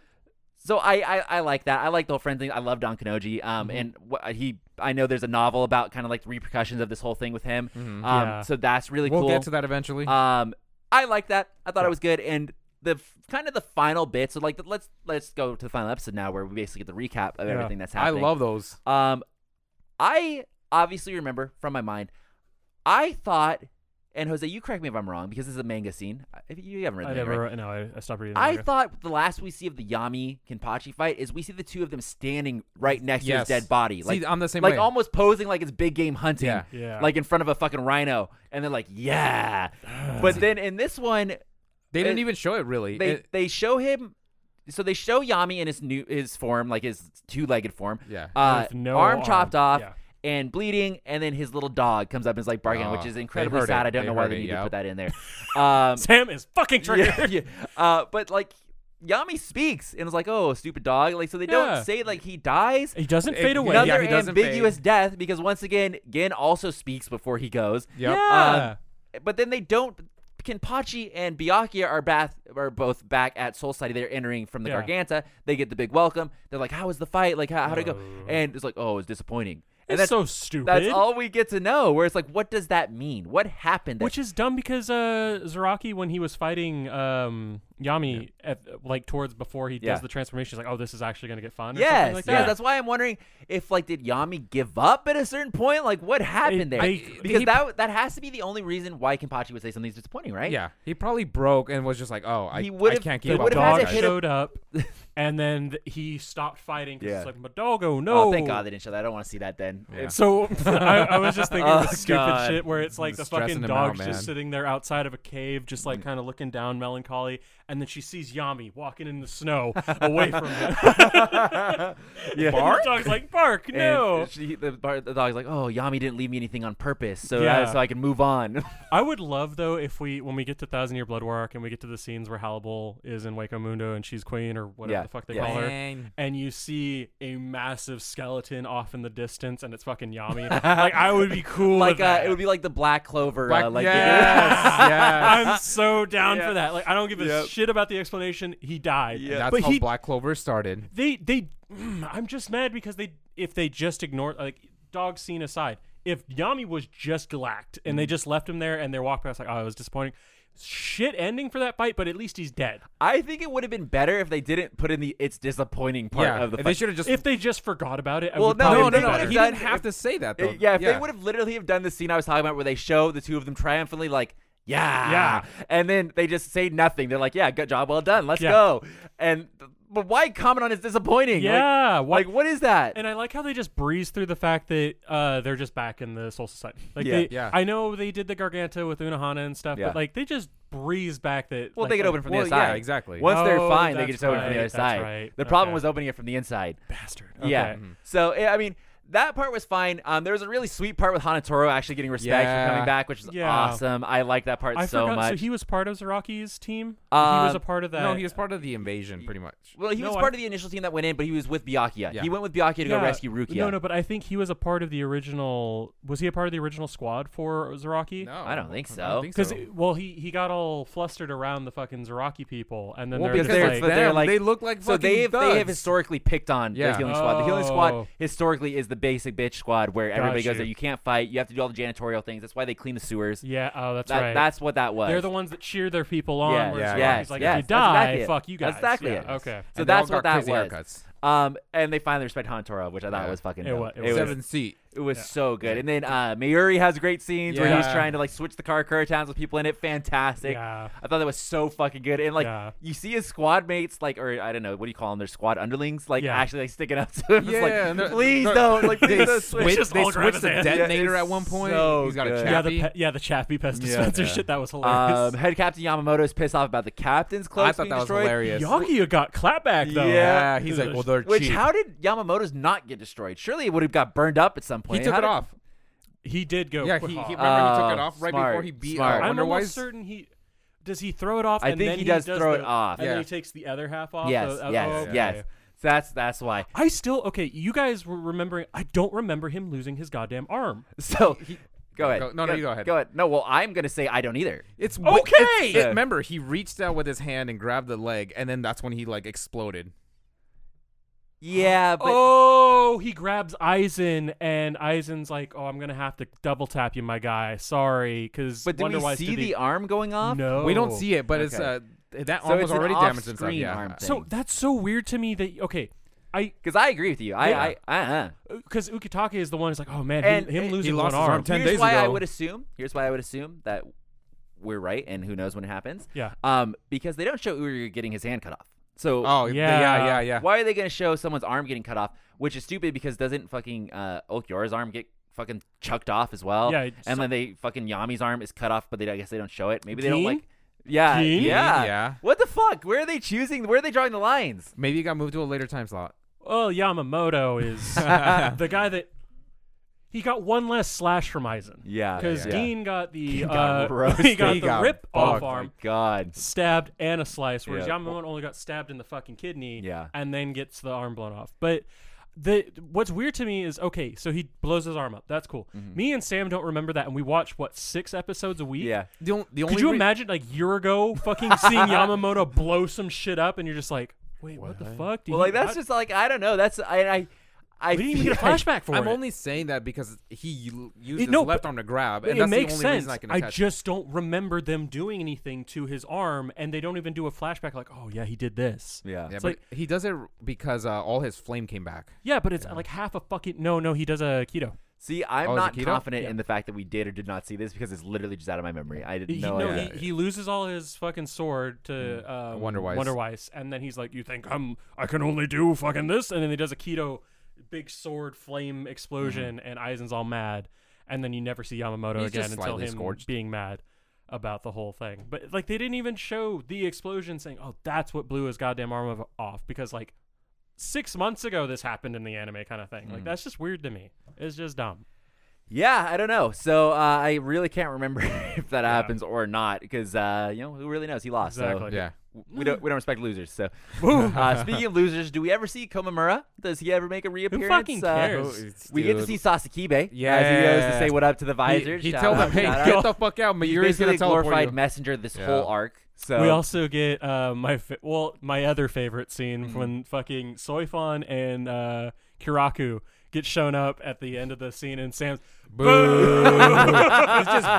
[SPEAKER 4] so I, I I like that. I like the whole friend thing. I love Don Kanoji. Um, and wh- he I know there's a novel about kind of like the repercussions of this whole thing with him. Um,
[SPEAKER 3] Mm-hmm.
[SPEAKER 2] Yeah.
[SPEAKER 4] so that's really
[SPEAKER 3] we'll
[SPEAKER 4] cool.
[SPEAKER 3] get to that eventually.
[SPEAKER 4] Um, I like that. I thought it was good. And the f- kind of the final bits. So like the, let's let's go to the final episode now, where we basically get the recap of
[SPEAKER 2] Yeah.
[SPEAKER 4] everything that's
[SPEAKER 3] I
[SPEAKER 4] happening.
[SPEAKER 3] love those.
[SPEAKER 4] Um, I obviously remember from my mind. I thought, and Jose, you correct me if I'm wrong, because this is a manga scene. If you haven't read the
[SPEAKER 2] I
[SPEAKER 4] manga,
[SPEAKER 2] never.
[SPEAKER 4] right?
[SPEAKER 2] No, I, I stopped reading. the
[SPEAKER 4] I
[SPEAKER 2] manga.
[SPEAKER 4] thought the last we see of the Yami Kenpachi fight is we see the two of them standing right next to his
[SPEAKER 3] Yes.
[SPEAKER 4] dead body.
[SPEAKER 3] See,
[SPEAKER 4] Like
[SPEAKER 3] I'm the same
[SPEAKER 4] like
[SPEAKER 3] way.
[SPEAKER 4] almost posing like it's big game hunting.
[SPEAKER 3] Yeah.
[SPEAKER 2] Yeah.
[SPEAKER 4] Like in front of a fucking rhino. And they're like, yeah. but then in this one,
[SPEAKER 3] They didn't
[SPEAKER 4] it-
[SPEAKER 3] even show it really.
[SPEAKER 4] they
[SPEAKER 3] It-
[SPEAKER 4] they show him so they show Yami in his new his form, like his two legged form.
[SPEAKER 3] Yeah.
[SPEAKER 4] Uh,
[SPEAKER 2] With no
[SPEAKER 4] arm
[SPEAKER 2] arm.
[SPEAKER 4] chopped off.
[SPEAKER 2] Yeah.
[SPEAKER 4] And bleeding, and then his little dog comes up and is like barking,
[SPEAKER 3] Oh,
[SPEAKER 4] which is
[SPEAKER 3] they
[SPEAKER 4] incredibly
[SPEAKER 3] heard
[SPEAKER 4] sad.
[SPEAKER 3] it.
[SPEAKER 4] I don't
[SPEAKER 3] They
[SPEAKER 4] know why
[SPEAKER 3] heard
[SPEAKER 4] they
[SPEAKER 3] it,
[SPEAKER 4] need to
[SPEAKER 3] yep.
[SPEAKER 4] put that in
[SPEAKER 3] (laughs)
[SPEAKER 4] there. Um,
[SPEAKER 2] Sam is fucking triggered.
[SPEAKER 4] (laughs) yeah, yeah. Uh, but like Yami speaks and is like, "Oh, stupid dog!" Like so they
[SPEAKER 3] Yeah.
[SPEAKER 4] don't say like he dies.
[SPEAKER 2] (laughs) He doesn't
[SPEAKER 3] It-
[SPEAKER 2] fade away.
[SPEAKER 3] yeah,
[SPEAKER 4] Another
[SPEAKER 3] he doesn't
[SPEAKER 4] ambiguous
[SPEAKER 3] fade.
[SPEAKER 4] death because once again, Gin also speaks before he goes.
[SPEAKER 3] Yep.
[SPEAKER 4] Um, but then they don't. Kenpachi and Byakuya are bath are both back at Soul Society. They're entering from the
[SPEAKER 2] Yeah.
[SPEAKER 4] Garganta. They get the big welcome. They're like, "How was the fight? Like, how how'd it go?" And it's like, "Oh, it's disappointing." And
[SPEAKER 2] It's
[SPEAKER 4] that's
[SPEAKER 2] so stupid.
[SPEAKER 4] that's all we get to know. Where it's like, what does that mean? What happened? that-
[SPEAKER 2] Which is dumb because uh, Zaraki, when he was fighting um, Yami, at, like towards before he
[SPEAKER 4] Yeah.
[SPEAKER 2] does the transformation, he's like, "Oh, this is actually gonna get fun." Or
[SPEAKER 4] Yes,
[SPEAKER 2] something like
[SPEAKER 4] yes.
[SPEAKER 2] that.
[SPEAKER 4] That's why I'm wondering if like did Yami give up at a certain point? Like what happened there?
[SPEAKER 2] they-
[SPEAKER 4] because
[SPEAKER 2] he-
[SPEAKER 4] that that has to be the only reason why Kenpachi would say something's disappointing, right?
[SPEAKER 3] yeah, he probably broke and was just like, "Oh, I,
[SPEAKER 4] He
[SPEAKER 3] I
[SPEAKER 4] would've-
[SPEAKER 3] can't
[SPEAKER 4] he
[SPEAKER 3] keep up."
[SPEAKER 2] the
[SPEAKER 3] with
[SPEAKER 4] would've had
[SPEAKER 3] you
[SPEAKER 2] dog
[SPEAKER 4] to
[SPEAKER 3] guys." (laughs)
[SPEAKER 4] hit
[SPEAKER 2] showed up,
[SPEAKER 4] (laughs)
[SPEAKER 2] and then th- he stopped fighting because
[SPEAKER 4] Yeah.
[SPEAKER 2] it's like Madogo, no.
[SPEAKER 4] Oh, thank God they didn't show that. I don't want to see that then.
[SPEAKER 3] Yeah.
[SPEAKER 2] So (laughs) I, I was just thinking
[SPEAKER 4] Oh,
[SPEAKER 2] of the stupid
[SPEAKER 4] God.
[SPEAKER 2] shit where it's like the
[SPEAKER 3] Stressing
[SPEAKER 2] fucking
[SPEAKER 3] him out,
[SPEAKER 2] dog's
[SPEAKER 3] man.
[SPEAKER 2] just sitting there outside of a cave, just like kind of looking down, melancholy, and then she sees Yami walking in the snow away from him. yeah.
[SPEAKER 4] Bark?
[SPEAKER 2] (laughs) The dog's like, "Bark, no!"
[SPEAKER 4] And she, the, bar- the dog's like, "Oh, Yami didn't leave me anything on purpose, so
[SPEAKER 2] Yeah.
[SPEAKER 4] I, so I can move on."
[SPEAKER 2] I would love though if we when we get to Thousand Year Blood War Arc and we get to the scenes where Hallibal is in Waco Mundo and she's queen or whatever
[SPEAKER 4] Yeah,
[SPEAKER 2] the fuck they
[SPEAKER 4] yeah.
[SPEAKER 2] call her,
[SPEAKER 3] Man.
[SPEAKER 2] and you see a massive skeleton off in the distance and it's fucking Yami. like I would be cool.
[SPEAKER 4] like
[SPEAKER 2] with
[SPEAKER 4] uh,
[SPEAKER 2] that.
[SPEAKER 4] it would be like the Black Clover,
[SPEAKER 3] Black-
[SPEAKER 4] uh,
[SPEAKER 2] (laughs)
[SPEAKER 4] like
[SPEAKER 3] yes,
[SPEAKER 4] (laughs)
[SPEAKER 3] yes.
[SPEAKER 2] I'm so down
[SPEAKER 4] Yeah.
[SPEAKER 2] for that. Like I don't give a
[SPEAKER 4] Yep.
[SPEAKER 2] shit about the explanation. He died.
[SPEAKER 3] And That's
[SPEAKER 2] but
[SPEAKER 3] how
[SPEAKER 2] he
[SPEAKER 3] Black Clover started.
[SPEAKER 2] they they mm, I'm just mad because they if they just ignore like dog scene aside, if Yami was just galact and they
[SPEAKER 4] Mm.
[SPEAKER 2] just left him there and they walked past like oh it was disappointing. Shit ending for that fight, but at least he's dead.
[SPEAKER 4] (laughs) I think it would have been better if they didn't put in the "it's disappointing" part
[SPEAKER 3] yeah,
[SPEAKER 4] of the.
[SPEAKER 3] they
[SPEAKER 4] fight.
[SPEAKER 3] should have just.
[SPEAKER 2] If they just forgot about it, I
[SPEAKER 4] Well,
[SPEAKER 2] would
[SPEAKER 4] no,
[SPEAKER 2] probably be
[SPEAKER 3] no, no,
[SPEAKER 4] they
[SPEAKER 3] no.
[SPEAKER 2] better.
[SPEAKER 3] He
[SPEAKER 4] would've
[SPEAKER 3] didn't
[SPEAKER 4] done-
[SPEAKER 3] have to say that though.
[SPEAKER 4] Uh, yeah, if they would have literally have done the scene I was talking about where they show the two of them triumphantly like, yeah,
[SPEAKER 2] Yeah.
[SPEAKER 4] and then they just say nothing. They're like, yeah, good job, well done, let's
[SPEAKER 2] Yeah.
[SPEAKER 4] go. And but why comment on it's disappointing?
[SPEAKER 2] Yeah,
[SPEAKER 4] like,
[SPEAKER 2] why-
[SPEAKER 4] like, what is that?
[SPEAKER 2] And I like how they just breeze through the fact that uh, they're just back in the Soul Society. Like,
[SPEAKER 4] Yeah.
[SPEAKER 2] they,
[SPEAKER 3] Yeah.
[SPEAKER 2] I know they did the Garganta with Unohana and stuff,
[SPEAKER 4] Yeah.
[SPEAKER 2] but like they just breeze back that.
[SPEAKER 4] well,
[SPEAKER 2] like,
[SPEAKER 4] they could
[SPEAKER 2] like,
[SPEAKER 4] open from
[SPEAKER 3] well,
[SPEAKER 4] the
[SPEAKER 3] yeah,
[SPEAKER 4] other side.
[SPEAKER 3] exactly.
[SPEAKER 4] Once they're
[SPEAKER 2] Oh,
[SPEAKER 4] fine, they could
[SPEAKER 2] that's
[SPEAKER 4] just open from
[SPEAKER 2] right,
[SPEAKER 4] the other
[SPEAKER 2] that's
[SPEAKER 4] side.
[SPEAKER 2] right.
[SPEAKER 4] The problem
[SPEAKER 2] Okay.
[SPEAKER 4] was opening it from the inside.
[SPEAKER 2] bastard.
[SPEAKER 4] Yeah.
[SPEAKER 2] Okay.
[SPEAKER 4] So eh, I mean, that part was fine. Um, there was a really sweet part with Hanatoro actually getting respect for
[SPEAKER 3] Yeah.
[SPEAKER 4] coming back, which is
[SPEAKER 2] Yeah.
[SPEAKER 4] awesome. I like that part
[SPEAKER 2] I
[SPEAKER 4] so
[SPEAKER 2] forgot.
[SPEAKER 4] much.
[SPEAKER 2] So he was part of Zeraki's team. he was
[SPEAKER 4] Um,
[SPEAKER 2] a part of that.
[SPEAKER 3] no, he was part of the invasion, pretty much.
[SPEAKER 4] well, he
[SPEAKER 2] No,
[SPEAKER 4] was
[SPEAKER 2] I-
[SPEAKER 4] part of the initial team that went in, but he was with Byakuya.
[SPEAKER 3] Yeah.
[SPEAKER 4] He went with Byakuya to go
[SPEAKER 2] Yeah.
[SPEAKER 4] rescue Rukia.
[SPEAKER 2] No, no, but I think he was a part of the original. Was he a part of the original squad for Zeraki?
[SPEAKER 3] No,
[SPEAKER 4] I don't think
[SPEAKER 3] I don't
[SPEAKER 4] so.
[SPEAKER 3] think
[SPEAKER 2] Because
[SPEAKER 3] so.
[SPEAKER 2] well, he he got all flustered around the fucking Zeraki people, and then
[SPEAKER 3] Well,
[SPEAKER 2] they're
[SPEAKER 3] because
[SPEAKER 2] just
[SPEAKER 3] they're-
[SPEAKER 2] like,
[SPEAKER 3] but they're- them. They look like
[SPEAKER 4] so they
[SPEAKER 3] fucking
[SPEAKER 4] have, they have
[SPEAKER 3] thugs.
[SPEAKER 4] historically picked on
[SPEAKER 3] Yeah.
[SPEAKER 4] the healing squad. The healing squad
[SPEAKER 2] Oh.
[SPEAKER 4] historically is the basic bitch squad where everybody
[SPEAKER 2] Got
[SPEAKER 4] goes
[SPEAKER 2] you.
[SPEAKER 4] there. You can't fight. You have to do all the janitorial things. That's why they clean the sewers.
[SPEAKER 2] yeah, oh, that's
[SPEAKER 4] That,
[SPEAKER 2] right.
[SPEAKER 4] That's what that was.
[SPEAKER 2] they're the ones that cheer their people on.
[SPEAKER 4] Yeah,
[SPEAKER 2] where
[SPEAKER 3] yeah,
[SPEAKER 2] Zeraki's
[SPEAKER 4] yes,
[SPEAKER 2] like,
[SPEAKER 4] yes,
[SPEAKER 2] if you
[SPEAKER 4] that's
[SPEAKER 2] die,
[SPEAKER 4] exactly it.
[SPEAKER 2] fuck you guys.
[SPEAKER 4] That's exactly
[SPEAKER 2] Yeah,
[SPEAKER 4] it.
[SPEAKER 2] Okay.
[SPEAKER 4] So
[SPEAKER 3] And they all
[SPEAKER 4] that's what that
[SPEAKER 3] got crazy
[SPEAKER 4] was.
[SPEAKER 3] haircuts.
[SPEAKER 4] Um, and they finally respect Hantoro, which I thought
[SPEAKER 3] Yeah.
[SPEAKER 4] was fucking.
[SPEAKER 2] It
[SPEAKER 4] dope.
[SPEAKER 2] wa- it was.
[SPEAKER 3] Seven seat.
[SPEAKER 4] It was so good. And then uh, Mayuri has great scenes where he's
[SPEAKER 3] Yeah.
[SPEAKER 4] trying to like switch the car towns with people in it. Fantastic.
[SPEAKER 2] Yeah.
[SPEAKER 4] I thought that was so fucking good. And like
[SPEAKER 2] Yeah.
[SPEAKER 4] you see his squad mates, like or I don't know, what do you call them? Their squad underlings, like
[SPEAKER 2] Yeah.
[SPEAKER 4] actually like sticking up to him.
[SPEAKER 3] Yeah,
[SPEAKER 4] it's
[SPEAKER 3] and they're-
[SPEAKER 4] like please
[SPEAKER 3] they're-
[SPEAKER 4] don't like please
[SPEAKER 3] They
[SPEAKER 4] don't
[SPEAKER 3] switch,
[SPEAKER 2] just
[SPEAKER 3] they
[SPEAKER 2] all grab
[SPEAKER 3] switch
[SPEAKER 2] his
[SPEAKER 3] the
[SPEAKER 2] hand.
[SPEAKER 3] detonator
[SPEAKER 4] Yeah,
[SPEAKER 3] at one point.
[SPEAKER 4] so
[SPEAKER 3] He's got a
[SPEAKER 4] good.
[SPEAKER 3] chappy.
[SPEAKER 2] Yeah, the pe- yeah the Chappie Pest Dispenser shit that was
[SPEAKER 4] Um,
[SPEAKER 2] hilarious.
[SPEAKER 4] head captain Yamamoto is pissed off about the captain's clothes.
[SPEAKER 3] I thought
[SPEAKER 4] being
[SPEAKER 3] that was
[SPEAKER 4] destroyed,
[SPEAKER 3] hilarious.
[SPEAKER 2] Yagia got clapback though.
[SPEAKER 3] Yeah, he's like, well, they're
[SPEAKER 4] Which
[SPEAKER 3] cheap.
[SPEAKER 4] how did Yamamoto's not get destroyed? Surely it would have got burned up at some
[SPEAKER 3] he
[SPEAKER 4] point.
[SPEAKER 3] took
[SPEAKER 4] How
[SPEAKER 3] it
[SPEAKER 4] did-
[SPEAKER 3] off.
[SPEAKER 2] he did go.
[SPEAKER 3] Yeah, he,
[SPEAKER 2] quick
[SPEAKER 3] he remember
[SPEAKER 2] off.
[SPEAKER 3] he took it
[SPEAKER 4] Oh,
[SPEAKER 3] off right before
[SPEAKER 4] smart,
[SPEAKER 3] he beat.
[SPEAKER 4] smart.
[SPEAKER 3] Uh,
[SPEAKER 2] I'm
[SPEAKER 3] Wonder
[SPEAKER 2] almost
[SPEAKER 3] Wise.
[SPEAKER 2] certain he does he throw it off.
[SPEAKER 4] I
[SPEAKER 2] and
[SPEAKER 4] think
[SPEAKER 2] then
[SPEAKER 4] he does throw it
[SPEAKER 2] the-
[SPEAKER 4] off.
[SPEAKER 2] and then
[SPEAKER 3] Yeah.
[SPEAKER 2] he takes the other half off.
[SPEAKER 4] Yes,
[SPEAKER 2] so- oh,
[SPEAKER 4] yes,
[SPEAKER 2] okay.
[SPEAKER 4] yes. So that's that's why. (laughs)
[SPEAKER 2] I still okay. You guys were remembering. I don't remember him losing his goddamn arm.
[SPEAKER 4] So go ahead.
[SPEAKER 3] go- no, no, you go ahead.
[SPEAKER 4] Go ahead. No, well, I'm gonna say I don't either.
[SPEAKER 3] It's
[SPEAKER 2] Okay!
[SPEAKER 3] it's-
[SPEAKER 4] Yeah.
[SPEAKER 3] it- remember, he reached out with his hand and grabbed the leg, and then that's when he like exploded.
[SPEAKER 4] Yeah, but
[SPEAKER 2] oh, he grabs Eisen, and Eisen's like, "Oh, I'm gonna have to double tap you, my guy. Sorry, because
[SPEAKER 4] but did we see the arm going off?
[SPEAKER 2] No,
[SPEAKER 3] We don't see it, but it's uh,
[SPEAKER 4] Oh, Okay.
[SPEAKER 3] that
[SPEAKER 4] So
[SPEAKER 3] arm was
[SPEAKER 4] it's an
[SPEAKER 3] already damaged inside.
[SPEAKER 4] off-screen
[SPEAKER 3] Yeah.
[SPEAKER 4] arm thing.
[SPEAKER 2] So that's so weird to me that okay, I
[SPEAKER 4] Because I agree with you. I,
[SPEAKER 2] Yeah.
[SPEAKER 4] I, uh,
[SPEAKER 2] because Ukitake is the one who's like, "Oh man,
[SPEAKER 4] And- uh,
[SPEAKER 2] him, him
[SPEAKER 4] and-
[SPEAKER 2] losing
[SPEAKER 3] He
[SPEAKER 2] one
[SPEAKER 3] lost his
[SPEAKER 2] arm.
[SPEAKER 3] arm 10
[SPEAKER 4] here's
[SPEAKER 3] days
[SPEAKER 4] why I
[SPEAKER 3] ago.
[SPEAKER 4] would assume. Here's why I would assume that we're right, and who knows when it happens.
[SPEAKER 2] Yeah.
[SPEAKER 4] Um, because they don't show Uri getting his hand cut off. So
[SPEAKER 3] Oh yeah,
[SPEAKER 2] Yeah.
[SPEAKER 3] yeah, yeah, yeah.
[SPEAKER 4] why are they gonna show someone's arm getting cut off? Which is stupid because doesn't fucking uh, Okiora's arm get fucking chucked off as well?
[SPEAKER 2] Yeah, it-
[SPEAKER 4] and
[SPEAKER 2] so-
[SPEAKER 4] then they fucking Yami's arm is cut off, but they I guess they don't show it. Maybe they don't
[SPEAKER 2] Gin?
[SPEAKER 4] like. Yeah,
[SPEAKER 2] Gin?
[SPEAKER 4] yeah,
[SPEAKER 3] Yeah.
[SPEAKER 4] What the fuck? Where are they choosing? Where are they drawing the lines?
[SPEAKER 3] Maybe it got moved to a later
[SPEAKER 4] (laughs)
[SPEAKER 3] time slot. (laughs)
[SPEAKER 2] Well, Yamamoto is the guy that he got one less slash from Eisen.
[SPEAKER 4] Yeah,
[SPEAKER 2] because
[SPEAKER 4] yeah.
[SPEAKER 2] Dean got the he
[SPEAKER 4] got
[SPEAKER 2] uh, (laughs) he
[SPEAKER 4] roasted.
[SPEAKER 2] got Oh
[SPEAKER 3] He
[SPEAKER 2] the
[SPEAKER 3] got
[SPEAKER 2] rip off
[SPEAKER 3] fucked.
[SPEAKER 2] arm,
[SPEAKER 4] God.
[SPEAKER 2] stabbed and a slice, whereas
[SPEAKER 4] Yeah.
[SPEAKER 2] Yamamoto only got stabbed in the fucking kidney.
[SPEAKER 4] Yeah.
[SPEAKER 2] and then gets the arm blown off. But the what's weird to me is okay, so he blows his arm up. That's cool.
[SPEAKER 4] Mm-hmm.
[SPEAKER 2] Me and Sam don't remember that, and we watch what six episodes a week.
[SPEAKER 4] Yeah.
[SPEAKER 3] The, on- the only
[SPEAKER 2] Could you
[SPEAKER 3] re-
[SPEAKER 2] imagine like year ago fucking seeing
[SPEAKER 3] (laughs)
[SPEAKER 2] Yamamoto blow some shit up and you're just like, wait, what, the fuck? Did
[SPEAKER 4] Well,
[SPEAKER 2] he-
[SPEAKER 4] like that's
[SPEAKER 2] how-
[SPEAKER 4] just like I don't know. That's I I I
[SPEAKER 2] we didn't even
[SPEAKER 4] feel
[SPEAKER 2] get (laughs)
[SPEAKER 3] (laughs)
[SPEAKER 2] a flashback for
[SPEAKER 3] I'm
[SPEAKER 2] it.
[SPEAKER 3] only saying that because he l- used
[SPEAKER 2] It-
[SPEAKER 3] his
[SPEAKER 2] no,
[SPEAKER 3] left
[SPEAKER 2] but-
[SPEAKER 3] arm to grab,
[SPEAKER 2] But
[SPEAKER 3] and
[SPEAKER 2] it
[SPEAKER 3] that's
[SPEAKER 2] makes
[SPEAKER 3] the only
[SPEAKER 2] sense.
[SPEAKER 3] reason I can
[SPEAKER 2] I
[SPEAKER 3] attach.
[SPEAKER 2] just don't remember them doing anything to his arm, and they don't even do a flashback like, "Oh yeah, he did this."
[SPEAKER 4] yeah.
[SPEAKER 3] yeah,
[SPEAKER 2] it's
[SPEAKER 3] but
[SPEAKER 2] like-
[SPEAKER 3] he does it because uh, all his flame came back.
[SPEAKER 2] Yeah, but it's like half a fucking no, no. He does a keto.
[SPEAKER 4] See, I'm
[SPEAKER 3] Oh, is it
[SPEAKER 4] not
[SPEAKER 3] keto?
[SPEAKER 4] confident
[SPEAKER 2] Yeah.
[SPEAKER 4] in the fact that we did or did not see this because it's literally just out of my memory. I
[SPEAKER 2] He,
[SPEAKER 4] didn't know.
[SPEAKER 2] no,
[SPEAKER 4] idea.
[SPEAKER 2] he, he loses all his fucking sword to
[SPEAKER 3] Mm.
[SPEAKER 2] um,
[SPEAKER 3] Wonderwise.
[SPEAKER 2] Wonderwise, and then he's like, "You think I'm? I can only do fucking this?" And then he does a keto, big sword flame explosion, and Aizen's all mad, and then you never see Yamamoto
[SPEAKER 3] Mm-hmm. He's
[SPEAKER 2] again
[SPEAKER 3] just
[SPEAKER 2] until
[SPEAKER 3] slightly
[SPEAKER 2] him
[SPEAKER 3] scorched.
[SPEAKER 2] being mad about the whole thing. But like, they didn't even show the explosion, saying, "Oh, that's what blew his goddamn arm of- off," because like. Six months ago, this happened in the anime, kind of thing.
[SPEAKER 3] Mm.
[SPEAKER 2] Like that's just weird to me. It's just dumb.
[SPEAKER 4] Yeah, I don't know. So uh, I really can't remember (laughs) if that happens or not because uh, you know who really knows? He lost. so
[SPEAKER 2] Exactly.
[SPEAKER 3] Yeah.
[SPEAKER 4] we don't we don't respect losers. So uh, speaking of losers, do we ever see Komamura? Does he ever make a reappearance?
[SPEAKER 2] fucking
[SPEAKER 4] Uh,
[SPEAKER 2] cares?
[SPEAKER 4] we get to see Sasakibe. as he goes to
[SPEAKER 3] Yeah.
[SPEAKER 4] say what up to the visors.
[SPEAKER 3] He, he
[SPEAKER 4] Shout
[SPEAKER 3] tells
[SPEAKER 4] out,
[SPEAKER 3] them, "Hey,
[SPEAKER 4] shout
[SPEAKER 3] get
[SPEAKER 4] out."
[SPEAKER 3] the
[SPEAKER 2] (laughs)
[SPEAKER 3] fuck out!"
[SPEAKER 4] He's
[SPEAKER 3] Mayuri's
[SPEAKER 4] basically
[SPEAKER 3] gonna
[SPEAKER 4] a
[SPEAKER 3] teleport
[SPEAKER 4] glorified
[SPEAKER 3] you.
[SPEAKER 4] messenger this
[SPEAKER 3] Yeah.
[SPEAKER 4] whole arc. So
[SPEAKER 2] We also get uh, my fa- well, my other favorite scene when fucking Soifon and uh, Kiraku get shown up at the end of the scene, and Sam's
[SPEAKER 3] (laughs) He's just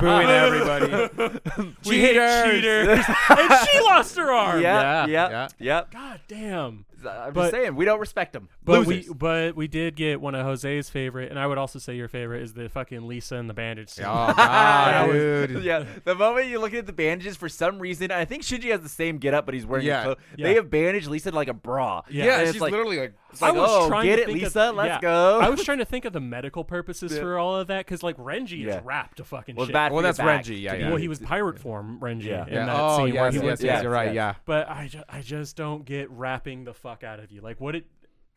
[SPEAKER 2] (laughs)
[SPEAKER 3] booing everybody.
[SPEAKER 2] we hate cheaters, and she lost her arm.
[SPEAKER 4] yeah,
[SPEAKER 3] Yeah,
[SPEAKER 4] yeah,
[SPEAKER 3] yeah.
[SPEAKER 4] yep.
[SPEAKER 2] God damn.
[SPEAKER 4] I'm
[SPEAKER 2] But-
[SPEAKER 4] just saying we don't respect him.
[SPEAKER 2] But
[SPEAKER 4] losers.
[SPEAKER 2] we but we did get one of Jose's favorite, and I would also say your favorite is the fucking Lisa and the bandage scene.
[SPEAKER 3] Oh
[SPEAKER 4] Yeah,
[SPEAKER 3] god,
[SPEAKER 4] it was- (laughs)
[SPEAKER 3] dude.
[SPEAKER 4] Yeah, the moment you look at the bandages, for some reason, I think Shinji has the same getup, but he's wearing
[SPEAKER 3] Yeah.
[SPEAKER 4] a clo-
[SPEAKER 2] Yeah.
[SPEAKER 4] They have bandaged Lisa like a bra.
[SPEAKER 2] Yeah.
[SPEAKER 3] Yeah,
[SPEAKER 4] And it's
[SPEAKER 3] she's
[SPEAKER 4] like,
[SPEAKER 3] literally like.
[SPEAKER 4] it's like,
[SPEAKER 2] I was
[SPEAKER 4] oh,
[SPEAKER 2] trying
[SPEAKER 4] get
[SPEAKER 2] to
[SPEAKER 4] it,
[SPEAKER 2] think of-
[SPEAKER 4] Lisa. Let's
[SPEAKER 2] yeah.
[SPEAKER 4] go.
[SPEAKER 2] I was trying to think of the medical
[SPEAKER 4] (laughs)
[SPEAKER 2] purposes for all of that because like Renji
[SPEAKER 4] Yeah.
[SPEAKER 2] is wrapped to fucking
[SPEAKER 4] (laughs) well,
[SPEAKER 2] shit.
[SPEAKER 4] bad for
[SPEAKER 3] Well,
[SPEAKER 4] your
[SPEAKER 3] that's
[SPEAKER 4] back.
[SPEAKER 3] Renji. Yeah,
[SPEAKER 4] To
[SPEAKER 3] yeah.
[SPEAKER 2] well, he was pirate form Renji
[SPEAKER 4] Yeah.
[SPEAKER 2] in
[SPEAKER 3] Yeah.
[SPEAKER 2] that
[SPEAKER 3] Oh
[SPEAKER 2] scene where
[SPEAKER 3] yes,
[SPEAKER 2] he
[SPEAKER 3] yes,
[SPEAKER 2] was
[SPEAKER 3] yes. You're right.
[SPEAKER 4] yes.
[SPEAKER 3] Yeah.
[SPEAKER 2] But I just, I just don't get wrapping the fuck out of you. Like what it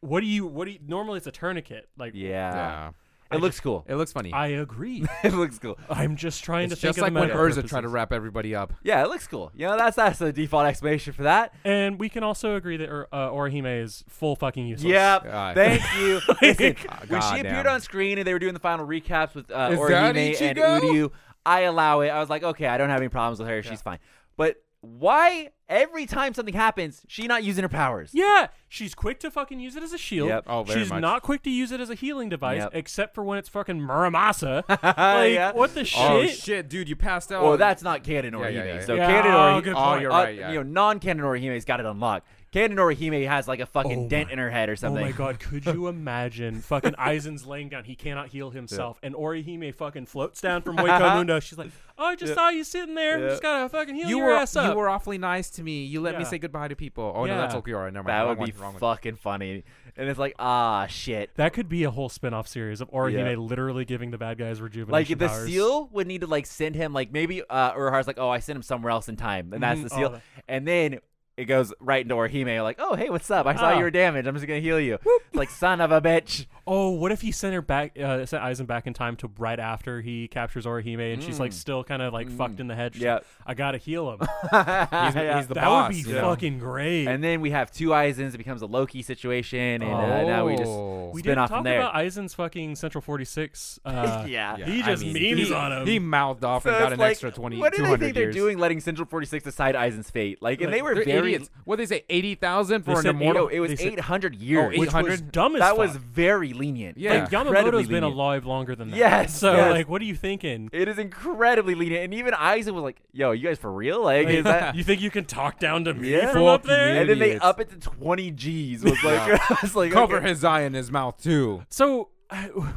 [SPEAKER 2] what do you what do you normally it's a tourniquet. Like
[SPEAKER 4] (laughs) Yeah.
[SPEAKER 3] Yeah.
[SPEAKER 4] It looks cool. (laughs)
[SPEAKER 3] It looks funny.
[SPEAKER 2] I agree.
[SPEAKER 4] It looks cool.
[SPEAKER 2] I'm just trying to
[SPEAKER 3] It's
[SPEAKER 2] think
[SPEAKER 3] just like
[SPEAKER 2] of the
[SPEAKER 3] when
[SPEAKER 2] medical
[SPEAKER 3] Urza tried to
[SPEAKER 2] purposes.
[SPEAKER 3] wrap everybody up.
[SPEAKER 4] Yeah, it looks cool. You know, that's that's the default explanation for that.
[SPEAKER 2] And we can also agree that Ur- uh, Orihime is full fucking useless.
[SPEAKER 4] Yep.
[SPEAKER 3] (laughs) God.
[SPEAKER 4] Thank you. Listen, when she
[SPEAKER 3] goddamn.
[SPEAKER 4] appeared on screen and they were doing the final recaps with uh,
[SPEAKER 3] Is that
[SPEAKER 4] Orihime and
[SPEAKER 3] Ichigo?
[SPEAKER 4] Uryu, I allow it. I was like, okay, I don't have any problems with her. She's fine. But why every time something happens, she not using her powers?
[SPEAKER 2] Yeah, she's quick to fucking use it as a shield.
[SPEAKER 4] Yep.
[SPEAKER 3] Oh, very
[SPEAKER 2] she's
[SPEAKER 3] much.
[SPEAKER 2] not quick to use it as a healing device,
[SPEAKER 4] Yep.
[SPEAKER 2] except for when it's fucking
[SPEAKER 3] (laughs)
[SPEAKER 2] Muramasa. like,
[SPEAKER 4] Yeah.
[SPEAKER 2] what the shit?
[SPEAKER 3] Oh shit, dude, you passed out.
[SPEAKER 4] Well, that's not canon or
[SPEAKER 3] Yeah, yeah,
[SPEAKER 4] Hime.
[SPEAKER 3] yeah,
[SPEAKER 4] So
[SPEAKER 2] yeah.
[SPEAKER 4] canon
[SPEAKER 2] Oh,
[SPEAKER 4] or
[SPEAKER 2] good
[SPEAKER 3] Oh,
[SPEAKER 2] point.
[SPEAKER 3] you're
[SPEAKER 4] uh,
[SPEAKER 3] right. Yeah.
[SPEAKER 4] you know, non-canon or Hime's got it unlocked. Canon Orihime has like a fucking
[SPEAKER 2] Oh
[SPEAKER 4] dent
[SPEAKER 2] my-
[SPEAKER 4] in her head or
[SPEAKER 2] Oh
[SPEAKER 4] something.
[SPEAKER 2] my god, could you
[SPEAKER 4] (laughs)
[SPEAKER 2] imagine fucking Aizen's laying down, he cannot heal himself, and Orihime fucking floats down from
[SPEAKER 4] (laughs)
[SPEAKER 2] Waco Mundo. She's like, Oh, I just saw you sitting there. Just gotta fucking heal
[SPEAKER 3] You
[SPEAKER 2] your
[SPEAKER 3] were
[SPEAKER 2] ass up.
[SPEAKER 3] you were awfully nice to me. You let me
[SPEAKER 2] Yeah.
[SPEAKER 3] say goodbye to people. Oh no,
[SPEAKER 2] Yeah.
[SPEAKER 3] that's Okiura. Never mind.
[SPEAKER 4] That
[SPEAKER 3] Wrong
[SPEAKER 4] would
[SPEAKER 3] one,
[SPEAKER 4] be
[SPEAKER 3] wrong one.
[SPEAKER 4] fucking funny. And it's like, ah, shit.
[SPEAKER 2] that could be a whole spin off series of Orihime
[SPEAKER 4] Yeah.
[SPEAKER 2] literally giving the bad guys
[SPEAKER 4] Like
[SPEAKER 2] rejuvenation
[SPEAKER 4] the
[SPEAKER 2] powers.
[SPEAKER 4] seal would need to like send him like maybe uh Urhar's like, oh, I sent him somewhere else in time, and that's
[SPEAKER 2] Mhm,
[SPEAKER 4] the
[SPEAKER 2] oh,
[SPEAKER 4] seal.
[SPEAKER 2] that-
[SPEAKER 4] And then it goes right into Orihime, like, oh hey, what's up? I saw
[SPEAKER 2] Ah.
[SPEAKER 4] you were damaged. I'm just gonna heal you. It's like son of a (laughs) bitch.
[SPEAKER 2] Oh, what if he sent her back, uh, sent Aizen back in time to right after he captures Orihime, and she's like still kind of like fucked in the head. She's
[SPEAKER 4] Mm. Yeah.
[SPEAKER 2] like, I gotta heal
[SPEAKER 4] (laughs)
[SPEAKER 2] him.
[SPEAKER 3] He's,
[SPEAKER 4] Yeah.
[SPEAKER 3] he's the
[SPEAKER 2] that
[SPEAKER 3] boss.
[SPEAKER 2] would be
[SPEAKER 3] you know?
[SPEAKER 2] fucking great.
[SPEAKER 4] And then we have two Aizens. It becomes a Loki situation, and uh, now we just
[SPEAKER 3] Oh.
[SPEAKER 2] we
[SPEAKER 4] spin
[SPEAKER 2] didn't
[SPEAKER 4] off
[SPEAKER 2] talk
[SPEAKER 4] from there.
[SPEAKER 2] about Aizen's fucking Central 46. Uh,
[SPEAKER 4] (laughs) (laughs) yeah.
[SPEAKER 3] Yeah,
[SPEAKER 2] He
[SPEAKER 3] I
[SPEAKER 2] just
[SPEAKER 3] mean,
[SPEAKER 2] memes
[SPEAKER 3] he,
[SPEAKER 2] on him.
[SPEAKER 3] He mouthed off
[SPEAKER 4] So
[SPEAKER 3] and got
[SPEAKER 4] it's
[SPEAKER 3] an
[SPEAKER 4] like,
[SPEAKER 3] extra 20,
[SPEAKER 4] what do they
[SPEAKER 3] 200
[SPEAKER 4] think they're
[SPEAKER 3] years.
[SPEAKER 4] doing, letting Central 46 decide Eisen's fate? Like, and
[SPEAKER 2] Like,
[SPEAKER 4] they were
[SPEAKER 3] They're
[SPEAKER 4] very.
[SPEAKER 3] idiots. What did they say? Eighty thousand
[SPEAKER 2] They
[SPEAKER 3] for an
[SPEAKER 2] said
[SPEAKER 3] immortal?
[SPEAKER 4] No, it was
[SPEAKER 2] They said-
[SPEAKER 4] 800 years.
[SPEAKER 3] Oh,
[SPEAKER 2] which was
[SPEAKER 3] 800?
[SPEAKER 2] dumb as
[SPEAKER 4] that
[SPEAKER 2] fuck.
[SPEAKER 4] was very lenient.
[SPEAKER 3] Yeah.
[SPEAKER 2] like
[SPEAKER 4] incredibly
[SPEAKER 2] Yamamoto's been
[SPEAKER 4] lenient.
[SPEAKER 2] alive longer than that.
[SPEAKER 4] Yes,
[SPEAKER 2] So
[SPEAKER 4] yes.
[SPEAKER 2] like, what are you thinking?
[SPEAKER 4] It is incredibly lenient, and even Eisen was like, "Yo, you guys for real? Like, is
[SPEAKER 2] (laughs)
[SPEAKER 4] that?"
[SPEAKER 2] you think you can talk down to me
[SPEAKER 4] Yeah.
[SPEAKER 2] from up
[SPEAKER 3] Fuck
[SPEAKER 2] there?
[SPEAKER 3] you.
[SPEAKER 4] And then they
[SPEAKER 3] idiots.
[SPEAKER 4] up it to 20 G's. Was (laughs) like, was like
[SPEAKER 3] Cover
[SPEAKER 4] okay.
[SPEAKER 3] his eye in his mouth too.
[SPEAKER 2] So, (laughs)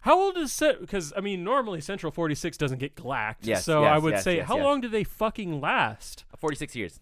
[SPEAKER 2] how old is Set? Because I mean, normally Central Forty Six doesn't get glacked.
[SPEAKER 4] Yes,
[SPEAKER 2] so
[SPEAKER 4] yes,
[SPEAKER 2] I would
[SPEAKER 4] yes,
[SPEAKER 2] say,
[SPEAKER 4] yes,
[SPEAKER 2] how
[SPEAKER 4] yes.
[SPEAKER 2] long do they fucking last?
[SPEAKER 4] 46 years.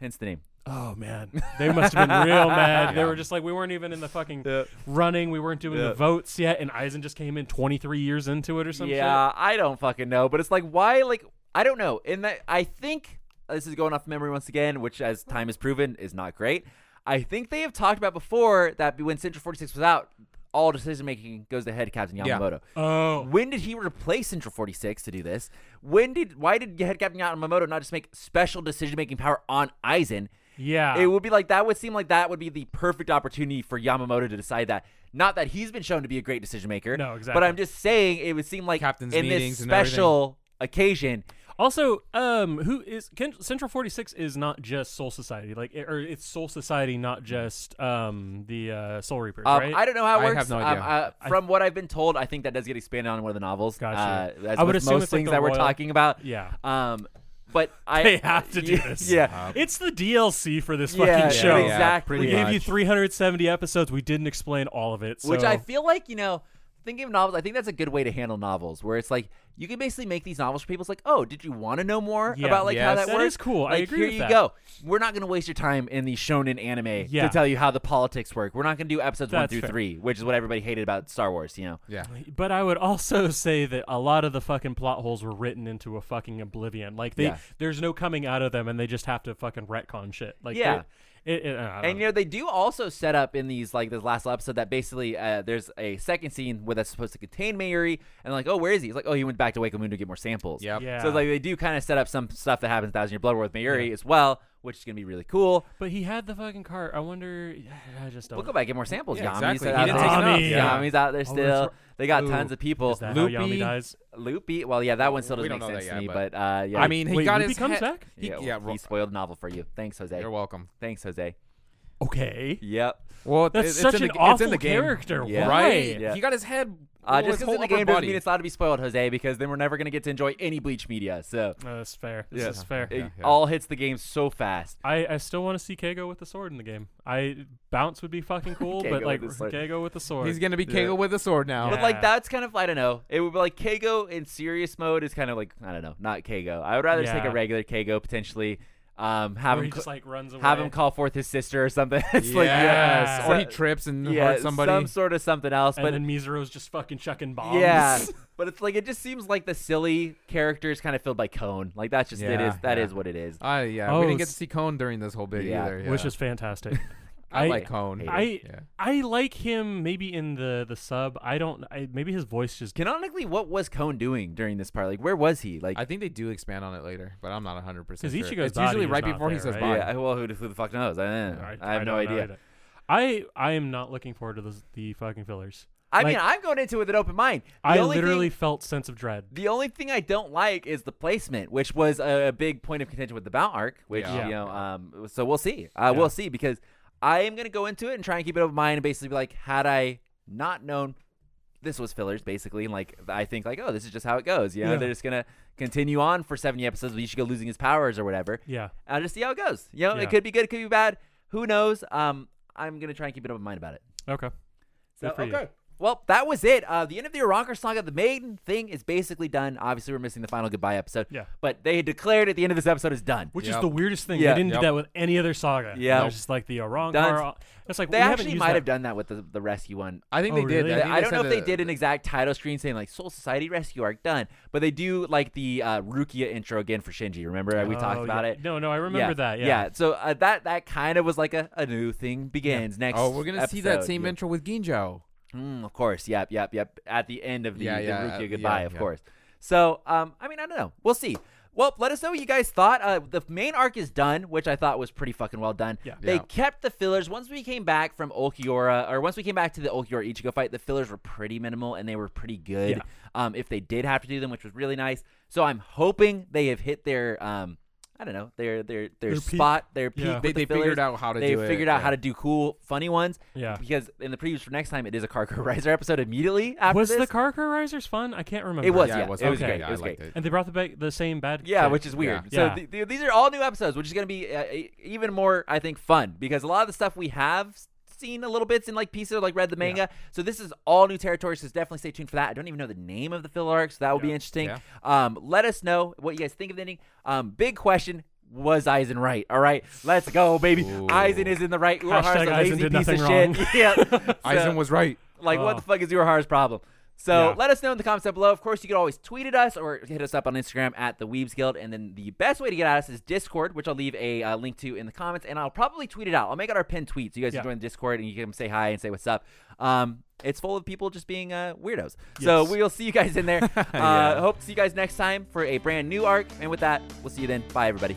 [SPEAKER 4] Hence the name.
[SPEAKER 2] Oh man, they must have been
[SPEAKER 4] (laughs)
[SPEAKER 2] real mad. They were just like, we weren't even in the fucking running. We weren't doing the votes yet, and Eisen just came in twenty three years into it or something.
[SPEAKER 4] yeah, I don't fucking know, but it's like why? Like I don't know. In that, I think uh, this is going off memory once again, which as time has proven is not great. I think they have talked about before that when Central Forty Six was out, all decision making goes to head captain
[SPEAKER 3] Yeah.
[SPEAKER 4] Yamamoto.
[SPEAKER 2] Oh.
[SPEAKER 4] When did he replace Central Forty Six to do this? When did why did head captain Yamamoto not just make special decision making power on Aizen?
[SPEAKER 2] Yeah.
[SPEAKER 4] It would be like that would seem like that would be the perfect opportunity for Yamamoto to decide that. Not that he's been shown to be a great decision maker.
[SPEAKER 2] No,
[SPEAKER 4] But
[SPEAKER 2] exactly.
[SPEAKER 4] I'm just saying it would seem like
[SPEAKER 3] Captain's
[SPEAKER 4] in this
[SPEAKER 3] meetings and everything.
[SPEAKER 4] special occasion.
[SPEAKER 2] Also, um, who is Ken, Central Forty Six is not just Soul Society, like, it- or it's Soul Society,
[SPEAKER 3] Mm.
[SPEAKER 2] not just um the uh, Soul Reapers,
[SPEAKER 4] Um,
[SPEAKER 2] right?
[SPEAKER 4] I don't know how it
[SPEAKER 3] I
[SPEAKER 4] works.
[SPEAKER 3] have no
[SPEAKER 4] Um,
[SPEAKER 3] idea.
[SPEAKER 4] uh, from what I've been told, I think that does get expanded on in one of the novels.
[SPEAKER 2] Gotcha.
[SPEAKER 4] Uh, as
[SPEAKER 2] I would
[SPEAKER 4] with
[SPEAKER 2] assume
[SPEAKER 4] most
[SPEAKER 2] it's like
[SPEAKER 4] things
[SPEAKER 2] the
[SPEAKER 4] that we're
[SPEAKER 2] royal-
[SPEAKER 4] talking about.
[SPEAKER 2] Yeah.
[SPEAKER 4] Um, but I
[SPEAKER 2] they have to do
[SPEAKER 4] (laughs) yeah,
[SPEAKER 2] this.
[SPEAKER 4] Yeah.
[SPEAKER 2] it's the DLC for this
[SPEAKER 4] Yeah,
[SPEAKER 2] fucking show.
[SPEAKER 3] yeah,
[SPEAKER 4] exactly.
[SPEAKER 2] We
[SPEAKER 3] Um, pretty
[SPEAKER 2] gave you
[SPEAKER 3] much.
[SPEAKER 2] 370 episodes. We didn't explain all of it. So.
[SPEAKER 4] Which I feel like, you know, thinking of novels, I think that's a good way to handle novels where it's like you can basically make these novels for people. It's like, oh, did you want to know more
[SPEAKER 2] Yeah.
[SPEAKER 4] about like how
[SPEAKER 3] Yes.
[SPEAKER 4] that,
[SPEAKER 2] That
[SPEAKER 4] works?
[SPEAKER 2] is cool. I
[SPEAKER 4] Like,
[SPEAKER 2] agree
[SPEAKER 4] Here
[SPEAKER 2] with
[SPEAKER 4] you
[SPEAKER 2] that.
[SPEAKER 4] go. We're not going to waste your time in the shonen anime
[SPEAKER 2] Yeah.
[SPEAKER 4] to tell you how the politics work. We're not going to do episodes one
[SPEAKER 2] That's
[SPEAKER 4] through
[SPEAKER 2] fair.
[SPEAKER 4] three, which is what everybody hated about Star Wars. You know,
[SPEAKER 3] Yeah.
[SPEAKER 2] But I would also (laughs) say that a lot of the fucking plot holes were written into a fucking oblivion. Like they,
[SPEAKER 4] Yeah.
[SPEAKER 2] there's no coming out of them, and they just have to fucking retcon shit. Like
[SPEAKER 4] Yeah.
[SPEAKER 2] they- it, it- I
[SPEAKER 3] Uh-huh.
[SPEAKER 2] don't
[SPEAKER 4] and
[SPEAKER 2] know.
[SPEAKER 4] you know they do also set up in these like this last episode that basically uh, there's a second scene where that's supposed to contain Mayuri and like oh where is he? He's like oh he went back to Waco Moon to get more samples.
[SPEAKER 3] Yep.
[SPEAKER 2] Yeah.
[SPEAKER 4] So like they do kind of set up some stuff that happens in Thousand Year Blood War with Mayuri as well, which is going to be really cool.
[SPEAKER 2] but he had the fucking cart. I wonder. (sighs) I just don't.
[SPEAKER 4] We'll go back and get more samples.
[SPEAKER 3] Yeah,
[SPEAKER 4] Yami's
[SPEAKER 3] exactly.
[SPEAKER 4] out
[SPEAKER 3] He
[SPEAKER 4] there.
[SPEAKER 2] didn't take enough. Yami. Yeah.
[SPEAKER 4] Yami's out there
[SPEAKER 2] that's
[SPEAKER 4] still.
[SPEAKER 2] right.
[SPEAKER 4] they got
[SPEAKER 2] Ooh.
[SPEAKER 4] tons of people.
[SPEAKER 2] Is that
[SPEAKER 3] Loopy.
[SPEAKER 2] how Yami dies?
[SPEAKER 4] Loopy. Well, yeah, that one still
[SPEAKER 3] We
[SPEAKER 4] doesn't
[SPEAKER 3] don't
[SPEAKER 4] make
[SPEAKER 3] know
[SPEAKER 4] sense
[SPEAKER 3] that
[SPEAKER 4] to
[SPEAKER 3] yet,
[SPEAKER 4] me,
[SPEAKER 3] but-
[SPEAKER 4] but uh, yeah.
[SPEAKER 3] I mean, he
[SPEAKER 2] Wait,
[SPEAKER 3] got
[SPEAKER 2] Luffy
[SPEAKER 3] his
[SPEAKER 2] comes
[SPEAKER 3] head-
[SPEAKER 2] back?
[SPEAKER 3] He,
[SPEAKER 4] yeah, well,
[SPEAKER 3] yeah,
[SPEAKER 4] he spoiled the novel for you. Thanks, Jose.
[SPEAKER 3] You're welcome.
[SPEAKER 4] Thanks, Jose.
[SPEAKER 2] Okay.
[SPEAKER 4] Yep.
[SPEAKER 3] Well,
[SPEAKER 2] That's
[SPEAKER 3] it- it's
[SPEAKER 2] such
[SPEAKER 3] in
[SPEAKER 2] an
[SPEAKER 3] the, g- it's
[SPEAKER 2] awful
[SPEAKER 3] in the game.
[SPEAKER 2] character.
[SPEAKER 4] Yeah.
[SPEAKER 2] Why?
[SPEAKER 3] right?
[SPEAKER 4] Yeah.
[SPEAKER 3] He got his head.
[SPEAKER 4] Uh,
[SPEAKER 3] well,
[SPEAKER 4] just
[SPEAKER 3] his
[SPEAKER 4] because
[SPEAKER 3] whole
[SPEAKER 4] in the
[SPEAKER 3] upper
[SPEAKER 4] game doesn't
[SPEAKER 3] body.
[SPEAKER 4] mean it's allowed to be spoiled, Jose, because then we're never going to get to enjoy any Bleach media.
[SPEAKER 2] (laughs)
[SPEAKER 4] So
[SPEAKER 2] No, Uh, that's fair. This
[SPEAKER 4] Yeah.
[SPEAKER 2] is fair.
[SPEAKER 4] it
[SPEAKER 3] yeah.
[SPEAKER 4] all hits the game so fast.
[SPEAKER 2] I, I still want to see Kago with the sword in the game. I bounce would be
[SPEAKER 4] (laughs)
[SPEAKER 2] fucking cool,
[SPEAKER 4] Kago
[SPEAKER 2] but
[SPEAKER 4] with
[SPEAKER 2] like
[SPEAKER 4] the sword.
[SPEAKER 2] Kago with the sword.
[SPEAKER 3] He's gonna be Kegel with a sword now.
[SPEAKER 4] But
[SPEAKER 2] Yeah.
[SPEAKER 4] like that's kind of I don't know. It would be like Kago in serious mode is kind of like I don't know, not Kago. I would rather just take
[SPEAKER 2] Yeah.
[SPEAKER 4] a regular Kago potentially. Um, have
[SPEAKER 2] Where
[SPEAKER 4] him
[SPEAKER 2] he
[SPEAKER 4] co-
[SPEAKER 2] just like runs away.
[SPEAKER 4] have him call forth his sister or something. (laughs) it's
[SPEAKER 3] Yes.
[SPEAKER 4] like
[SPEAKER 2] yeah.
[SPEAKER 3] Or
[SPEAKER 4] So-
[SPEAKER 3] he trips and
[SPEAKER 4] yeah,
[SPEAKER 3] hurts somebody.
[SPEAKER 4] some sort of something else.
[SPEAKER 2] and
[SPEAKER 4] But
[SPEAKER 2] then Mizuro's just fucking chucking bombs. (laughs)
[SPEAKER 4] yeah, but it's like it just seems like the silly character is kind of filled by cone. Like that's just it
[SPEAKER 3] Yeah,
[SPEAKER 4] is that is
[SPEAKER 3] yeah.
[SPEAKER 4] what it is.
[SPEAKER 3] Ah, yeah.
[SPEAKER 2] Oh,
[SPEAKER 3] we didn't get
[SPEAKER 2] s-
[SPEAKER 3] to see Cone during this whole bit
[SPEAKER 4] Yeah.
[SPEAKER 3] either. Yeah.
[SPEAKER 2] Which is fantastic.
[SPEAKER 3] I, like Cone.
[SPEAKER 2] I
[SPEAKER 3] Yeah.
[SPEAKER 2] I like him maybe in the the sub. I don't. I, maybe his voice just.
[SPEAKER 4] Canonically, what was Cone doing during this part? Like where was he? Like
[SPEAKER 3] I think they do expand on it later, but I'm not 100 percent.
[SPEAKER 2] 'Cause
[SPEAKER 3] sure.
[SPEAKER 2] Ichigo's
[SPEAKER 3] it's
[SPEAKER 2] body
[SPEAKER 3] usually
[SPEAKER 2] is
[SPEAKER 3] right
[SPEAKER 2] not
[SPEAKER 3] before he
[SPEAKER 2] there,
[SPEAKER 3] says
[SPEAKER 2] right?
[SPEAKER 3] bye.
[SPEAKER 4] yeah, well, who, who the fuck knows? I, don't know. I have no
[SPEAKER 2] don't know
[SPEAKER 4] idea.
[SPEAKER 2] either. I I am not looking forward to the the fucking fillers.
[SPEAKER 4] I
[SPEAKER 2] Like,
[SPEAKER 4] mean, I'm going into it with an open mind. The
[SPEAKER 2] I
[SPEAKER 4] only
[SPEAKER 2] literally
[SPEAKER 4] Thing,
[SPEAKER 2] felt sense of dread.
[SPEAKER 4] the only thing I don't like is the placement, which was a, a big point of contention with the Bound arc. Which
[SPEAKER 3] Yeah.
[SPEAKER 4] you know, um, so we'll see. Uh,
[SPEAKER 2] Yeah.
[SPEAKER 4] We'll see because I am going to go into it and try and keep an open mind and basically be like, had I not known this was fillers basically, and like I think like oh this is just how it goes. You know
[SPEAKER 2] Yeah.
[SPEAKER 4] they're just gonna continue on for seventy episodes with Ichigo losing his powers or whatever.
[SPEAKER 2] Yeah.
[SPEAKER 4] I'll just see how it goes. You know
[SPEAKER 2] Yeah.
[SPEAKER 4] it could be good, it could be bad. Who knows? Um, I'm gonna try and keep an open mind about it.
[SPEAKER 2] Okay.
[SPEAKER 4] So,
[SPEAKER 2] Good for you.
[SPEAKER 4] okay. Well, that was it. Uh, the end of the Aronker saga, the main thing is basically done. Obviously, we're missing the final goodbye episode.
[SPEAKER 2] Yeah.
[SPEAKER 4] But they declared at the end of this episode is done.
[SPEAKER 2] Which is
[SPEAKER 3] Yep.
[SPEAKER 2] the weirdest thing.
[SPEAKER 4] Yeah.
[SPEAKER 2] They didn't
[SPEAKER 3] Yep.
[SPEAKER 2] do that with any other saga.
[SPEAKER 4] Yeah.
[SPEAKER 2] It was just like the Arankar.
[SPEAKER 4] That's-
[SPEAKER 2] It's like
[SPEAKER 4] they
[SPEAKER 2] we haven't
[SPEAKER 4] actually
[SPEAKER 2] used
[SPEAKER 4] might
[SPEAKER 2] that.
[SPEAKER 4] have done that with the, the rescue one.
[SPEAKER 3] I think
[SPEAKER 2] Oh,
[SPEAKER 3] they did.
[SPEAKER 2] really?
[SPEAKER 3] I,
[SPEAKER 2] Yeah,
[SPEAKER 4] Th-
[SPEAKER 3] think
[SPEAKER 4] I don't know if
[SPEAKER 3] said
[SPEAKER 4] they did
[SPEAKER 3] the-
[SPEAKER 4] an exact title screen saying like Soul Society Rescue Arc done, but they do like the uh, Rukia intro again for Shinji. Remember Uh, we
[SPEAKER 2] Oh,
[SPEAKER 4] talked about
[SPEAKER 2] yeah.
[SPEAKER 4] it.
[SPEAKER 2] No, no, I remember that. Yeah.
[SPEAKER 4] So uh, that that kind of was like a, a new thing begins next.
[SPEAKER 3] Oh, we're gonna see that
[SPEAKER 4] episode.
[SPEAKER 3] same
[SPEAKER 4] Yeah.
[SPEAKER 3] intro with Ginjo.
[SPEAKER 4] Mm, of course. Yep. Yep. Yep. At the end of the,
[SPEAKER 3] Yeah,
[SPEAKER 4] the
[SPEAKER 3] yeah,
[SPEAKER 4] Rukia
[SPEAKER 3] uh,
[SPEAKER 4] goodbye,
[SPEAKER 3] yeah,
[SPEAKER 4] of
[SPEAKER 3] yeah.
[SPEAKER 4] course. So, um, I mean, I don't know. We'll see. Well, let us know what you guys thought. Uh, the main arc is done, which I thought was pretty fucking well done.
[SPEAKER 2] Yeah.
[SPEAKER 4] They
[SPEAKER 3] Yeah.
[SPEAKER 4] kept the fillers. Once we came back from Olkiora, or once we came back to the Olkiora Ichigo fight, the fillers were pretty minimal and they were pretty good.
[SPEAKER 2] Yeah.
[SPEAKER 4] Um, if they did have to do them, which was really nice. So I'm hoping they have hit their, um, I don't know, their their their,
[SPEAKER 2] Their peak.
[SPEAKER 4] spot, their peak.
[SPEAKER 2] Yeah.
[SPEAKER 4] with
[SPEAKER 3] They,
[SPEAKER 4] the
[SPEAKER 3] they
[SPEAKER 4] fillers
[SPEAKER 3] figured out how to
[SPEAKER 4] they
[SPEAKER 3] do it.
[SPEAKER 4] figured out
[SPEAKER 3] yeah.
[SPEAKER 4] how to do cool, funny ones.
[SPEAKER 2] Yeah.
[SPEAKER 4] Because in the previews for next time, it is a Carker (laughs) Riser episode immediately after
[SPEAKER 2] Was
[SPEAKER 4] this.
[SPEAKER 2] the Carker Risers fun? I can't remember.
[SPEAKER 4] it was,
[SPEAKER 3] Yeah,
[SPEAKER 4] yeah.
[SPEAKER 3] it
[SPEAKER 4] It was,
[SPEAKER 3] was
[SPEAKER 2] okay.
[SPEAKER 4] great.
[SPEAKER 3] Yeah,
[SPEAKER 4] it
[SPEAKER 3] I
[SPEAKER 4] was great.
[SPEAKER 3] liked it.
[SPEAKER 2] And they brought the, ba- the same bad.
[SPEAKER 4] Yeah,
[SPEAKER 2] chick.
[SPEAKER 4] which is weird.
[SPEAKER 2] Yeah.
[SPEAKER 4] So th- th- these are all new episodes, which is going to be uh, e- even more, I think, fun because a lot of the stuff we have s- seen a little bits in like pieces, like read the manga. So this is all new territory. So definitely stay tuned for that. I don't even know the name of the filler arc, so that will be interesting.
[SPEAKER 3] Yeah.
[SPEAKER 4] Um, let us know what you guys think of the ending. Um, big question. Was Eisen right? All right, let's go, baby.
[SPEAKER 3] Ooh.
[SPEAKER 4] Eisen is in the right. Uehara's
[SPEAKER 2] Hashtag
[SPEAKER 4] a lazy
[SPEAKER 2] Aizen did
[SPEAKER 4] piece of
[SPEAKER 2] nothing (laughs)
[SPEAKER 4] shit. (laughs) yeah,
[SPEAKER 3] Aizen
[SPEAKER 4] So-
[SPEAKER 3] was right.
[SPEAKER 4] like, what
[SPEAKER 2] Oh.
[SPEAKER 4] the fuck is your hardest problem? So
[SPEAKER 2] Yeah.
[SPEAKER 4] let us know in the comments down below. Of course, you can always tweet at us or hit us up on Instagram at the Weebs Guild. And then the best way to get at us is Discord, which I'll leave a uh, link to in the comments. And I'll probably tweet it out. I'll make it our pinned tweet. So you guys
[SPEAKER 2] Yeah.
[SPEAKER 4] can join the Discord and you can say hi and say what's up. Um, it's full of people just being uh, weirdos. So
[SPEAKER 2] Yes.
[SPEAKER 4] we'll see you guys in there.
[SPEAKER 2] (laughs)
[SPEAKER 4] Uh,
[SPEAKER 3] Yeah.
[SPEAKER 4] Hope to see you guys next time for a brand new arc. And with that, we'll see you then. Bye, everybody.